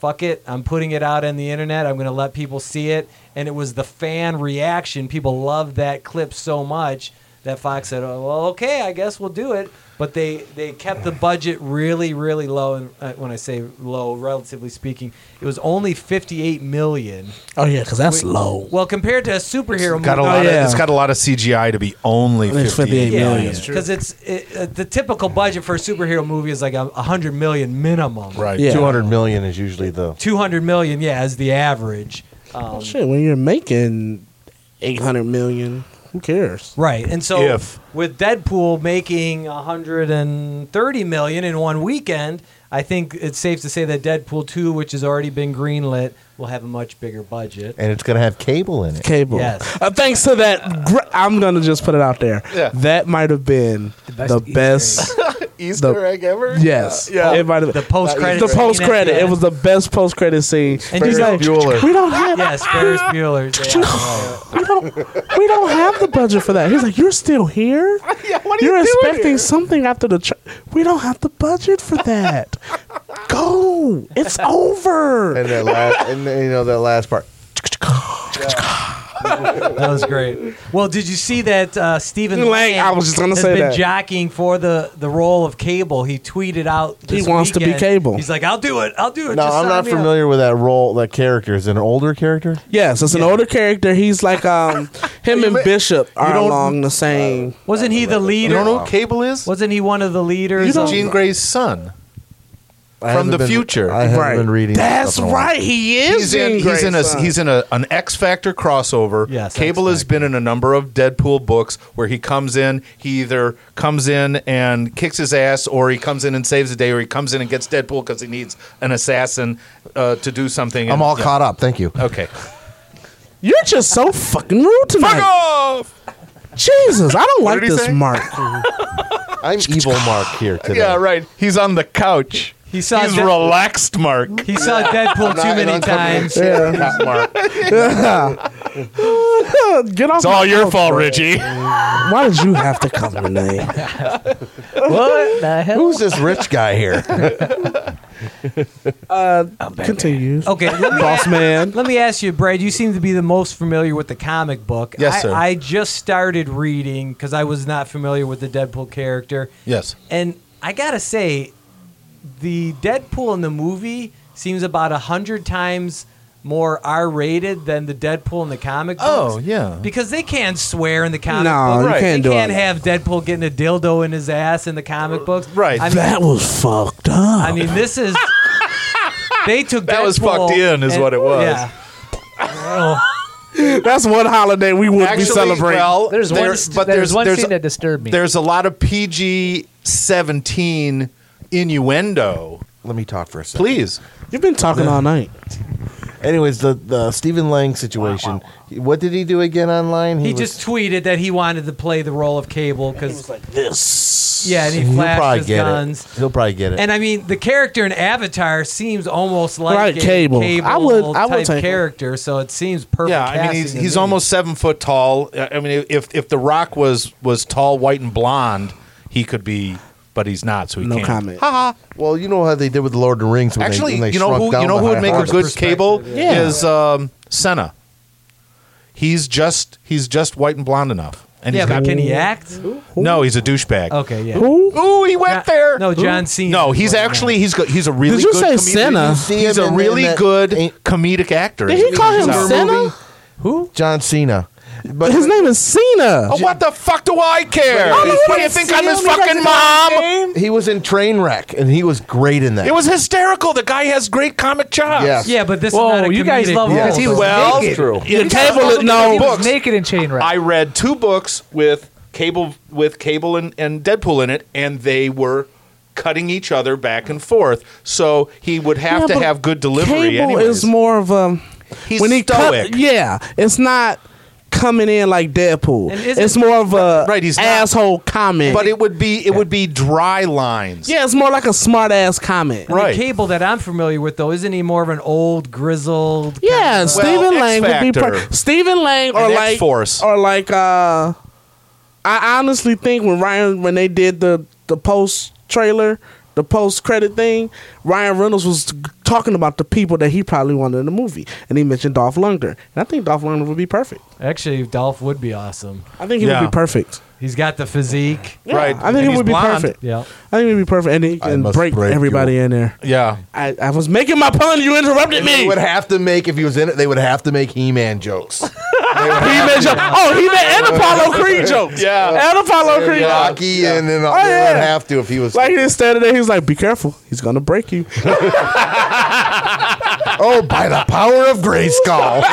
[SPEAKER 3] Fuck it. I'm putting it out on the internet. I'm going to let people see it." And it was the fan reaction. People loved that clip so much that Fox said, "Oh, well, okay, I guess we'll do it." But they they kept the budget really really low. And uh, when I say low, relatively speaking, it was only 58 million.
[SPEAKER 2] Oh yeah, because that's low.
[SPEAKER 3] Well, compared to a superhero
[SPEAKER 1] Got a
[SPEAKER 3] movie,
[SPEAKER 1] lot of,
[SPEAKER 2] Oh, yeah.
[SPEAKER 1] it's got a lot of CGI to be only
[SPEAKER 2] It's
[SPEAKER 1] 58
[SPEAKER 2] 58
[SPEAKER 1] million.
[SPEAKER 2] million.
[SPEAKER 3] because it's it, uh, the typical budget for a superhero movie is like a, a hundred million minimum.
[SPEAKER 1] Right.
[SPEAKER 2] Yeah.
[SPEAKER 4] two hundred million is usually the
[SPEAKER 3] Two hundred million, yeah, is the average. Um,
[SPEAKER 2] Shit, when you're making eight hundred million, who cares?
[SPEAKER 3] Right, and so
[SPEAKER 1] If.
[SPEAKER 3] with Deadpool making hundred and thirty million in one weekend, I think it's safe to say that Deadpool two, which has already been greenlit, will have a much bigger budget.
[SPEAKER 4] and it's gonna have cable in it.
[SPEAKER 2] Cable.
[SPEAKER 3] Yes.
[SPEAKER 2] Uh, thanks to that, gr- I'm gonna just put it out there.
[SPEAKER 1] Yeah.
[SPEAKER 2] That might have been
[SPEAKER 6] best
[SPEAKER 2] the
[SPEAKER 6] Easter
[SPEAKER 2] best.
[SPEAKER 1] Easter
[SPEAKER 2] The-
[SPEAKER 1] egg ever? Uh,
[SPEAKER 2] yes.
[SPEAKER 1] Yeah.
[SPEAKER 2] It might have
[SPEAKER 3] The post credit,
[SPEAKER 2] The post credit. It was the best post credit scene.
[SPEAKER 3] And you know-
[SPEAKER 1] Bueller.
[SPEAKER 2] we don't have
[SPEAKER 3] yes, Ferris Bueller. yeah.
[SPEAKER 2] we don't we don't have the budget for that. He's like, you're still here. You're expecting something after the. Tr- we don't have the budget for that. Go. It's over.
[SPEAKER 4] And that last, and you know that last part.
[SPEAKER 3] That was great. Well, did you see that uh, Stephen
[SPEAKER 2] Lang, I was just gonna
[SPEAKER 3] has
[SPEAKER 2] say
[SPEAKER 3] been
[SPEAKER 2] that.
[SPEAKER 3] jockeying for the, the role of Cable. He tweeted out.
[SPEAKER 2] He
[SPEAKER 3] this
[SPEAKER 2] wants to be
[SPEAKER 3] weekend.
[SPEAKER 2] Cable.
[SPEAKER 3] He's like, I'll do it. I'll do it.
[SPEAKER 4] No,
[SPEAKER 3] Just
[SPEAKER 4] I'm
[SPEAKER 3] sign
[SPEAKER 4] not
[SPEAKER 3] me up."
[SPEAKER 4] familiar with that role. That character is it an older character.
[SPEAKER 2] Yes, it's an older character. He's like um, him and Bishop are
[SPEAKER 1] don't-
[SPEAKER 2] along the same.
[SPEAKER 3] Wasn't he the
[SPEAKER 1] You
[SPEAKER 3] leader?
[SPEAKER 1] don't know who Cable is?
[SPEAKER 3] Wasn't he one of the leaders?
[SPEAKER 1] He's
[SPEAKER 3] of-
[SPEAKER 1] Jean Grey's son.
[SPEAKER 4] I
[SPEAKER 1] From
[SPEAKER 4] haven't
[SPEAKER 1] the
[SPEAKER 4] been-
[SPEAKER 1] future.
[SPEAKER 4] I haven't
[SPEAKER 2] Right.
[SPEAKER 4] been reading. that
[SPEAKER 2] That's
[SPEAKER 4] stuff in a while.
[SPEAKER 2] right. He is.
[SPEAKER 1] He's in,
[SPEAKER 2] Jean
[SPEAKER 1] he's in a
[SPEAKER 2] Gray's son.
[SPEAKER 1] he's in a, an X Factor crossover.
[SPEAKER 3] Yes,
[SPEAKER 1] Cable has been in a number of Deadpool books where he comes in, he either comes in and kicks his ass, or he comes in and saves the day, or he comes in and gets Deadpool because he needs an assassin uh, to do something.
[SPEAKER 4] I'm
[SPEAKER 1] and-
[SPEAKER 4] all
[SPEAKER 1] yeah.
[SPEAKER 4] caught up. Thank you.
[SPEAKER 1] Okay.
[SPEAKER 2] You're just so fucking rude tonight.
[SPEAKER 1] off.
[SPEAKER 2] Jesus, I don't like
[SPEAKER 1] did he
[SPEAKER 2] this
[SPEAKER 1] say?
[SPEAKER 2] Mark.
[SPEAKER 4] I'm evil Mark here today.
[SPEAKER 1] Yeah, right. He's on the couch.
[SPEAKER 3] He saw
[SPEAKER 1] He's
[SPEAKER 3] Deadpool-
[SPEAKER 1] relaxed, Mark.
[SPEAKER 3] He saw Deadpool too many times.
[SPEAKER 1] Yeah. Mark. It's
[SPEAKER 2] Get off! It's
[SPEAKER 1] all your fault, Richie.
[SPEAKER 2] Why did you have to come today?
[SPEAKER 6] What the hell?
[SPEAKER 4] Who's this rich guy here?
[SPEAKER 1] Oh,
[SPEAKER 2] Continue.
[SPEAKER 3] Okay, let me,
[SPEAKER 2] Boss man.
[SPEAKER 3] let me ask you, Brad. You seem to be the most familiar with the comic book.
[SPEAKER 1] Yes,
[SPEAKER 3] I,
[SPEAKER 1] sir.
[SPEAKER 3] I just started reading because I was not familiar with the Deadpool character.
[SPEAKER 1] Yes.
[SPEAKER 3] And I gotta say, the Deadpool in the movie seems about a hundred times more R-rated than the Deadpool in the comic books.
[SPEAKER 1] Oh, yeah.
[SPEAKER 3] because they can't swear in the comic
[SPEAKER 2] No,
[SPEAKER 3] book.
[SPEAKER 2] you Right. can't
[SPEAKER 3] They
[SPEAKER 2] do
[SPEAKER 3] can't
[SPEAKER 2] it.
[SPEAKER 3] have Deadpool getting a dildo in his ass in the comic books.
[SPEAKER 1] Uh, Right.
[SPEAKER 3] I mean,
[SPEAKER 2] That was fucked up.
[SPEAKER 3] I mean this is. They took
[SPEAKER 1] That was
[SPEAKER 3] Deadpool
[SPEAKER 1] fucked in, is
[SPEAKER 3] and-
[SPEAKER 1] what it was.
[SPEAKER 3] Yeah.
[SPEAKER 2] That's one holiday we would be celebrating.
[SPEAKER 1] well,
[SPEAKER 6] There's one.
[SPEAKER 1] there-
[SPEAKER 6] but there's, one scene that disturbed me.
[SPEAKER 1] there's a lot of PG 17 innuendo.
[SPEAKER 4] Let me talk for a second.
[SPEAKER 1] Please.
[SPEAKER 2] You've been talking all night.
[SPEAKER 4] Anyways, the the Stephen Lang situation. What did he do again online?
[SPEAKER 3] He
[SPEAKER 4] was-
[SPEAKER 3] just tweeted that he wanted to play the role of Cable because
[SPEAKER 2] This.
[SPEAKER 3] yeah, and he
[SPEAKER 4] He'll
[SPEAKER 3] flashed
[SPEAKER 4] probably
[SPEAKER 3] his
[SPEAKER 4] get
[SPEAKER 3] guns.
[SPEAKER 4] it. He'll probably get it.
[SPEAKER 3] And I mean, the character in Avatar seems almost like
[SPEAKER 2] Right,
[SPEAKER 3] a
[SPEAKER 2] Cable.
[SPEAKER 3] Cable,
[SPEAKER 2] I would- I would
[SPEAKER 3] type
[SPEAKER 2] take it.
[SPEAKER 3] character, so it seems perfect.
[SPEAKER 1] Yeah, I mean he's
[SPEAKER 3] casting to
[SPEAKER 1] he's
[SPEAKER 3] me.
[SPEAKER 1] almost seven foot tall. Uh, I mean if if The Rock was was tall, white, and blonde, he could be, but he's not. So he
[SPEAKER 2] No
[SPEAKER 1] can't.
[SPEAKER 2] comment.
[SPEAKER 4] well, you know how they did with the Lord of the Rings. When
[SPEAKER 1] Actually,
[SPEAKER 4] they, when they
[SPEAKER 1] you know
[SPEAKER 4] shrunk
[SPEAKER 1] who
[SPEAKER 4] down
[SPEAKER 1] you know
[SPEAKER 4] the
[SPEAKER 1] who would
[SPEAKER 4] high
[SPEAKER 1] make a
[SPEAKER 4] horse.
[SPEAKER 1] good Cable
[SPEAKER 2] Yeah.
[SPEAKER 1] is um, Senna. He's just he's just white and blonde enough, and
[SPEAKER 3] Yeah,
[SPEAKER 1] he's
[SPEAKER 3] but
[SPEAKER 1] got
[SPEAKER 3] can he act?
[SPEAKER 1] no. He's a douchebag.
[SPEAKER 3] Okay, yeah.
[SPEAKER 2] Who?
[SPEAKER 1] Ooh, he
[SPEAKER 3] Not-
[SPEAKER 1] went there.
[SPEAKER 3] No, John Cena.
[SPEAKER 1] No, he's
[SPEAKER 3] Right,
[SPEAKER 1] actually
[SPEAKER 3] yeah.
[SPEAKER 1] he's go, he's a really
[SPEAKER 2] Did you
[SPEAKER 1] good
[SPEAKER 2] say
[SPEAKER 1] comedian.
[SPEAKER 2] Senna?
[SPEAKER 4] See
[SPEAKER 1] He's
[SPEAKER 4] him
[SPEAKER 1] a
[SPEAKER 4] in-
[SPEAKER 1] really
[SPEAKER 4] in that-
[SPEAKER 1] good
[SPEAKER 4] in-
[SPEAKER 1] comedic actor.
[SPEAKER 2] Did he call him
[SPEAKER 1] He's a-
[SPEAKER 2] Senna?
[SPEAKER 3] who?
[SPEAKER 4] John Cena. But
[SPEAKER 2] His name is Cena.
[SPEAKER 1] Oh, what the fuck do I care?
[SPEAKER 4] I don't
[SPEAKER 1] What do you think I'm his fucking mom?
[SPEAKER 4] he was in Trainwreck, and he was great in that.
[SPEAKER 1] It was hysterical. The guy has great comic chops.
[SPEAKER 4] Yes.
[SPEAKER 3] Yeah, but this is
[SPEAKER 6] Whoa,
[SPEAKER 3] not a
[SPEAKER 6] you guys
[SPEAKER 3] comedic
[SPEAKER 6] love him
[SPEAKER 3] role,
[SPEAKER 6] because he
[SPEAKER 3] though.
[SPEAKER 6] was
[SPEAKER 1] Well,
[SPEAKER 6] naked.
[SPEAKER 4] true.
[SPEAKER 2] Your cable is
[SPEAKER 6] He
[SPEAKER 2] no.
[SPEAKER 6] was naked in Chainwreck.
[SPEAKER 1] I read two books with cable with cable and, and Deadpool in it, and they were cutting each other back and forth. So he would have
[SPEAKER 2] Yeah,
[SPEAKER 1] to
[SPEAKER 2] but
[SPEAKER 1] have good delivery.
[SPEAKER 2] Cable
[SPEAKER 1] anyways.
[SPEAKER 2] is more of a
[SPEAKER 1] He's
[SPEAKER 2] when he
[SPEAKER 1] stoic.
[SPEAKER 2] cut- yeah, it's not coming in like Deadpool.
[SPEAKER 3] And isn't-
[SPEAKER 2] It's more of a
[SPEAKER 1] Right, he's not-
[SPEAKER 2] asshole comment.
[SPEAKER 1] but it would be it would be dry lines.
[SPEAKER 2] yeah, it's more like a smart ass comment.
[SPEAKER 3] The
[SPEAKER 1] right.
[SPEAKER 3] Cable that I'm familiar with though isn't he more of an old grizzled? kind
[SPEAKER 2] Yeah,
[SPEAKER 3] of-
[SPEAKER 2] Stephen
[SPEAKER 1] X
[SPEAKER 2] Lang would be
[SPEAKER 1] Factor.
[SPEAKER 2] per- Stephen Lang or
[SPEAKER 1] And
[SPEAKER 2] like
[SPEAKER 1] X-Force.
[SPEAKER 2] or like uh I honestly think when Ryan when they did the the post trailer, the post credit thing, Ryan Reynolds was talking about the people that he probably wanted in the movie and he mentioned Dolph Lundgren. And I think Dolph Lundgren would be perfect.
[SPEAKER 3] Actually, Dolph would be awesome.
[SPEAKER 2] I think he
[SPEAKER 1] Yeah.
[SPEAKER 2] would be perfect.
[SPEAKER 3] He's got the physique.
[SPEAKER 2] Yeah,
[SPEAKER 1] Right.
[SPEAKER 2] I think
[SPEAKER 1] And
[SPEAKER 2] it
[SPEAKER 1] he's
[SPEAKER 2] would be
[SPEAKER 1] blonde.
[SPEAKER 2] perfect.
[SPEAKER 3] Yeah.
[SPEAKER 2] I think it would be perfect and it
[SPEAKER 4] I
[SPEAKER 2] can
[SPEAKER 4] must
[SPEAKER 2] break,
[SPEAKER 4] break
[SPEAKER 2] everybody
[SPEAKER 4] you.
[SPEAKER 2] in there.
[SPEAKER 1] Yeah.
[SPEAKER 2] I, I was making my pun, you interrupted
[SPEAKER 4] They
[SPEAKER 2] me.
[SPEAKER 4] would have to make if he was in it. They would have to make He-Man jokes.
[SPEAKER 2] He made jo- oh, he made and Apollo Creed jokes.
[SPEAKER 1] Yeah.
[SPEAKER 2] And Apollo Creed. jokes.
[SPEAKER 4] Rocky and, and they
[SPEAKER 2] yeah.
[SPEAKER 4] would have to if he was.
[SPEAKER 2] Like he just standing there, he was like, "Be careful, he's gonna break you."
[SPEAKER 4] oh, by the power of Grayskull.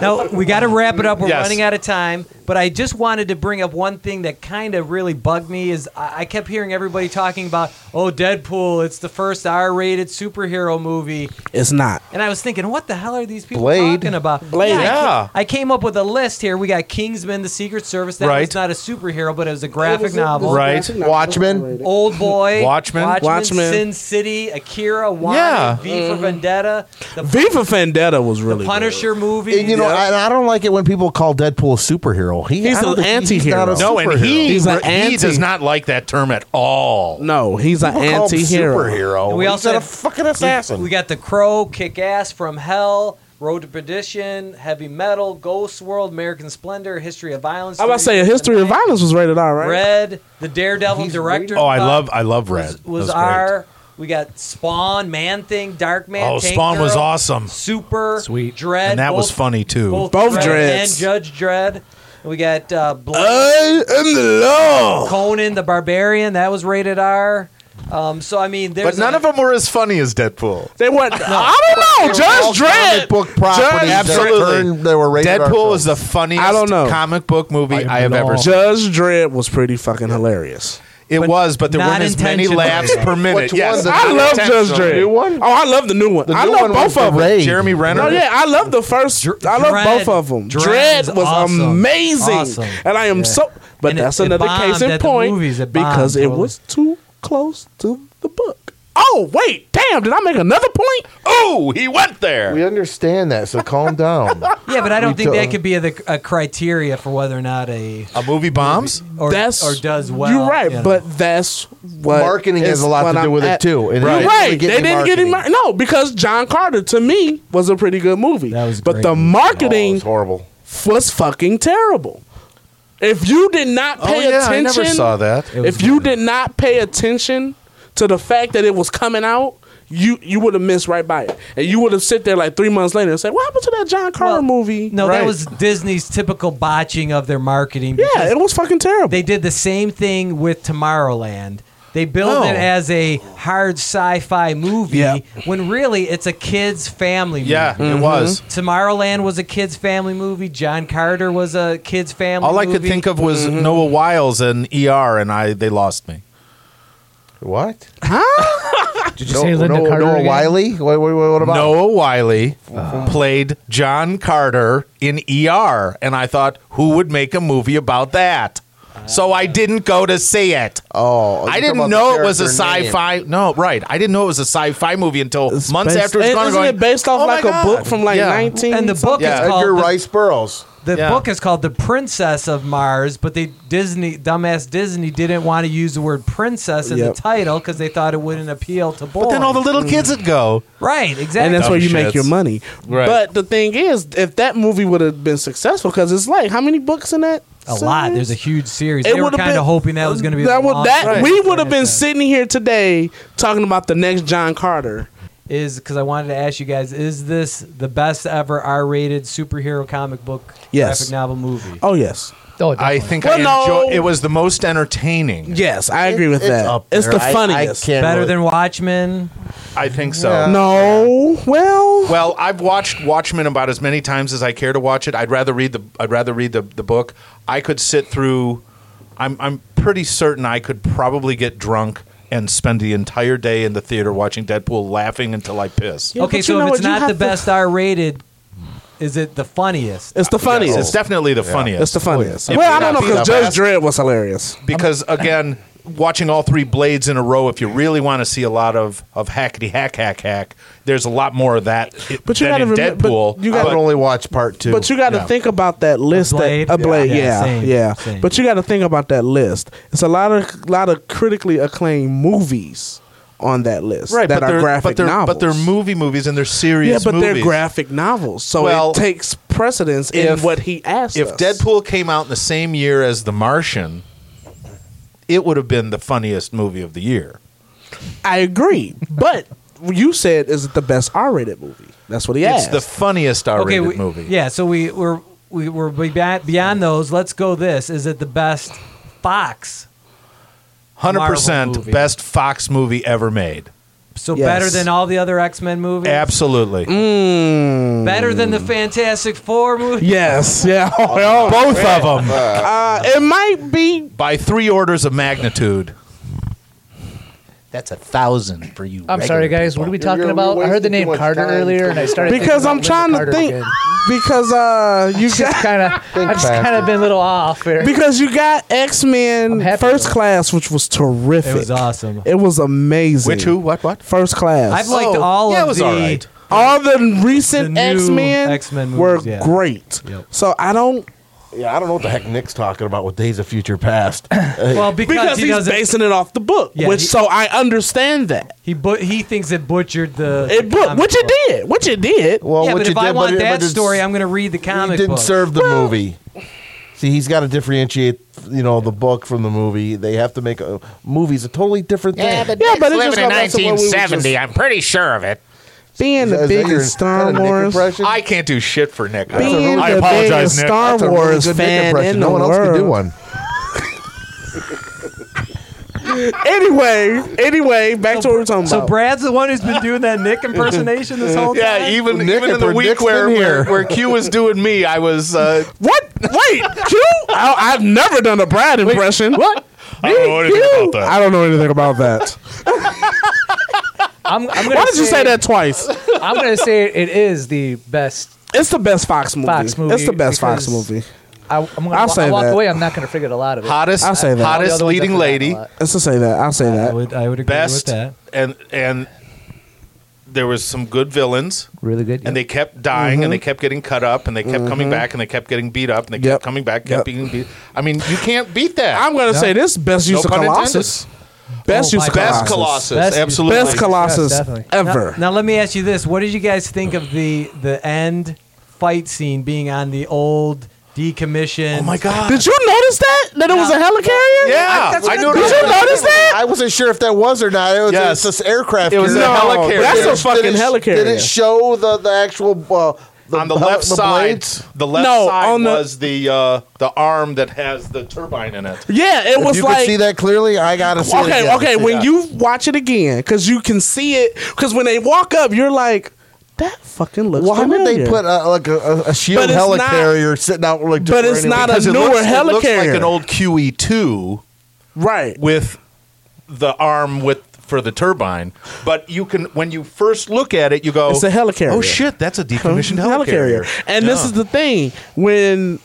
[SPEAKER 3] now we got to wrap it up. We're
[SPEAKER 1] Yes.
[SPEAKER 3] running out of time, but I just wanted to bring up one thing that kind of really bugged me is I, I kept hearing everybody talking about, oh, Deadpool, it's the first R-rated superhero movie,
[SPEAKER 2] It's not.
[SPEAKER 3] and I was thinking, what the hell are these people
[SPEAKER 4] Blade.
[SPEAKER 3] talking about?
[SPEAKER 2] Blade.
[SPEAKER 3] I
[SPEAKER 1] Yeah.
[SPEAKER 3] ca- I, came up with a list here. We got Kingsman, the Secret Service. That
[SPEAKER 1] Right.
[SPEAKER 3] was not a superhero, but it was a graphic novel.
[SPEAKER 1] Right.
[SPEAKER 4] Watchmen.
[SPEAKER 3] Old Boy,
[SPEAKER 1] Watchmen.
[SPEAKER 2] Watchmen.
[SPEAKER 3] Sin City, Akira, Wanda,
[SPEAKER 1] Yeah.
[SPEAKER 3] V for Vendetta, the
[SPEAKER 2] V for Vendetta was really
[SPEAKER 3] Punisher movie.
[SPEAKER 4] And you know, I, and I don't like it when people call Deadpool a superhero. He,
[SPEAKER 2] He's
[SPEAKER 4] I don't
[SPEAKER 2] an
[SPEAKER 4] think- he's not a
[SPEAKER 2] antihero.
[SPEAKER 1] No, and he
[SPEAKER 2] He's an
[SPEAKER 1] he
[SPEAKER 2] anti-
[SPEAKER 1] does not like that term at all.
[SPEAKER 2] good. No, he's an
[SPEAKER 4] Call him
[SPEAKER 2] anti-hero.
[SPEAKER 4] superhero.
[SPEAKER 3] And we
[SPEAKER 4] He's
[SPEAKER 3] also
[SPEAKER 4] not a
[SPEAKER 3] have-
[SPEAKER 4] fucking assassin.
[SPEAKER 3] We got the Crow, Kick Ass from Hell, Road to Perdition, Heavy Metal, Ghost World, American Splendor, History of Violence.
[SPEAKER 2] I was about to say, a history of violence was rated R, right?
[SPEAKER 3] Red, the Daredevil director.
[SPEAKER 1] Oh, I
[SPEAKER 3] Bob
[SPEAKER 1] love I love Red.
[SPEAKER 3] Was, was
[SPEAKER 1] That great.
[SPEAKER 3] our. We got Spawn, Man Thing, Dark Man.
[SPEAKER 1] Oh,
[SPEAKER 3] Tank
[SPEAKER 1] Spawn was
[SPEAKER 3] Girl,
[SPEAKER 1] awesome.
[SPEAKER 3] Super,
[SPEAKER 6] Sweet.
[SPEAKER 3] Dread,
[SPEAKER 1] And that was
[SPEAKER 3] both-
[SPEAKER 1] funny too.
[SPEAKER 3] Both,
[SPEAKER 2] Both
[SPEAKER 3] Dredd
[SPEAKER 2] Dreds.
[SPEAKER 3] and Judge Dread. We got uh, Blade,
[SPEAKER 2] I am the law.
[SPEAKER 3] Conan the Barbarian. That was rated R. Um, so I mean, there's
[SPEAKER 1] but none
[SPEAKER 3] a-
[SPEAKER 1] of them were as funny as Deadpool.
[SPEAKER 2] They went. I don't know.
[SPEAKER 4] All
[SPEAKER 2] Judge
[SPEAKER 4] comic
[SPEAKER 2] Dredd.
[SPEAKER 4] book properties that
[SPEAKER 1] Absolutely.
[SPEAKER 4] turned- They were rated R
[SPEAKER 1] Deadpool
[SPEAKER 4] films.
[SPEAKER 1] is the funniest
[SPEAKER 2] I don't know.
[SPEAKER 1] comic book movie I, have ever seen.
[SPEAKER 2] Judge Dredd was pretty fucking hilarious.
[SPEAKER 1] It
[SPEAKER 3] But
[SPEAKER 1] was, but there
[SPEAKER 3] not
[SPEAKER 1] weren't as many
[SPEAKER 3] intentionally.
[SPEAKER 1] laps per minute.
[SPEAKER 4] Which
[SPEAKER 1] Yes,
[SPEAKER 4] one? The
[SPEAKER 2] I
[SPEAKER 4] new
[SPEAKER 2] love Judge Dredd.
[SPEAKER 4] New one?
[SPEAKER 2] Oh, I love the new one.
[SPEAKER 4] The
[SPEAKER 2] I
[SPEAKER 4] new
[SPEAKER 2] love
[SPEAKER 4] one
[SPEAKER 2] both
[SPEAKER 4] was the
[SPEAKER 2] of them.
[SPEAKER 4] Raid.
[SPEAKER 1] Jeremy Renner.
[SPEAKER 2] No, yeah, I love the first.
[SPEAKER 3] Dr-
[SPEAKER 2] I love
[SPEAKER 3] Dredd-
[SPEAKER 2] both of them. Dread
[SPEAKER 3] Dredd's
[SPEAKER 2] was
[SPEAKER 3] awesome.
[SPEAKER 2] amazing,
[SPEAKER 3] Awesome.
[SPEAKER 2] and I am
[SPEAKER 3] Yeah.
[SPEAKER 2] so. But
[SPEAKER 3] And it-
[SPEAKER 2] that's
[SPEAKER 3] it
[SPEAKER 2] another case
[SPEAKER 3] bombed
[SPEAKER 2] in
[SPEAKER 3] at the
[SPEAKER 2] point
[SPEAKER 3] movies. It bombed
[SPEAKER 2] because it
[SPEAKER 3] totally.
[SPEAKER 2] was too close to the book. Oh wait, damn! Did I make another point?
[SPEAKER 1] Oh, he went there.
[SPEAKER 4] We understand that, so calm down.
[SPEAKER 3] Yeah, but I don't
[SPEAKER 4] We
[SPEAKER 3] think
[SPEAKER 4] do-
[SPEAKER 3] that could be a, a criteria for whether or not a
[SPEAKER 1] A movie
[SPEAKER 4] Oh,
[SPEAKER 1] bombs.
[SPEAKER 3] or,
[SPEAKER 2] that's
[SPEAKER 3] or does well.
[SPEAKER 2] You're right,
[SPEAKER 3] you know.
[SPEAKER 2] but that's what
[SPEAKER 4] Marketing has
[SPEAKER 2] is
[SPEAKER 4] a lot
[SPEAKER 2] what
[SPEAKER 4] to do
[SPEAKER 2] I'm
[SPEAKER 4] with it,
[SPEAKER 2] at-
[SPEAKER 4] too, and it
[SPEAKER 2] You're
[SPEAKER 4] didn't
[SPEAKER 2] right.
[SPEAKER 4] really get
[SPEAKER 2] they
[SPEAKER 4] any
[SPEAKER 2] didn't get any mar-
[SPEAKER 4] marketing.
[SPEAKER 2] no because John Carter to me was a pretty good movie.
[SPEAKER 3] That was a
[SPEAKER 2] but
[SPEAKER 3] great
[SPEAKER 2] the
[SPEAKER 3] movie.
[SPEAKER 4] Oh,
[SPEAKER 2] marketing
[SPEAKER 4] it's horrible.
[SPEAKER 2] was fucking terrible. If you did not
[SPEAKER 1] Oh
[SPEAKER 2] pay
[SPEAKER 1] yeah,
[SPEAKER 2] attention,
[SPEAKER 1] I never saw that.
[SPEAKER 3] It was
[SPEAKER 2] if you
[SPEAKER 3] bad.
[SPEAKER 2] did not pay attention to the fact that it was coming out, you you would have missed right by it, and you would have sit there like three months later and said, "What happened to that John Carter
[SPEAKER 3] Well,
[SPEAKER 2] movie?"
[SPEAKER 3] No,
[SPEAKER 1] Right.
[SPEAKER 3] that was Disney's typical botching of their marketing.
[SPEAKER 2] yeah,
[SPEAKER 3] because
[SPEAKER 2] it was fucking terrible.
[SPEAKER 3] they did the same thing with Tomorrowland. They build
[SPEAKER 1] Oh.
[SPEAKER 3] it as a hard sci-fi movie
[SPEAKER 2] Yeah.
[SPEAKER 3] when really it's a kids' family movie.
[SPEAKER 1] Yeah,
[SPEAKER 2] Mm-hmm.
[SPEAKER 1] it was.
[SPEAKER 3] Tomorrowland was a kids' family movie. John Carter was a kids' family.
[SPEAKER 1] All I
[SPEAKER 3] movie.
[SPEAKER 1] could think of was
[SPEAKER 2] Mm-hmm.
[SPEAKER 1] Noah Wiles and ER, and I they lost me.
[SPEAKER 4] What?
[SPEAKER 6] Did you say Linda
[SPEAKER 4] Noah,
[SPEAKER 6] Carter?
[SPEAKER 4] Noah
[SPEAKER 6] again?
[SPEAKER 4] Wiley? What, what, what about?
[SPEAKER 1] Noah Wiley played John Carter in ER, and I thought, who would make a movie about that? So I didn't go to see it.
[SPEAKER 4] Oh,
[SPEAKER 1] I
[SPEAKER 4] you're
[SPEAKER 1] didn't
[SPEAKER 4] talking about
[SPEAKER 1] know
[SPEAKER 4] the
[SPEAKER 1] it was a
[SPEAKER 4] character name.
[SPEAKER 1] sci-fi. No, right. I didn't know it was a sci-fi movie until
[SPEAKER 2] It's
[SPEAKER 1] months
[SPEAKER 2] based-
[SPEAKER 1] after it's gone.
[SPEAKER 2] Isn't
[SPEAKER 1] going,
[SPEAKER 2] it based off
[SPEAKER 1] "Oh my
[SPEAKER 2] like a
[SPEAKER 1] God."
[SPEAKER 2] book from like
[SPEAKER 1] Yeah.
[SPEAKER 2] nineteen?
[SPEAKER 3] And the book
[SPEAKER 1] Yeah,
[SPEAKER 3] is called
[SPEAKER 4] Edgar
[SPEAKER 3] the-
[SPEAKER 4] Rice Burroughs.
[SPEAKER 3] The
[SPEAKER 1] Yeah.
[SPEAKER 3] book is called The Princess of Mars, but they Disney dumbass Disney didn't want to use the word princess in
[SPEAKER 2] Yep.
[SPEAKER 3] the title because they thought it wouldn't appeal to boys.
[SPEAKER 1] But then all the
[SPEAKER 2] Mm.
[SPEAKER 1] little kids would go.
[SPEAKER 3] right, exactly.
[SPEAKER 2] and that's
[SPEAKER 1] Dumb
[SPEAKER 2] where you make
[SPEAKER 1] shits.
[SPEAKER 2] your money.
[SPEAKER 1] Right.
[SPEAKER 2] But the thing is, if that movie would have been successful, because it's like how many books in that?
[SPEAKER 3] a lot. There's a
[SPEAKER 2] series?
[SPEAKER 3] huge series.
[SPEAKER 2] It
[SPEAKER 3] they were
[SPEAKER 2] would've
[SPEAKER 3] kind
[SPEAKER 2] been-
[SPEAKER 3] of hoping that was going to be
[SPEAKER 2] that.
[SPEAKER 3] the
[SPEAKER 2] Would,
[SPEAKER 3] launch
[SPEAKER 2] that
[SPEAKER 3] of
[SPEAKER 2] we
[SPEAKER 3] the
[SPEAKER 2] would have been
[SPEAKER 3] franchise.
[SPEAKER 2] sitting here today talking about the next John Carter.
[SPEAKER 3] Is because I wanted to ask you guys: Is this the best ever R-rated superhero comic book
[SPEAKER 2] Yes.
[SPEAKER 3] graphic novel movie?
[SPEAKER 2] Oh yes,
[SPEAKER 6] Oh,
[SPEAKER 1] I
[SPEAKER 6] definitely.
[SPEAKER 1] think
[SPEAKER 2] Well,
[SPEAKER 1] I
[SPEAKER 2] no.
[SPEAKER 1] enjoy- it was the most entertaining.
[SPEAKER 2] yes, I agree with
[SPEAKER 4] it's
[SPEAKER 2] that.
[SPEAKER 4] up
[SPEAKER 2] it's
[SPEAKER 4] there.
[SPEAKER 2] the
[SPEAKER 4] I- I
[SPEAKER 2] funniest.
[SPEAKER 4] can't
[SPEAKER 3] Better
[SPEAKER 4] really-
[SPEAKER 3] than Watchmen.
[SPEAKER 1] I think so.
[SPEAKER 4] Yeah.
[SPEAKER 2] no, well,
[SPEAKER 1] Well, I've watched Watchmen about as many times as I care to watch it. I'd rather read the I'd rather read the, the book. I could sit through I'm I'm pretty certain I could probably get drunk and spend the entire day in the theater watching Deadpool laughing until I piss.
[SPEAKER 2] Yeah,
[SPEAKER 3] okay,
[SPEAKER 2] but you
[SPEAKER 3] so
[SPEAKER 2] know
[SPEAKER 3] if it's
[SPEAKER 2] what? You
[SPEAKER 3] not
[SPEAKER 2] have
[SPEAKER 3] the
[SPEAKER 2] to-
[SPEAKER 3] best R-rated, is it the funniest?
[SPEAKER 2] it's the funniest.
[SPEAKER 1] It's definitely the funniest.
[SPEAKER 2] It's the funniest.
[SPEAKER 1] It
[SPEAKER 2] Well,
[SPEAKER 1] may
[SPEAKER 2] I don't
[SPEAKER 1] not
[SPEAKER 2] know
[SPEAKER 1] be
[SPEAKER 2] because
[SPEAKER 1] the
[SPEAKER 2] Judge
[SPEAKER 1] best.
[SPEAKER 2] Dredd was hilarious.
[SPEAKER 1] because again, watching all three blades in a row, if you really want to see a lot of of hackety hack hack hack, there's a lot more of that i-
[SPEAKER 2] But you
[SPEAKER 1] than
[SPEAKER 2] gotta
[SPEAKER 1] in
[SPEAKER 2] remem- but
[SPEAKER 1] Deadpool.
[SPEAKER 2] you
[SPEAKER 4] I
[SPEAKER 2] gotta-
[SPEAKER 4] would only watch part two.
[SPEAKER 2] But you got to
[SPEAKER 1] Yeah.
[SPEAKER 2] think about that list.
[SPEAKER 3] Blade?
[SPEAKER 2] That, a blade,
[SPEAKER 3] Yeah.
[SPEAKER 2] yeah,
[SPEAKER 3] Yeah,
[SPEAKER 2] yeah.
[SPEAKER 3] same, same.
[SPEAKER 2] But you got to think about that list. It's a lot of lot of critically acclaimed movies on that list
[SPEAKER 1] right,
[SPEAKER 2] that
[SPEAKER 1] but
[SPEAKER 2] are
[SPEAKER 1] they're
[SPEAKER 2] graphic
[SPEAKER 1] but they're
[SPEAKER 2] novels.
[SPEAKER 1] but they're movie movies and they're
[SPEAKER 2] Yeah,
[SPEAKER 1] serious.
[SPEAKER 2] but they're
[SPEAKER 1] movies.
[SPEAKER 2] graphic novels, so
[SPEAKER 1] Well,
[SPEAKER 2] it takes precedence
[SPEAKER 1] if-
[SPEAKER 2] in what he asked.
[SPEAKER 1] if
[SPEAKER 2] us.
[SPEAKER 1] Deadpool came out in the same year as The Martian, it would have been the funniest movie of the year.
[SPEAKER 2] I agree, but you said is it the best R-rated movie? That's what he asked.
[SPEAKER 1] It's the funniest R-rated
[SPEAKER 3] we,
[SPEAKER 1] movie.
[SPEAKER 3] Yeah, so we we're we, we're be- beyond those. Let's go. This is it. The best Fox.
[SPEAKER 1] hundred
[SPEAKER 3] Marvel
[SPEAKER 1] percent
[SPEAKER 3] movie.
[SPEAKER 1] best Fox movie ever made.
[SPEAKER 3] So
[SPEAKER 2] Yes.
[SPEAKER 3] better than all the other X Men movies.
[SPEAKER 1] Absolutely,
[SPEAKER 2] Mm.
[SPEAKER 3] Better than the Fantastic Four movie.
[SPEAKER 2] Yes, yeah.
[SPEAKER 1] both of them
[SPEAKER 2] Oh, Uh, it might be
[SPEAKER 1] by three orders of magnitude.
[SPEAKER 7] That's a thousand for you.
[SPEAKER 6] I'm sorry, guys. What are we talking
[SPEAKER 4] you're
[SPEAKER 6] about? I heard the
[SPEAKER 4] wasting too
[SPEAKER 6] name
[SPEAKER 4] much
[SPEAKER 6] Carter
[SPEAKER 4] time.
[SPEAKER 6] earlier, and I started thinking
[SPEAKER 2] because
[SPEAKER 6] about
[SPEAKER 2] I'm
[SPEAKER 6] Linda
[SPEAKER 2] trying
[SPEAKER 6] Carter
[SPEAKER 2] to think
[SPEAKER 6] again.
[SPEAKER 2] because uh you got
[SPEAKER 6] kind of, I've just
[SPEAKER 4] faster.
[SPEAKER 6] kind of been a little off here.
[SPEAKER 2] Because you got X
[SPEAKER 6] I'm
[SPEAKER 2] Men
[SPEAKER 6] happy
[SPEAKER 2] First
[SPEAKER 6] with it.
[SPEAKER 2] Class, which was terrific.
[SPEAKER 3] It was awesome.
[SPEAKER 2] It was amazing.
[SPEAKER 1] Which who? What? What?
[SPEAKER 2] First Class.
[SPEAKER 3] I've liked
[SPEAKER 1] Oh,
[SPEAKER 3] all
[SPEAKER 1] yeah,
[SPEAKER 3] of
[SPEAKER 1] it was
[SPEAKER 3] the.
[SPEAKER 1] all right.
[SPEAKER 2] all the recent
[SPEAKER 3] The new
[SPEAKER 2] X Men
[SPEAKER 3] X-Men
[SPEAKER 2] were
[SPEAKER 3] movies, yeah.
[SPEAKER 2] great.
[SPEAKER 3] Yep.
[SPEAKER 2] So I don't
[SPEAKER 4] yeah, I don't know what the heck Nick's talking about with Days of Future Past.
[SPEAKER 3] Well, because,
[SPEAKER 2] because
[SPEAKER 3] he
[SPEAKER 2] he's
[SPEAKER 3] doesn't.
[SPEAKER 2] basing it off the book,
[SPEAKER 3] Yeah,
[SPEAKER 2] which
[SPEAKER 3] he-
[SPEAKER 2] so I understand that
[SPEAKER 3] he but he thinks it butchered the.
[SPEAKER 2] it
[SPEAKER 3] the
[SPEAKER 2] book,
[SPEAKER 3] comic
[SPEAKER 2] which it
[SPEAKER 3] book.
[SPEAKER 2] did, which it did.
[SPEAKER 4] well,
[SPEAKER 3] yeah,
[SPEAKER 4] what
[SPEAKER 3] but
[SPEAKER 4] you
[SPEAKER 3] if
[SPEAKER 4] did,
[SPEAKER 3] I want
[SPEAKER 4] but it-
[SPEAKER 3] that
[SPEAKER 4] but it's-
[SPEAKER 3] story, I'm going to read the
[SPEAKER 4] He
[SPEAKER 3] comic
[SPEAKER 4] didn't
[SPEAKER 3] book.
[SPEAKER 4] serve the movie. See, he's got to differentiate, you know, the book from the movie. They have to make a movie's a totally different thing.
[SPEAKER 7] Yeah, but
[SPEAKER 2] Yeah,
[SPEAKER 7] Nick's
[SPEAKER 2] but it's just
[SPEAKER 7] living in
[SPEAKER 2] going back to what we were
[SPEAKER 7] 1970.
[SPEAKER 2] just-
[SPEAKER 7] I'm pretty sure of it.
[SPEAKER 2] Being
[SPEAKER 4] Is that-
[SPEAKER 2] the
[SPEAKER 4] is that your-
[SPEAKER 2] biggest
[SPEAKER 4] is that a
[SPEAKER 2] Star
[SPEAKER 4] Nick
[SPEAKER 2] Wars,
[SPEAKER 4] impression?
[SPEAKER 1] I can't do shit for Nick. I,
[SPEAKER 2] being
[SPEAKER 1] I
[SPEAKER 2] the
[SPEAKER 1] apologize,
[SPEAKER 2] biggest
[SPEAKER 1] Nick.
[SPEAKER 2] Star
[SPEAKER 4] That's a really
[SPEAKER 2] Wars
[SPEAKER 4] good Nick
[SPEAKER 2] fan
[SPEAKER 4] impression.
[SPEAKER 2] in
[SPEAKER 4] no
[SPEAKER 2] the
[SPEAKER 4] one else
[SPEAKER 2] world.
[SPEAKER 4] could do one.
[SPEAKER 2] Anyway, anyway, back to what we were talking
[SPEAKER 3] So
[SPEAKER 2] about.
[SPEAKER 3] Brad's the one who's been doing that Nick impersonation this whole time.
[SPEAKER 1] Yeah, even
[SPEAKER 4] Nick
[SPEAKER 1] even in
[SPEAKER 4] and
[SPEAKER 1] the
[SPEAKER 4] Nick's
[SPEAKER 1] week
[SPEAKER 4] been
[SPEAKER 1] where, where
[SPEAKER 4] here.
[SPEAKER 1] where Q was doing me, I was uh,
[SPEAKER 2] What? Wait, Q? I, I've never done a Brad impression. what?
[SPEAKER 1] I don't know anything about that.
[SPEAKER 2] I don't know anything about that.
[SPEAKER 6] I'm, I'm gonna
[SPEAKER 2] Why did you say that twice?
[SPEAKER 6] I'm gonna say it is the best.
[SPEAKER 2] It's the best Fox movie.
[SPEAKER 6] Fox movie,
[SPEAKER 2] It's the best Fox
[SPEAKER 6] because-
[SPEAKER 2] movie.
[SPEAKER 6] I, I'm gonna
[SPEAKER 2] I'll
[SPEAKER 6] wa-
[SPEAKER 2] say
[SPEAKER 6] I walk
[SPEAKER 2] that.
[SPEAKER 6] away. I'm not gonna forget a lot of it.
[SPEAKER 1] hottest
[SPEAKER 2] I'll say that.
[SPEAKER 6] All the
[SPEAKER 1] hottest
[SPEAKER 6] other ones I've
[SPEAKER 1] leading
[SPEAKER 6] forgotten a
[SPEAKER 1] lady
[SPEAKER 6] lot.
[SPEAKER 2] Let's just say that. I'll say
[SPEAKER 3] I
[SPEAKER 2] that.
[SPEAKER 3] would, I would agree
[SPEAKER 1] best
[SPEAKER 3] with that.
[SPEAKER 1] and and there was some good villains
[SPEAKER 6] Really good.
[SPEAKER 1] and they kept dying and they kept getting cut up and they kept coming back and they kept getting beat up and they kept
[SPEAKER 2] Yep.
[SPEAKER 1] coming back kept
[SPEAKER 2] Yep.
[SPEAKER 1] being beat i mean you can't beat that
[SPEAKER 2] I'm gonna say this best use
[SPEAKER 1] No
[SPEAKER 2] of
[SPEAKER 1] pun
[SPEAKER 2] Colossus. Best
[SPEAKER 6] Oh,
[SPEAKER 2] use of
[SPEAKER 6] my
[SPEAKER 1] best
[SPEAKER 2] Colossus.
[SPEAKER 1] colossus,
[SPEAKER 6] Best-
[SPEAKER 1] absolutely
[SPEAKER 2] Best Colossus
[SPEAKER 6] Yes, definitely.
[SPEAKER 3] Now-
[SPEAKER 2] ever.
[SPEAKER 3] Now, let me ask you this: What did you guys think of the the end fight scene being on the old decommissioned?
[SPEAKER 1] oh my god
[SPEAKER 2] Did you notice that? That it was a helicarrier?
[SPEAKER 1] yeah
[SPEAKER 6] That's
[SPEAKER 1] i,
[SPEAKER 6] what
[SPEAKER 1] knew
[SPEAKER 6] I
[SPEAKER 1] it
[SPEAKER 2] Did
[SPEAKER 1] was-
[SPEAKER 2] you notice that?
[SPEAKER 4] I wasn't sure if that was or not. It was
[SPEAKER 1] Yes.
[SPEAKER 4] it's this aircraft.
[SPEAKER 1] It was
[SPEAKER 4] here.
[SPEAKER 1] a No, helicarrier. that's a
[SPEAKER 4] Did it-
[SPEAKER 2] fucking
[SPEAKER 4] did it-
[SPEAKER 2] helicarrier.
[SPEAKER 4] Did it show the, the actual uh, the,
[SPEAKER 1] on the
[SPEAKER 4] hel-
[SPEAKER 1] left side
[SPEAKER 4] blades?
[SPEAKER 1] the left
[SPEAKER 2] No,
[SPEAKER 1] side
[SPEAKER 2] on the-
[SPEAKER 1] was the uh the arm that has the turbine in it
[SPEAKER 2] Yeah, it
[SPEAKER 4] If
[SPEAKER 2] was
[SPEAKER 4] you
[SPEAKER 2] like
[SPEAKER 4] could see that clearly, I gotta see it.
[SPEAKER 2] okay,
[SPEAKER 4] again.
[SPEAKER 2] okay. When
[SPEAKER 4] Yeah.
[SPEAKER 2] you watch it again, because you can see it. Because when they walk up, you're like, that fucking looks.
[SPEAKER 4] why would they
[SPEAKER 2] familiar."
[SPEAKER 4] put a, like a, a, a shield
[SPEAKER 2] But it's not-
[SPEAKER 4] helicarrier sitting out like? just
[SPEAKER 2] but it's
[SPEAKER 4] randomly?
[SPEAKER 2] not a
[SPEAKER 1] because it
[SPEAKER 2] newer
[SPEAKER 1] looks, it looks like
[SPEAKER 2] helicarrier.
[SPEAKER 1] an old E QE2
[SPEAKER 2] right?
[SPEAKER 1] with the arm with for the turbine. But you can when you first look at it, you go,
[SPEAKER 2] It's a helicarrier.
[SPEAKER 1] Oh shit, that's a decommissioned helicarrier.
[SPEAKER 2] And this
[SPEAKER 1] Yeah.
[SPEAKER 2] is the thing when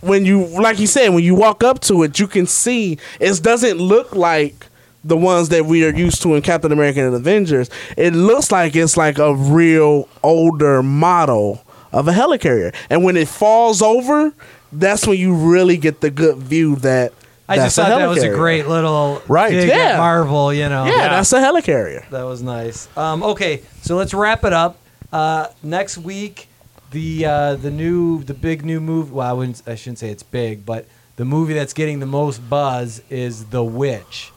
[SPEAKER 2] when you like you said when you walk up to it, you can see it doesn't look like the ones that we are used to in Captain America and Avengers. It looks like it's like a real older model of a helicarrier. And when it falls over, that's when you really get the good view that
[SPEAKER 3] I
[SPEAKER 2] that's
[SPEAKER 3] just thought
[SPEAKER 2] a
[SPEAKER 3] that was a
[SPEAKER 2] helicarrier.
[SPEAKER 3] great little
[SPEAKER 1] Right.
[SPEAKER 3] dig at
[SPEAKER 2] Yeah.
[SPEAKER 3] Marvel. You know,
[SPEAKER 2] Yeah, that's a helicarrier.
[SPEAKER 3] That was nice. Um, okay, so let's wrap it up. Uh, next week, the uh, the new the big new movie. Well, I wouldn't. I shouldn't say it's big, but the movie that's getting the most buzz is The Witch.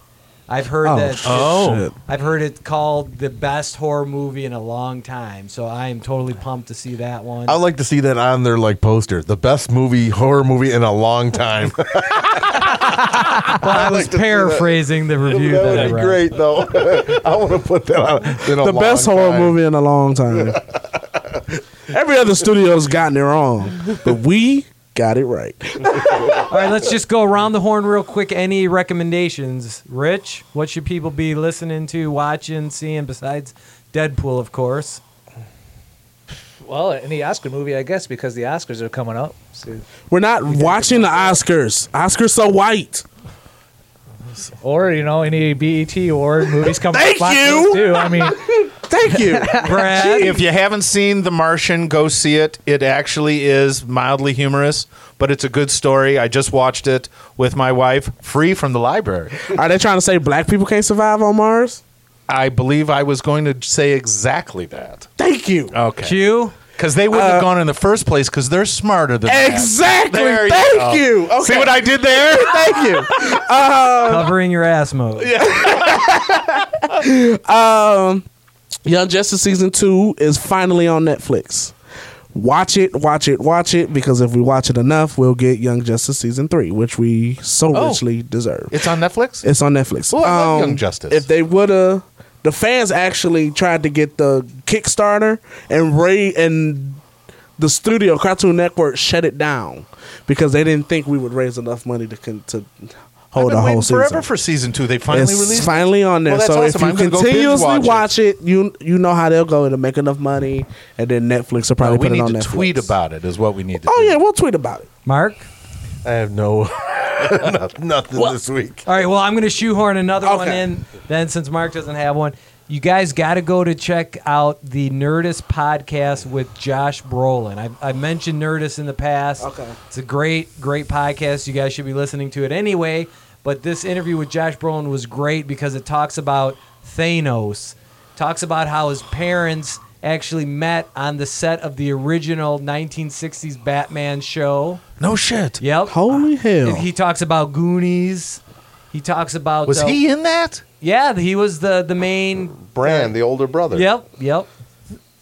[SPEAKER 3] I've heard that.
[SPEAKER 1] Oh.
[SPEAKER 3] I've heard it called the best horror movie in a long time. So I am totally pumped to see that one.
[SPEAKER 4] I'd like to see that on their like poster. The best movie horror movie in a long time. that
[SPEAKER 3] Well, I was
[SPEAKER 4] like to see that.
[SPEAKER 3] paraphrasing the review that, I
[SPEAKER 4] would be
[SPEAKER 3] read.
[SPEAKER 4] great though. I want to put that on. in a
[SPEAKER 2] The best
[SPEAKER 4] long
[SPEAKER 2] horror
[SPEAKER 4] time.
[SPEAKER 2] movie in a long time. Every other studio's gotten it wrong, but we got it right.
[SPEAKER 3] All right, let's just go around the horn real quick. Any recommendations, Rich? What should people be listening to, watching, seeing besides Deadpool, of course?
[SPEAKER 6] Well, any Oscar movie, I guess, because the Oscars are coming up. So-
[SPEAKER 2] We're not watching the Oscars. Oscars so white.
[SPEAKER 6] or you know, any BET award movies coming.
[SPEAKER 2] Thank
[SPEAKER 6] up.
[SPEAKER 2] you!
[SPEAKER 6] Too. I mean,
[SPEAKER 2] Thank you.
[SPEAKER 3] Brad,
[SPEAKER 1] If you haven't seen The Martian, go see it. It actually is mildly humorous, but it's a good story. I just watched it with my wife, free from the library.
[SPEAKER 2] Are they trying to say black people can't survive on Mars?
[SPEAKER 1] I believe I was going to say exactly that.
[SPEAKER 2] Thank you.
[SPEAKER 1] Okay.
[SPEAKER 3] Q,
[SPEAKER 1] Because they wouldn't
[SPEAKER 2] Uh,
[SPEAKER 1] have gone in the first place because they're smarter than that.
[SPEAKER 2] Exactly.
[SPEAKER 1] There you
[SPEAKER 2] Thank
[SPEAKER 1] go.
[SPEAKER 2] you. Oh. Okay.
[SPEAKER 1] See what I did there?
[SPEAKER 2] Thank you.
[SPEAKER 3] covering your ass mode.
[SPEAKER 2] Young Justice season two is finally on Netflix. Watch it, watch it, watch it, because if we watch it enough, we'll get Young Justice season three, which we so
[SPEAKER 1] Oh.
[SPEAKER 2] richly deserve.
[SPEAKER 1] It's on Netflix?
[SPEAKER 2] It's on Netflix. Um,
[SPEAKER 1] Oh, I love Young Justice.
[SPEAKER 2] If they would have, the fans actually tried to get the Kickstarter and Ray and the studio Cartoon Network shut it down because they didn't think we would raise enough money to con- to hold
[SPEAKER 1] I've been
[SPEAKER 2] Oh, the whole
[SPEAKER 1] waiting
[SPEAKER 2] season.
[SPEAKER 1] forever for season two. They finally
[SPEAKER 2] it's
[SPEAKER 1] released. it.
[SPEAKER 2] finally on there,
[SPEAKER 1] Well, that's
[SPEAKER 2] so
[SPEAKER 1] awesome. I'm
[SPEAKER 2] if you
[SPEAKER 1] gonna go binge
[SPEAKER 2] continuously
[SPEAKER 1] watch
[SPEAKER 2] watch
[SPEAKER 1] it.
[SPEAKER 2] it. you you know how they'll go to make enough money, and then Netflix will probably
[SPEAKER 1] we
[SPEAKER 2] put it
[SPEAKER 1] need
[SPEAKER 2] on
[SPEAKER 1] to
[SPEAKER 2] Netflix.
[SPEAKER 1] tweet about it. Is what we need to.
[SPEAKER 2] Oh
[SPEAKER 1] do.
[SPEAKER 2] yeah, we'll tweet about it.
[SPEAKER 3] Mark.
[SPEAKER 4] I have no nothing this week.
[SPEAKER 3] All right, well, I'm going to shoehorn another one
[SPEAKER 2] Okay.
[SPEAKER 3] in then since Mark doesn't have one. You guys got to go to check out the Nerdist podcast with Josh Brolin. I, I mentioned Nerdist in the past.
[SPEAKER 2] Okay.
[SPEAKER 3] It's a great, great podcast. You guys should be listening to it anyway. But this interview with Josh Brolin was great because it talks about Thanos, talks about how his parents actually met on the set of the original 1960s Batman show.
[SPEAKER 1] No shit.
[SPEAKER 3] Yep. Ah.
[SPEAKER 2] Holy hell!
[SPEAKER 3] He talks about Goonies. He talks about
[SPEAKER 1] Was
[SPEAKER 3] uh,
[SPEAKER 1] he in that?
[SPEAKER 3] Yeah, he was the the main.
[SPEAKER 4] Bran, the older brother.
[SPEAKER 3] Yep, yep.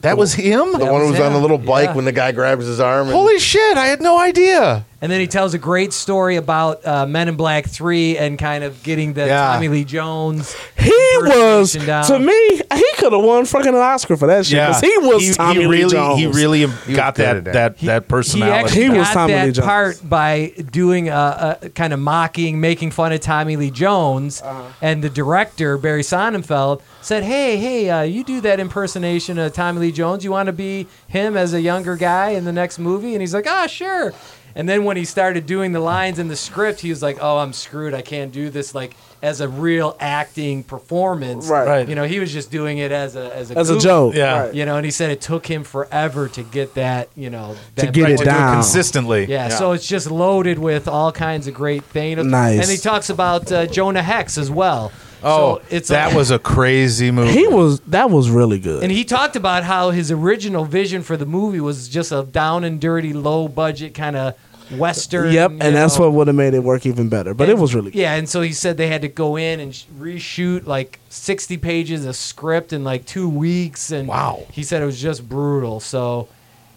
[SPEAKER 1] That was him.
[SPEAKER 4] The one who
[SPEAKER 3] was
[SPEAKER 4] was on
[SPEAKER 3] him.
[SPEAKER 4] the little bike
[SPEAKER 3] Yeah.
[SPEAKER 4] when the guy grabs his arm. And
[SPEAKER 1] Holy shit! I had no idea.
[SPEAKER 3] And then he tells a great story about uh, Men in Black Three and kind of getting the
[SPEAKER 1] Yeah.
[SPEAKER 3] Tommy Lee Jones.
[SPEAKER 2] He was
[SPEAKER 3] impersonation down.
[SPEAKER 2] to me. He could have won fucking an Oscar for that shit. 'cause he was Tommy
[SPEAKER 1] really,
[SPEAKER 2] Lee Jones.
[SPEAKER 1] He really got that that that
[SPEAKER 3] He
[SPEAKER 1] personality.
[SPEAKER 3] actually
[SPEAKER 2] He was
[SPEAKER 3] got
[SPEAKER 2] Tommy
[SPEAKER 3] that
[SPEAKER 2] Lee Jones.
[SPEAKER 3] part by doing a, a kind of mocking, making fun of Tommy Lee Jones, and the director Barry Sonnenfeld said, "Hey, hey, uh, you do that impersonation of Tommy Lee Jones. You want to be him as a younger guy in the next movie?" And he's like, "Ah, sure." And then when he started doing the lines in the script, he was like, "Oh, I'm screwed. I can't do this like as a real acting performance."
[SPEAKER 2] Right. Right.
[SPEAKER 3] You know, he was just doing it as a as a
[SPEAKER 2] as a
[SPEAKER 3] goof.
[SPEAKER 2] joke.
[SPEAKER 1] Yeah.
[SPEAKER 2] Right.
[SPEAKER 3] You know, and he said it took him forever to get that, you know,
[SPEAKER 2] To
[SPEAKER 3] that
[SPEAKER 2] get
[SPEAKER 3] right
[SPEAKER 2] it
[SPEAKER 1] to do
[SPEAKER 2] down.
[SPEAKER 1] it consistently.
[SPEAKER 3] yeah, so it's just loaded with all kinds of great things.
[SPEAKER 2] Nice.
[SPEAKER 3] And he talks about uh, Jonah Hex as well.
[SPEAKER 1] oh,
[SPEAKER 3] so it's
[SPEAKER 1] that
[SPEAKER 3] a,
[SPEAKER 1] was a crazy movie.
[SPEAKER 2] He was that was really good.
[SPEAKER 3] And he talked about how his original vision for the movie was just a down and dirty, low budget kind of western.
[SPEAKER 2] yep,
[SPEAKER 3] you
[SPEAKER 2] and that's
[SPEAKER 3] know.
[SPEAKER 2] what would have made it work even better. But it
[SPEAKER 3] And-
[SPEAKER 2] was really good.
[SPEAKER 3] Yeah, and so he said they had to go in and sh- reshoot like 60 pages of script in like two weeks. And
[SPEAKER 1] Wow.
[SPEAKER 3] he said it was just brutal. So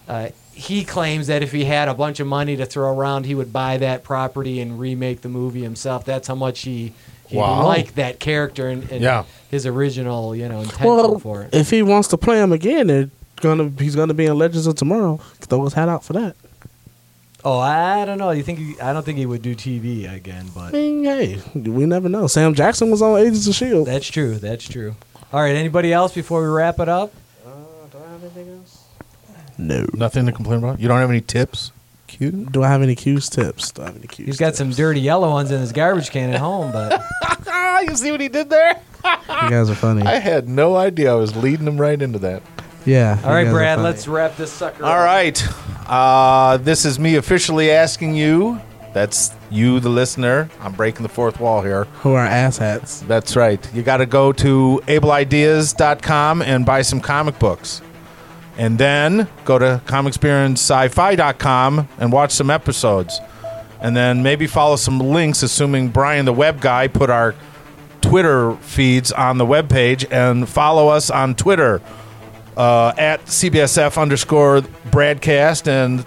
[SPEAKER 3] uh, he claims that if he had a bunch of money to throw around, he would buy that property and remake the movie himself. That's how much he, he
[SPEAKER 1] Wow.
[SPEAKER 3] liked that character and, and
[SPEAKER 1] Yeah.
[SPEAKER 3] his original, you know, intention for
[SPEAKER 2] Well,
[SPEAKER 3] it.
[SPEAKER 2] if he wants to play him again, they're gonna he's gonna be in Legends of Tomorrow. Throw his hat out for that.
[SPEAKER 3] Oh, I don't know. You think? He, I don't think he would do TV again,
[SPEAKER 2] I
[SPEAKER 3] but
[SPEAKER 2] mean, hey, we never know. Sam Jackson was on Agents of Shield.
[SPEAKER 3] that's true. That's true. All right. Anybody else before we wrap it up?
[SPEAKER 2] No.
[SPEAKER 1] nothing to complain about. You don't have any tips. Cute.
[SPEAKER 2] Do I have any Q's tips? Do I have any Q's?
[SPEAKER 3] He's got some dirty yellow ones in his garbage can at home, but
[SPEAKER 1] Ah, you see what he did there?
[SPEAKER 2] You guys are funny.
[SPEAKER 1] I had no idea. I was leading him right into that.
[SPEAKER 2] yeah.
[SPEAKER 3] all
[SPEAKER 2] you
[SPEAKER 3] right,
[SPEAKER 2] guys are
[SPEAKER 3] Brad,
[SPEAKER 2] funny.
[SPEAKER 3] let's wrap this sucker.
[SPEAKER 1] All
[SPEAKER 3] up.
[SPEAKER 1] right. Uh, this is me officially asking you. That's you, the listener. I'm breaking the fourth wall here.
[SPEAKER 2] Who are asshats?
[SPEAKER 1] That's right. You got to go to ableideas.com and buy some comic books. And then go to comexperiencesci-fi.com and watch some episodes. And then maybe follow some links, assuming Brian, the web guy, put our Twitter feeds on the webpage and follow us on Twitter uh, at CBSF underscore broadcast and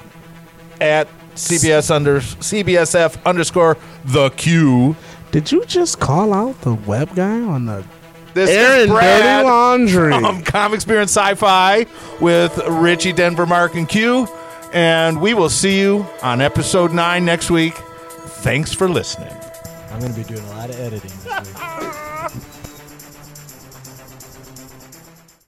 [SPEAKER 1] at CBS under CBSF underscore the Q.
[SPEAKER 2] Did you just call out the web guy on the
[SPEAKER 1] This
[SPEAKER 2] Aaron
[SPEAKER 1] is Brad
[SPEAKER 2] Dirty Laundry?
[SPEAKER 1] from Um, Comic Experience Sci-Fi with Richie Denver, Mark, and Q. And we will see you on episode nine next week. Thanks for listening.
[SPEAKER 3] I'm going to be doing a lot of editing this week.